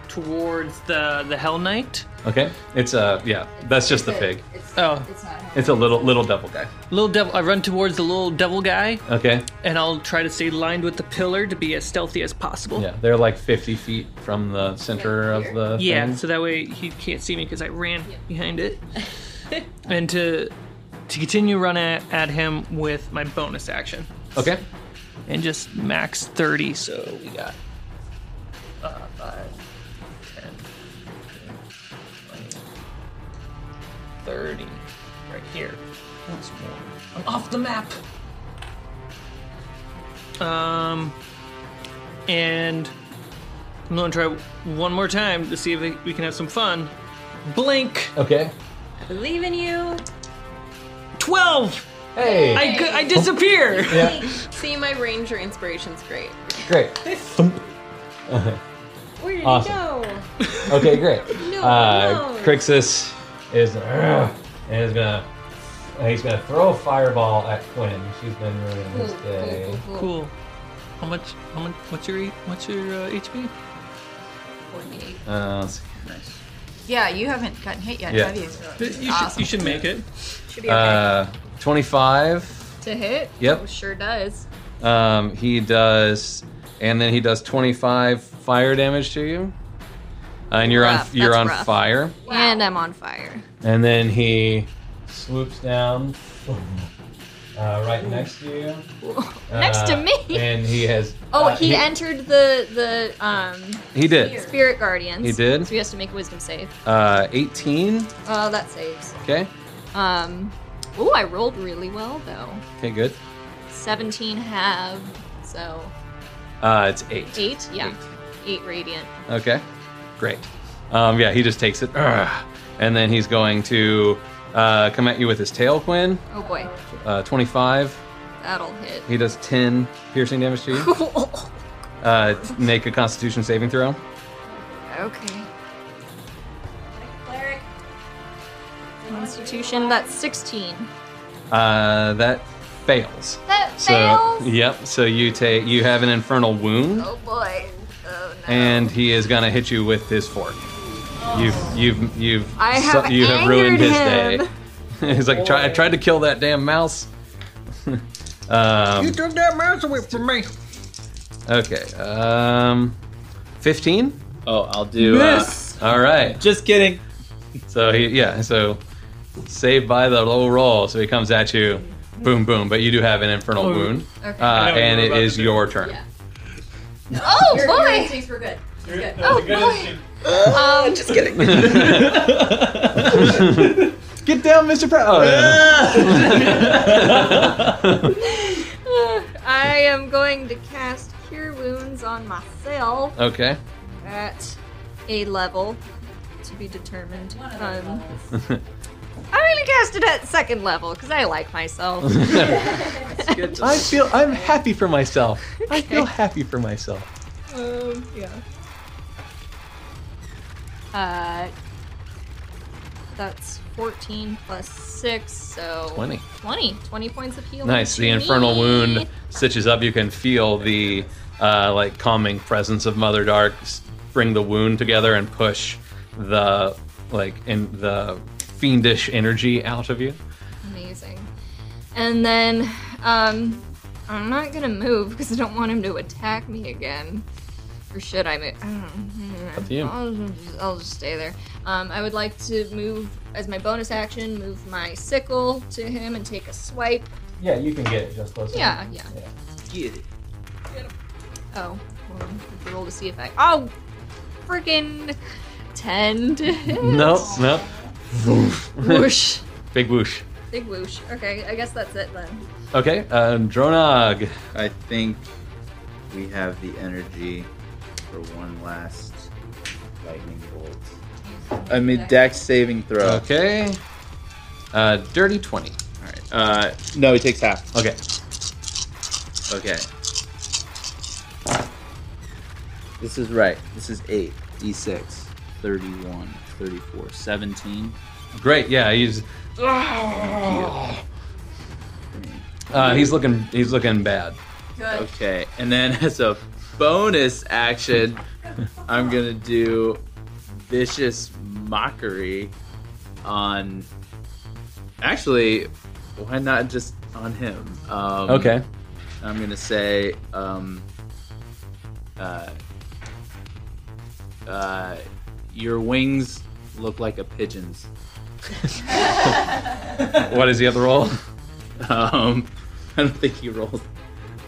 [SPEAKER 7] towards the the Hell Knight.
[SPEAKER 1] Okay, it's uh, yeah, that's just the pig.
[SPEAKER 7] oh,
[SPEAKER 1] It's a little little devil guy.
[SPEAKER 7] little devil. I run towards the little devil guy,
[SPEAKER 1] Okay,
[SPEAKER 7] and I'll try to stay lined with the pillar to be as stealthy as possible.
[SPEAKER 1] yeah, they're like 50 feet from the center of the
[SPEAKER 7] Yeah,
[SPEAKER 1] thing.
[SPEAKER 7] so that way he can't see me because I ran behind it. and to to continue running at, at him with my bonus action.
[SPEAKER 1] Okay.
[SPEAKER 7] And just max 30, so we got uh, 5, 10, 20, 30 right here. Once more. I'm off the map! Um, and I'm gonna try one more time to see if we can have some fun. Blink
[SPEAKER 1] Okay.
[SPEAKER 6] I believe in you.
[SPEAKER 7] twelve.
[SPEAKER 1] Hey.
[SPEAKER 7] I, go- I disappear.
[SPEAKER 1] Yeah.
[SPEAKER 8] See, my ranger inspiration's great.
[SPEAKER 1] Great. Thump.
[SPEAKER 8] Where did
[SPEAKER 1] Awesome.
[SPEAKER 8] it go?
[SPEAKER 1] okay, great.
[SPEAKER 8] No,
[SPEAKER 1] uh,
[SPEAKER 8] no.
[SPEAKER 1] Crixus is uh, and is gonna uh, he's gonna throw a fireball at Quinn. She's been ruining this day.
[SPEAKER 7] Cool. How much? How much? What's your what's your uh, HP?
[SPEAKER 1] Uh, let's see.
[SPEAKER 15] Yeah, you haven't gotten hit yet,
[SPEAKER 1] Yeah.
[SPEAKER 15] have you?
[SPEAKER 7] You should,
[SPEAKER 15] Awesome.
[SPEAKER 7] you should make it.
[SPEAKER 15] Should
[SPEAKER 1] uh, twenty-five.
[SPEAKER 3] To hit?
[SPEAKER 1] Yep.
[SPEAKER 3] Oh, sure does.
[SPEAKER 1] Um, he does, and then he does twenty-five fire damage to you, uh, and you're
[SPEAKER 3] Rough.
[SPEAKER 1] on you're
[SPEAKER 3] That's
[SPEAKER 1] on
[SPEAKER 3] rough.
[SPEAKER 1] fire.
[SPEAKER 3] And I'm on fire.
[SPEAKER 1] And then he swoops down uh, right next to you.
[SPEAKER 3] Next to
[SPEAKER 1] Uh,
[SPEAKER 3] me?
[SPEAKER 1] And he has.
[SPEAKER 3] Oh,
[SPEAKER 1] uh,
[SPEAKER 3] he, entered the the um
[SPEAKER 1] He did.
[SPEAKER 3] spirit guardians.
[SPEAKER 1] He did?
[SPEAKER 3] So he has to make a wisdom save.
[SPEAKER 1] Uh, 18.
[SPEAKER 3] Oh, that saves.
[SPEAKER 1] Okay.
[SPEAKER 3] Um Ooh, I rolled really well though.
[SPEAKER 1] Okay, good.
[SPEAKER 3] 17 have so
[SPEAKER 1] Uh, it's eight.
[SPEAKER 3] 8, yeah. 8 radiant.
[SPEAKER 1] Okay. Great. Um, yeah, he just takes it. Ugh. And then he's going to uh, come at you with his tail, Quinn.
[SPEAKER 3] Oh boy.
[SPEAKER 1] Uh, 25.
[SPEAKER 3] That'll hit.
[SPEAKER 1] He does 10 piercing damage to you. Uh, make a constitution saving throw.
[SPEAKER 3] Okay. Constitution, that's 16.
[SPEAKER 1] Uh, that fails.
[SPEAKER 3] That
[SPEAKER 1] So,
[SPEAKER 3] fails?
[SPEAKER 1] Yep. So you take you have an infernal wound,
[SPEAKER 3] Oh boy. Oh no.
[SPEAKER 1] and he is gonna hit you with his fork. You've you've you've
[SPEAKER 3] I
[SPEAKER 1] su-
[SPEAKER 3] have
[SPEAKER 1] you have ruined his
[SPEAKER 3] angered
[SPEAKER 1] day. He's like, Try, I tried to kill that damn mouse. um,
[SPEAKER 9] took that mouse away from me.
[SPEAKER 1] okay. Um, fifteen.
[SPEAKER 5] Oh, I'll do.
[SPEAKER 3] uh,
[SPEAKER 1] Yes. All right.
[SPEAKER 5] Just kidding.
[SPEAKER 1] So he yeah. So saved by the low roll. So he comes at you, Boom, boom. But you do have an infernal
[SPEAKER 3] Oh.
[SPEAKER 1] wound,
[SPEAKER 3] Okay.
[SPEAKER 1] uh,
[SPEAKER 3] I know what
[SPEAKER 1] and
[SPEAKER 3] you
[SPEAKER 1] it
[SPEAKER 3] were about
[SPEAKER 1] is
[SPEAKER 3] to do.
[SPEAKER 1] your turn.
[SPEAKER 3] Oh,
[SPEAKER 2] your, Your
[SPEAKER 3] boy.
[SPEAKER 2] instincts were good. It's good.
[SPEAKER 3] that was a good Oh, boy. instinct. Um, just kidding.
[SPEAKER 1] Get down, Mr. Pro. Oh,
[SPEAKER 3] I am going to cast Cure Wounds on myself
[SPEAKER 1] Okay.
[SPEAKER 3] at a level to be determined. Um, I'm gonna cast it at second level because I like myself.
[SPEAKER 1] I feel I'm happy for myself. I feel happy for myself.
[SPEAKER 3] Um, yeah. Uh, that's 14 plus 6, so.
[SPEAKER 1] 20.
[SPEAKER 3] 20. 20 points of healing.
[SPEAKER 1] Nice.
[SPEAKER 3] to
[SPEAKER 1] The
[SPEAKER 3] me.
[SPEAKER 1] infernal wound stitches up. You can feel the uh, like calming presence of Mother Dark s- bring the wound together and push the like in the fiendish energy out of you.
[SPEAKER 3] Amazing. And then, um, I'm not gonna move because I don't want him to attack me again. Or should I move? I don't know.
[SPEAKER 1] Up to you.
[SPEAKER 3] I'll, just, I'll just stay there. Um, I would like to move as my bonus action, move my sickle to him and take a swipe.
[SPEAKER 1] Yeah, you can get it just close.
[SPEAKER 3] Yeah, yeah.
[SPEAKER 5] Get it.
[SPEAKER 3] Oh, hold on. I have to roll to see if I. Oh, freaking ten to hit.
[SPEAKER 1] No, no.
[SPEAKER 3] Whoosh.
[SPEAKER 1] Big whoosh.
[SPEAKER 3] Big whoosh. Okay, I guess that's it then.
[SPEAKER 1] Okay, uh, Dronog.
[SPEAKER 5] I think we have the energy for one last lightning bolt. I mean, dex saving throw.
[SPEAKER 1] Okay. Uh, dirty 20.
[SPEAKER 5] All right. Uh, no, he takes half.
[SPEAKER 1] Okay.
[SPEAKER 5] Okay. This is right. This is E 8, d6, 31, 34, 17.
[SPEAKER 1] Great. Yeah, he's uh, he's looking he's looking bad.
[SPEAKER 5] Okay, and then as a bonus action, I'm gonna do vicious mockery on. Actually, why not just on him? Um,
[SPEAKER 1] Okay.
[SPEAKER 5] I'm gonna say. Um, uh, uh, your wings look like a pigeon's.
[SPEAKER 1] What is the other roll?
[SPEAKER 5] Um, I don't think he rolled.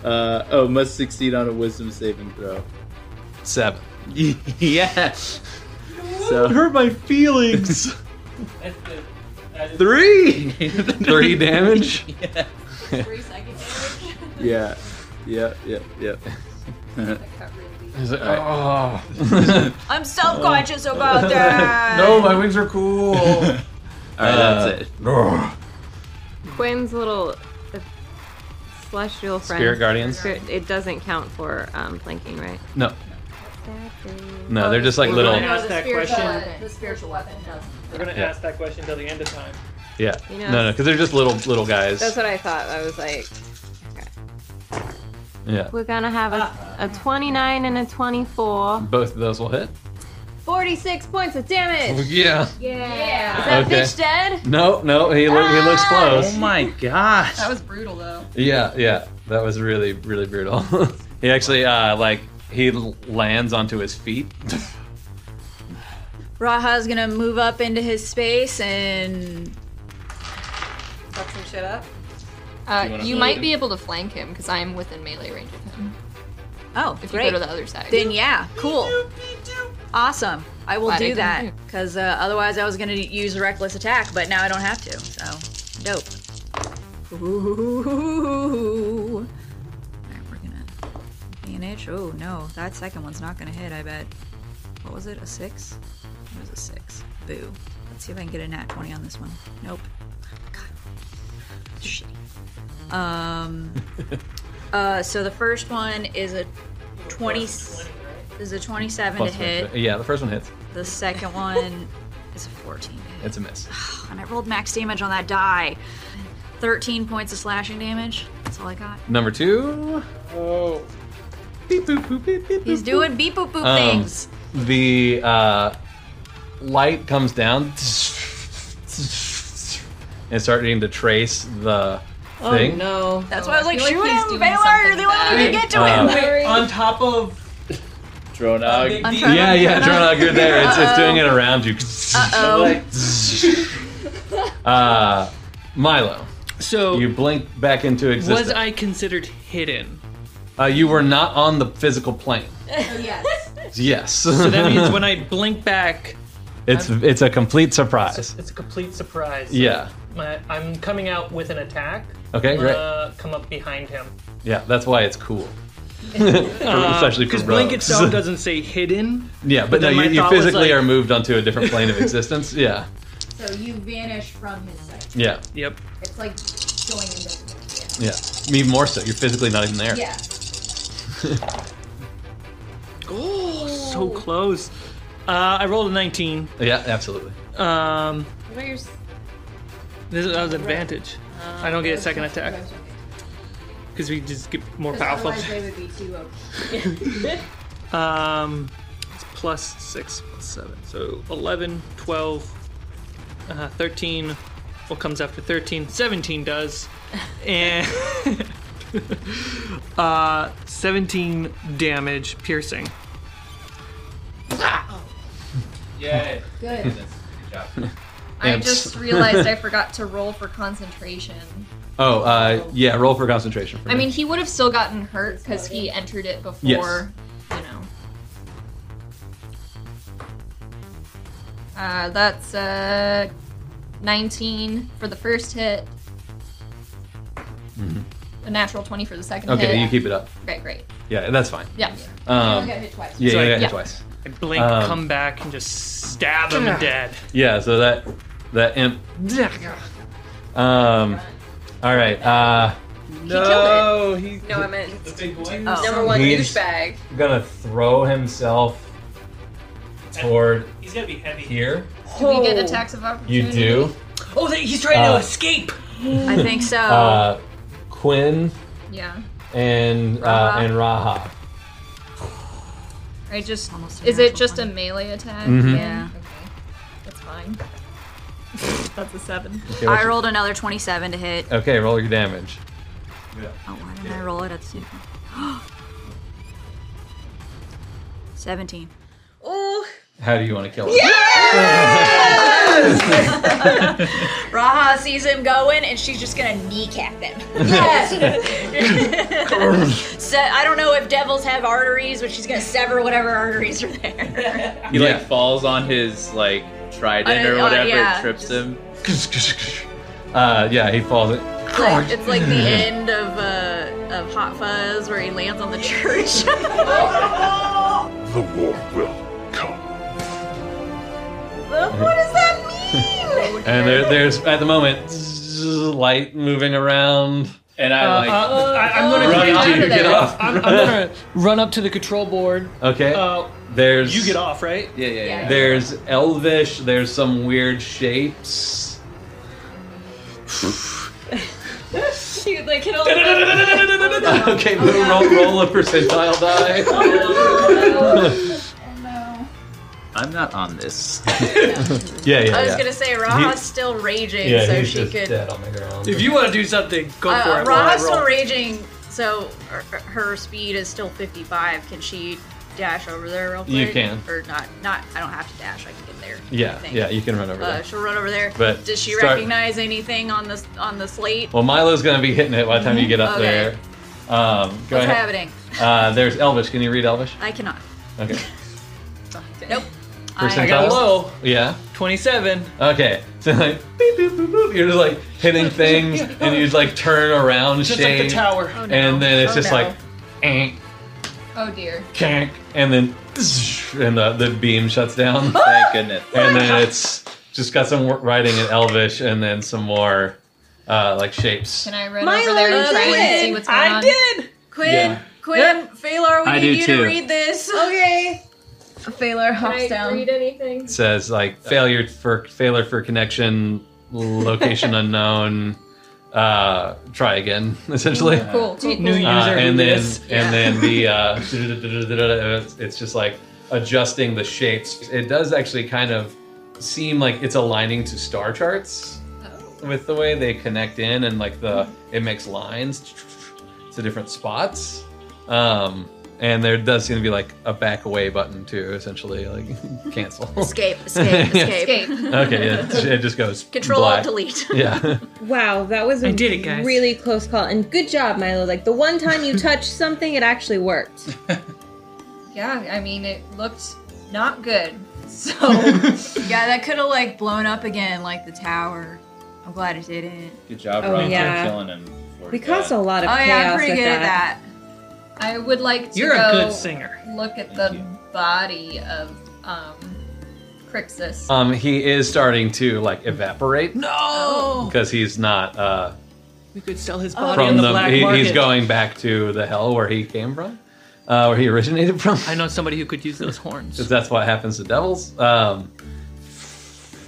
[SPEAKER 5] Uh, oh, must succeed on a wisdom saving throw.
[SPEAKER 1] Seven.
[SPEAKER 5] yes. So
[SPEAKER 1] hurt my feelings.
[SPEAKER 5] three.
[SPEAKER 1] Three damage.
[SPEAKER 5] Yeah.
[SPEAKER 2] Three second damage.
[SPEAKER 5] Yeah. Yeah. Yeah. Yeah.
[SPEAKER 1] He's like,
[SPEAKER 5] All
[SPEAKER 1] "Oh."
[SPEAKER 4] I'm self-conscious about that.
[SPEAKER 1] No, my wings are cool. All right,
[SPEAKER 5] that's it.
[SPEAKER 6] Quinn's little uh, celestial friend.
[SPEAKER 1] Spirit guardians?
[SPEAKER 6] Spirit- it doesn't count for um, blinking, right?
[SPEAKER 1] No. No, they're just like
[SPEAKER 7] We're gonna
[SPEAKER 1] little.
[SPEAKER 7] ask that
[SPEAKER 2] spiritual
[SPEAKER 7] question.
[SPEAKER 2] weapon- The spiritual weapon doesn't.
[SPEAKER 7] We're gonna
[SPEAKER 1] Yeah.
[SPEAKER 7] ask that question till the end of time.
[SPEAKER 1] Yeah.
[SPEAKER 6] You know,
[SPEAKER 1] No, no, because they're just little little guys.
[SPEAKER 6] That's what I thought. I was like,
[SPEAKER 1] Yeah.
[SPEAKER 6] we're gonna have a, a 29 and a 24.
[SPEAKER 1] Both of those will hit.
[SPEAKER 6] 46 points of damage.
[SPEAKER 1] Oh, Yeah.
[SPEAKER 6] Yeah. Is that
[SPEAKER 1] Okay.
[SPEAKER 6] bitch dead?
[SPEAKER 1] No, no, he look, he looks close.
[SPEAKER 5] Oh my gosh.
[SPEAKER 22] That was brutal, though.
[SPEAKER 1] Yeah, yeah, that was really, really brutal. he actually, uh, like, he l- lands onto his feet.
[SPEAKER 4] Raha's gonna move up into his space and
[SPEAKER 2] Fuck some shit up.
[SPEAKER 1] You
[SPEAKER 3] Uh,
[SPEAKER 1] wanna
[SPEAKER 3] you
[SPEAKER 1] flank
[SPEAKER 3] might
[SPEAKER 1] him?
[SPEAKER 3] be able to flank him because I am within melee range of him.
[SPEAKER 4] Oh,
[SPEAKER 3] if
[SPEAKER 4] great.
[SPEAKER 3] you go to the other side,
[SPEAKER 4] Then yeah, cool. Awesome. I will
[SPEAKER 3] Glad I
[SPEAKER 4] do
[SPEAKER 3] can
[SPEAKER 4] that
[SPEAKER 3] do.
[SPEAKER 4] because uh, otherwise I was gonna use reckless attack, but now I don't have to. So dope. Ooh. Alright, we're gonna advantage. Oh no, that second one's not gonna hit. I bet. What was it? A six? It was a six. Boo. Let's see if I can get a nat twenty on this one. Nope. God. Shit. Um. uh. So the first one is a twenty. Is a twenty-seven
[SPEAKER 1] Plus
[SPEAKER 4] to
[SPEAKER 1] one
[SPEAKER 4] hit.
[SPEAKER 1] to- Yeah, the first one hits.
[SPEAKER 4] The second one is a 14.
[SPEAKER 1] It's a miss.
[SPEAKER 4] And I rolled max damage on that die. 13 points of slashing damage. That's all I got.
[SPEAKER 1] Number two.
[SPEAKER 7] Oh.
[SPEAKER 1] Beep boop boop beep beep.
[SPEAKER 4] He's doing beep boop boop
[SPEAKER 1] Um,
[SPEAKER 4] things.
[SPEAKER 1] The uh, light comes down and starting to trace the
[SPEAKER 23] Oh,
[SPEAKER 1] thing.
[SPEAKER 23] no.
[SPEAKER 4] That's why I was like,
[SPEAKER 2] feel like
[SPEAKER 4] shoot
[SPEAKER 2] he's
[SPEAKER 4] him,
[SPEAKER 2] doing
[SPEAKER 4] Baylor!
[SPEAKER 2] something
[SPEAKER 4] They won't even
[SPEAKER 2] bad.
[SPEAKER 4] get to him!
[SPEAKER 1] Uh,
[SPEAKER 23] Wait, on top of.
[SPEAKER 5] Dronog.
[SPEAKER 4] I'm trying-
[SPEAKER 1] Yeah, yeah, Dronog, you're there. It's, it's
[SPEAKER 4] Uh-oh.
[SPEAKER 1] doing it around you.
[SPEAKER 4] Uh-oh.
[SPEAKER 1] Uh, Milo.
[SPEAKER 7] So
[SPEAKER 1] you blink back into existence.
[SPEAKER 7] Was I considered hidden?
[SPEAKER 1] Uh, you were not on the physical
[SPEAKER 4] Oh,
[SPEAKER 1] plane.
[SPEAKER 7] yes.
[SPEAKER 1] Yes.
[SPEAKER 7] so that means when I blink back,
[SPEAKER 1] it's it's a complete surprise.
[SPEAKER 7] it's a complete surprise.
[SPEAKER 1] Yeah.
[SPEAKER 7] My, I'm coming out with an attack.
[SPEAKER 1] Okay,
[SPEAKER 7] I'm
[SPEAKER 1] great.
[SPEAKER 7] gonna Come up behind him.
[SPEAKER 1] Yeah, that's why it's cool. For- especially for
[SPEAKER 7] Because Uh, blink
[SPEAKER 1] rogues.
[SPEAKER 7] itself doesn't say hidden.
[SPEAKER 1] Yeah, but,
[SPEAKER 7] But
[SPEAKER 1] no,
[SPEAKER 7] then my
[SPEAKER 1] you, you
[SPEAKER 7] thought was
[SPEAKER 1] physically
[SPEAKER 7] like-
[SPEAKER 1] are moved onto a different plane of existence. Yeah,
[SPEAKER 15] So you vanish from his sight.
[SPEAKER 1] yeah,
[SPEAKER 7] Yep.
[SPEAKER 15] It's like going invisible.
[SPEAKER 1] yeah. Me more so. You're physically not even there.
[SPEAKER 15] Yeah.
[SPEAKER 7] Oh, so close. Uh, I rolled a 19.
[SPEAKER 1] Yeah, absolutely.
[SPEAKER 7] Um,
[SPEAKER 6] What about your Uh, s-
[SPEAKER 7] this is, that was advantage. I don't get a second attack because we just get more powerful.
[SPEAKER 6] Otherwise, they would be too OP.
[SPEAKER 7] Um, it's plus six, plus seven. So 11, 12, uh, 13. What comes after 13? 17 does. And uh, 17 damage piercing.
[SPEAKER 5] Yay.
[SPEAKER 3] Good.
[SPEAKER 4] Um,
[SPEAKER 5] Goodness. Good job.
[SPEAKER 3] I
[SPEAKER 1] Amps.
[SPEAKER 3] just realized I forgot to roll for concentration.
[SPEAKER 1] Oh, uh, yeah. Roll for concentration. For
[SPEAKER 3] I
[SPEAKER 1] me.
[SPEAKER 3] mean, he would have still gotten hurt because he entered it before. You know. Uh, that's uh, 19 for the first hit,
[SPEAKER 1] Mhm.
[SPEAKER 3] a natural 20 for the second hit.
[SPEAKER 1] Okay, you keep it up.
[SPEAKER 3] Great, great.
[SPEAKER 1] Yeah, that's fine.
[SPEAKER 3] Yeah.
[SPEAKER 1] Um,
[SPEAKER 3] You only got hit twice.
[SPEAKER 1] Yeah,
[SPEAKER 7] So
[SPEAKER 1] you
[SPEAKER 7] I-
[SPEAKER 1] only got hit
[SPEAKER 7] yeah.
[SPEAKER 1] twice.
[SPEAKER 7] I blink,
[SPEAKER 1] Um,
[SPEAKER 7] come back, and just stab him dead.
[SPEAKER 1] Yeah, so that that imp. Um, all right. Uh,
[SPEAKER 15] Oh.
[SPEAKER 7] No, he.
[SPEAKER 6] no, I meant the
[SPEAKER 5] big boy.
[SPEAKER 6] Number one
[SPEAKER 1] He's-
[SPEAKER 6] douchebag.
[SPEAKER 1] gonna throw himself toward
[SPEAKER 7] He's gonna be heavy.
[SPEAKER 1] here.
[SPEAKER 3] Do we get attacks of opportunity?
[SPEAKER 1] You do.
[SPEAKER 7] Oh, they- he's trying
[SPEAKER 1] Uh,
[SPEAKER 7] to escape.
[SPEAKER 15] Mm-hmm. I think so.
[SPEAKER 1] Uh, Quinn
[SPEAKER 3] Yeah.
[SPEAKER 1] and uh,
[SPEAKER 3] Raha.
[SPEAKER 1] and Raha.
[SPEAKER 3] I just. Is it just a melee attack?
[SPEAKER 1] Mhm.
[SPEAKER 3] Yeah. Okay. That's fine. that's a seven.
[SPEAKER 1] Okay,
[SPEAKER 4] I
[SPEAKER 1] what's your-
[SPEAKER 4] rolled another 27 to hit.
[SPEAKER 1] Okay, roll your damage.
[SPEAKER 4] Oh, why did I roll it at the same time? 17.
[SPEAKER 15] Oh.
[SPEAKER 1] How do you want to kill him?
[SPEAKER 15] Raha sees him going, and she's just gonna kneecap him. Yes. so I don't know if devils have arteries, but she's gonna sever whatever arteries are there.
[SPEAKER 2] He
[SPEAKER 5] like falls on his like
[SPEAKER 15] On
[SPEAKER 5] trident
[SPEAKER 4] Uh,
[SPEAKER 15] his-
[SPEAKER 5] or
[SPEAKER 15] on-
[SPEAKER 5] whatever, it
[SPEAKER 15] yeah,
[SPEAKER 5] trips him.
[SPEAKER 1] Uh, yeah, he falls. In.
[SPEAKER 15] Like, it's like the end
[SPEAKER 1] Mm-hmm.
[SPEAKER 15] of uh, of Hot Fuzz where he lands on the church.
[SPEAKER 14] The war will come.
[SPEAKER 15] what does that mean?
[SPEAKER 1] And there, there's at the moment zzz, light moving around.
[SPEAKER 5] And
[SPEAKER 7] Uh, uh, I, am gonna
[SPEAKER 1] Run,
[SPEAKER 7] get off.
[SPEAKER 1] Gene, get off.
[SPEAKER 7] I'm, I'm gonna run up to the control board.
[SPEAKER 1] Okay.
[SPEAKER 7] Uh,
[SPEAKER 1] there's
[SPEAKER 7] you get off, right?
[SPEAKER 5] Yeah, yeah, yeah.
[SPEAKER 1] There's elvish. There's some weird shapes.
[SPEAKER 6] Shoot, like hit all the
[SPEAKER 1] okay, Blue, roll, roll a percentile
[SPEAKER 15] Oh,
[SPEAKER 1] die.
[SPEAKER 2] I'm not on this.
[SPEAKER 1] yeah,
[SPEAKER 15] I was gonna say Raha's still raging, so she could.
[SPEAKER 1] on the ground.
[SPEAKER 7] If you want to do something, go
[SPEAKER 15] uh,
[SPEAKER 7] for it. while I
[SPEAKER 15] Raha's still
[SPEAKER 7] roll.
[SPEAKER 15] raging, so her, her speed is still 55. Can she dash over there real quick?
[SPEAKER 1] You can.
[SPEAKER 15] Or not? Not. I don't have to dash. I can get there. I
[SPEAKER 1] Yeah,
[SPEAKER 15] think.
[SPEAKER 1] yeah, you can run over
[SPEAKER 15] Uh,
[SPEAKER 1] there.
[SPEAKER 15] she'll run over there.
[SPEAKER 1] But
[SPEAKER 15] does she
[SPEAKER 1] start-
[SPEAKER 15] recognize anything on this on the slate?
[SPEAKER 1] Well, Milo's gonna be hitting it by the time you get up
[SPEAKER 15] Okay.
[SPEAKER 1] there. Um, go
[SPEAKER 15] What's
[SPEAKER 1] ahead.
[SPEAKER 15] happening?
[SPEAKER 1] Uh, there's Elvish. Can you read Elvish?
[SPEAKER 15] I cannot.
[SPEAKER 1] Okay.
[SPEAKER 15] Nope.
[SPEAKER 1] Percentiles?
[SPEAKER 7] I got low.
[SPEAKER 1] Yeah.
[SPEAKER 7] 27.
[SPEAKER 1] Okay. So like, beep, boop, boop, boop. you're just like hitting things, and you just like turn around,
[SPEAKER 7] Just like
[SPEAKER 1] shake,
[SPEAKER 7] the tower.
[SPEAKER 3] Oh, no.
[SPEAKER 1] and then it's
[SPEAKER 3] Oh,
[SPEAKER 1] just
[SPEAKER 3] no.
[SPEAKER 1] like, eh,
[SPEAKER 3] Oh dear.
[SPEAKER 1] kank, and then, zzz, and uh, the, the beam shuts down,
[SPEAKER 5] Thank goodness.
[SPEAKER 1] and then it's just got some wor- writing in Elvish, and then some more uh, like shapes.
[SPEAKER 3] Can I run
[SPEAKER 15] Milo,
[SPEAKER 3] over there and try
[SPEAKER 15] Quinn!
[SPEAKER 3] and see what's going
[SPEAKER 15] I
[SPEAKER 3] on?
[SPEAKER 15] did! Quinn,
[SPEAKER 1] Yeah.
[SPEAKER 15] Quinn, Phalar, we
[SPEAKER 1] I do
[SPEAKER 15] need you
[SPEAKER 1] too.
[SPEAKER 15] to read this.
[SPEAKER 6] Okay.
[SPEAKER 15] Phalar
[SPEAKER 6] Can I read anything?
[SPEAKER 1] It says like failure for failure for connection, location unknown. Uh, try again, essentially.
[SPEAKER 3] Cool. cool, cool.
[SPEAKER 7] New user.
[SPEAKER 1] Uh, and then
[SPEAKER 7] yes.
[SPEAKER 1] and then the uh, it's- it's just like adjusting the shapes. It does actually kind of seem like it's aligning to star charts
[SPEAKER 3] Oh.
[SPEAKER 1] with the way they connect in and like the it makes lines to different spots. Um, And there does seem to be like a back away button too, essentially, like cancel.
[SPEAKER 4] Escape, escape,
[SPEAKER 1] Yeah.
[SPEAKER 4] escape. Escape.
[SPEAKER 1] Okay, yeah, it just goes.
[SPEAKER 4] Control,
[SPEAKER 1] black.
[SPEAKER 4] delete.
[SPEAKER 1] Yeah.
[SPEAKER 6] Wow, that was a
[SPEAKER 1] I did it, guys.
[SPEAKER 6] really close call. And good job, Milo. Like the one time you touched something, it actually worked.
[SPEAKER 3] Yeah, I mean, it looked not good. So
[SPEAKER 4] yeah, that could have like blown up again, like the tower. I'm glad it didn't.
[SPEAKER 5] Good job,
[SPEAKER 6] Oh,
[SPEAKER 5] Rob,
[SPEAKER 6] yeah.
[SPEAKER 5] for killing him. before
[SPEAKER 6] We
[SPEAKER 5] he
[SPEAKER 6] caused a lot of
[SPEAKER 4] Oh,
[SPEAKER 6] chaos.
[SPEAKER 4] yeah, I'm pretty
[SPEAKER 6] with
[SPEAKER 4] good at
[SPEAKER 6] that.
[SPEAKER 3] I would like to
[SPEAKER 6] You're a
[SPEAKER 3] go
[SPEAKER 6] good
[SPEAKER 9] singer.
[SPEAKER 3] look at the body of um, Crixus.
[SPEAKER 1] Um, he is starting to like evaporate.
[SPEAKER 3] No!
[SPEAKER 1] Because he's not uh
[SPEAKER 7] We could sell his body
[SPEAKER 1] Oh. from
[SPEAKER 7] on the,
[SPEAKER 1] the.
[SPEAKER 7] black
[SPEAKER 1] he-
[SPEAKER 7] market.
[SPEAKER 1] he's going back to the hell where he came from, uh, where he originated from.
[SPEAKER 7] I know somebody who could use those horns.
[SPEAKER 1] Because that's what happens to devils. Um,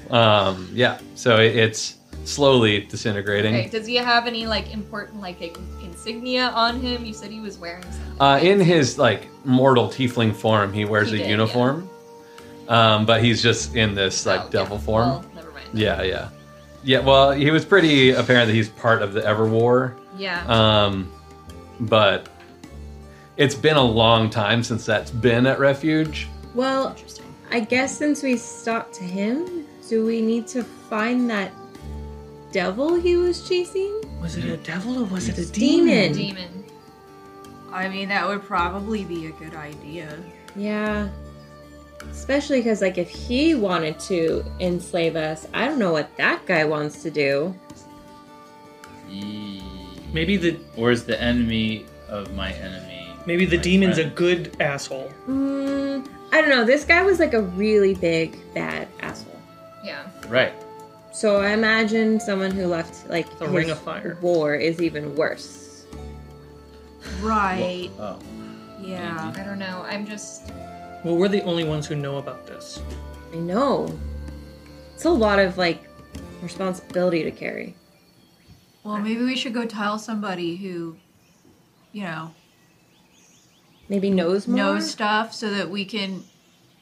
[SPEAKER 1] um, yeah, so it, it's slowly disintegrating.
[SPEAKER 3] Okay, does he have any like important like in- insignia on him? You said he was wearing something.
[SPEAKER 1] Uh, in his like mortal tiefling form, he wears
[SPEAKER 3] He
[SPEAKER 1] a
[SPEAKER 3] did, yeah. Oh,
[SPEAKER 1] uniform, um, but he's just in this like devil form. never
[SPEAKER 3] mind.
[SPEAKER 1] Yeah, yeah, yeah. Well, he was pretty apparent that he's part of the Everwar.
[SPEAKER 3] Yeah.
[SPEAKER 1] Um, but it's been a long time since that's been at Refuge.
[SPEAKER 6] Well, I guess since we stopped him, do we need to find that devil he was chasing?
[SPEAKER 7] Was it a devil or was it a
[SPEAKER 6] Demon.
[SPEAKER 3] Demon.
[SPEAKER 4] I mean, that would probably be a good idea.
[SPEAKER 6] Yeah. Especially because, like, if he wanted to enslave us, I don't know what that guy wants to do.
[SPEAKER 5] Maybe the or is the enemy of my enemy.
[SPEAKER 7] Maybe the
[SPEAKER 5] my
[SPEAKER 7] demon's
[SPEAKER 5] friend?
[SPEAKER 7] a good asshole.
[SPEAKER 6] Mm, I don't know. This guy was like a really big bad asshole.
[SPEAKER 3] Yeah.
[SPEAKER 5] right.
[SPEAKER 6] So I imagine someone who left like
[SPEAKER 7] The
[SPEAKER 6] his
[SPEAKER 7] Ring of Fire.
[SPEAKER 6] war is even worse.
[SPEAKER 4] Right.
[SPEAKER 5] Oh.
[SPEAKER 4] Yeah.
[SPEAKER 3] I don't know. I'm just.
[SPEAKER 7] Well, we're the only ones who know about this.
[SPEAKER 6] I know. It's a lot of like responsibility to carry.
[SPEAKER 4] Well, maybe we should go tell somebody who, you know,
[SPEAKER 6] Maybe knows more.
[SPEAKER 4] knows stuff so that we can.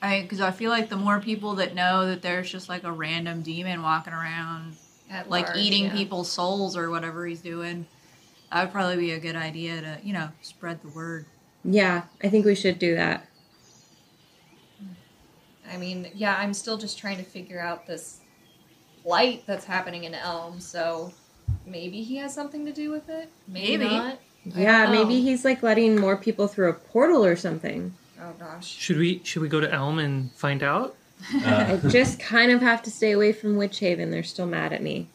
[SPEAKER 4] I because I feel like the more people that know that there's just like a random demon walking around,
[SPEAKER 3] At
[SPEAKER 4] like
[SPEAKER 3] large,
[SPEAKER 4] eating
[SPEAKER 3] yeah.
[SPEAKER 4] people's souls or whatever he's doing, that would probably be a good idea to you know spread the word.
[SPEAKER 6] Yeah, I think we should do that.
[SPEAKER 3] I mean, yeah, I'm still just trying to figure out this light that's happening in Elm. So maybe he has something to do with it. Maybe,
[SPEAKER 4] Maybe.
[SPEAKER 3] not. I
[SPEAKER 6] Yeah,
[SPEAKER 3] don't know.
[SPEAKER 6] maybe he's like letting more people through a portal or something.
[SPEAKER 3] Oh gosh.
[SPEAKER 7] Should we should we go to Elm and find out? Uh.
[SPEAKER 6] I just kind of have to stay away from Witch Haven. They're still mad at me.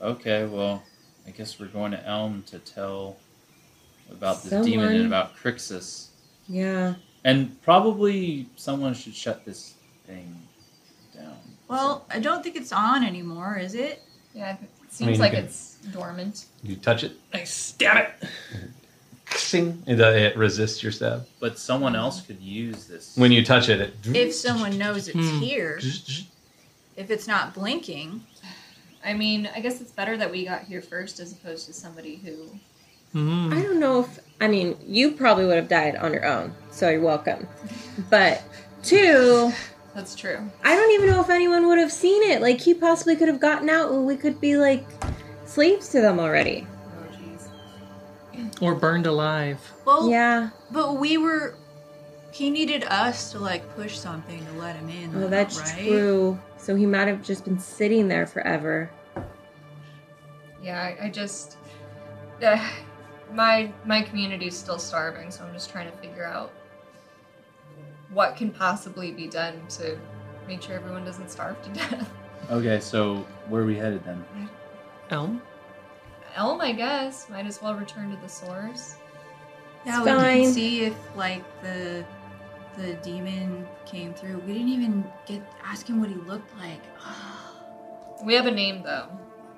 [SPEAKER 5] Okay, well, I guess we're going to Elm to tell about this demon
[SPEAKER 6] Someone-
[SPEAKER 5] and about Crixus.
[SPEAKER 6] Yeah.
[SPEAKER 5] And probably someone should shut this thing down.
[SPEAKER 4] Well, I don't think it's on anymore, is it?
[SPEAKER 3] Yeah, it
[SPEAKER 1] I mean, you can-
[SPEAKER 3] dormant.
[SPEAKER 1] You touch it,
[SPEAKER 7] I stab it.
[SPEAKER 1] Xing. it, uh, it resists your stab.
[SPEAKER 5] But someone else could use this.
[SPEAKER 1] When you touch it, it
[SPEAKER 4] If someone knows it's
[SPEAKER 1] Hmm.
[SPEAKER 4] here, if it's not blinking,
[SPEAKER 3] I mean, I guess it's better that we got here first as opposed to somebody who.
[SPEAKER 6] I don't know if I mean you probably would have died on your own, so you're welcome. But two,
[SPEAKER 3] That's true.
[SPEAKER 6] I don't even know if anyone would have seen it. Like he possibly could have gotten out, and we could be like slaves to them already.
[SPEAKER 7] Or burned alive.
[SPEAKER 4] Well,
[SPEAKER 6] yeah,
[SPEAKER 4] but we were. He needed us to like push something to let him in.
[SPEAKER 6] Oh,
[SPEAKER 4] though,
[SPEAKER 6] that's
[SPEAKER 4] Uh, right?
[SPEAKER 6] true. So he might have just been sitting there forever.
[SPEAKER 3] Yeah, I, I just. Uh, my my community's still starving, so I'm just trying to figure out what can possibly be done to make sure everyone doesn't starve to death.
[SPEAKER 5] Okay, so where are we headed then?
[SPEAKER 7] Elm?
[SPEAKER 3] Elm, I guess, might as well return to the source.
[SPEAKER 4] Now
[SPEAKER 3] It's
[SPEAKER 4] we
[SPEAKER 3] fine.
[SPEAKER 4] can see if like the the demon came through. We didn't even get ask him what he looked like.
[SPEAKER 3] We have a name though.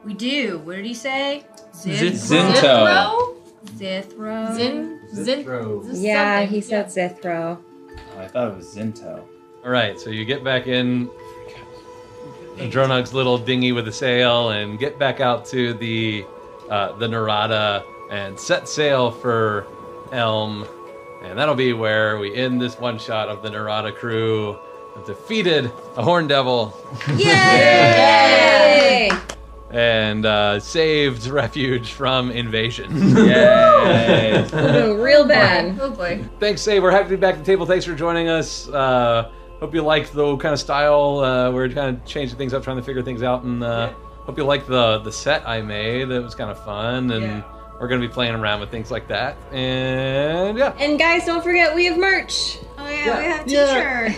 [SPEAKER 4] We do. What did he say?
[SPEAKER 5] Zit-
[SPEAKER 4] Zithro?
[SPEAKER 5] Zinto.
[SPEAKER 4] Zithro.
[SPEAKER 3] Zin. Zin.
[SPEAKER 6] yeah, he said Zithro.
[SPEAKER 5] Oh, I thought it was Zinto.
[SPEAKER 1] All right, so you get back in Dronog's little dinghy with a sail and get back out to the uh, the Narada and set sail for Elm. And that'll be where we end this one shot of the Narada crew have defeated a horn devil
[SPEAKER 6] Yay!
[SPEAKER 1] and uh, saved refuge from invasion.
[SPEAKER 5] Yay!
[SPEAKER 6] We've been really
[SPEAKER 8] real bad.
[SPEAKER 3] Oh boy.
[SPEAKER 1] Thanks, Save. We're happy to be back at the table. Thanks for joining us. Uh, hope you liked the kind of style. Uh, we're kind of changing things up, trying to figure things out, and uh, hope you liked the the set I made. That was kind of fun, and we're gonna be playing around with things like that. And yeah,
[SPEAKER 8] And guys, don't forget we have merch.
[SPEAKER 4] Oh yeah, we have
[SPEAKER 8] Yeah.
[SPEAKER 4] t-shirt.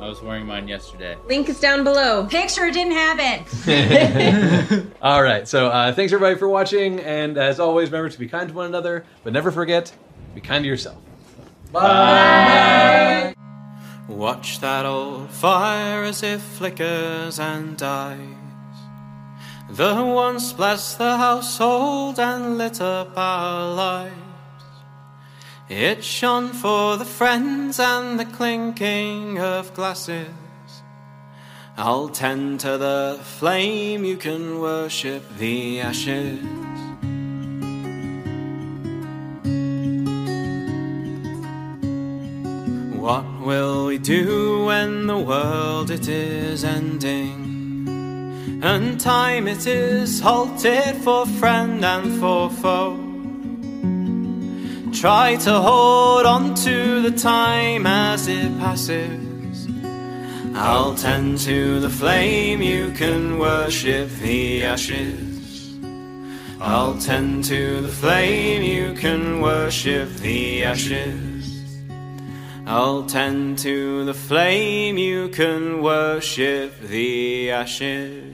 [SPEAKER 5] I was wearing mine yesterday.
[SPEAKER 8] Link is down below.
[SPEAKER 4] Picture didn't happen.
[SPEAKER 1] all right. So uh, thanks everybody for watching, and as always, remember to be kind to one another, but never forget, be kind to yourself.
[SPEAKER 20] Watch that old fire as it flickers and dies. That once blessed the household and lit up our lives. It shone for the friends and the clinking of glasses. I'll tend to the flame, you can worship the ashes. What will we do when the world it is ending? And time it is halted for friend and for foe. Try to hold on to the time as it passes. I'll tend to the flame, you can worship the ashes. I'll tend to the flame, you can worship the ashes. I'll tend to the flame, you can worship the ashes.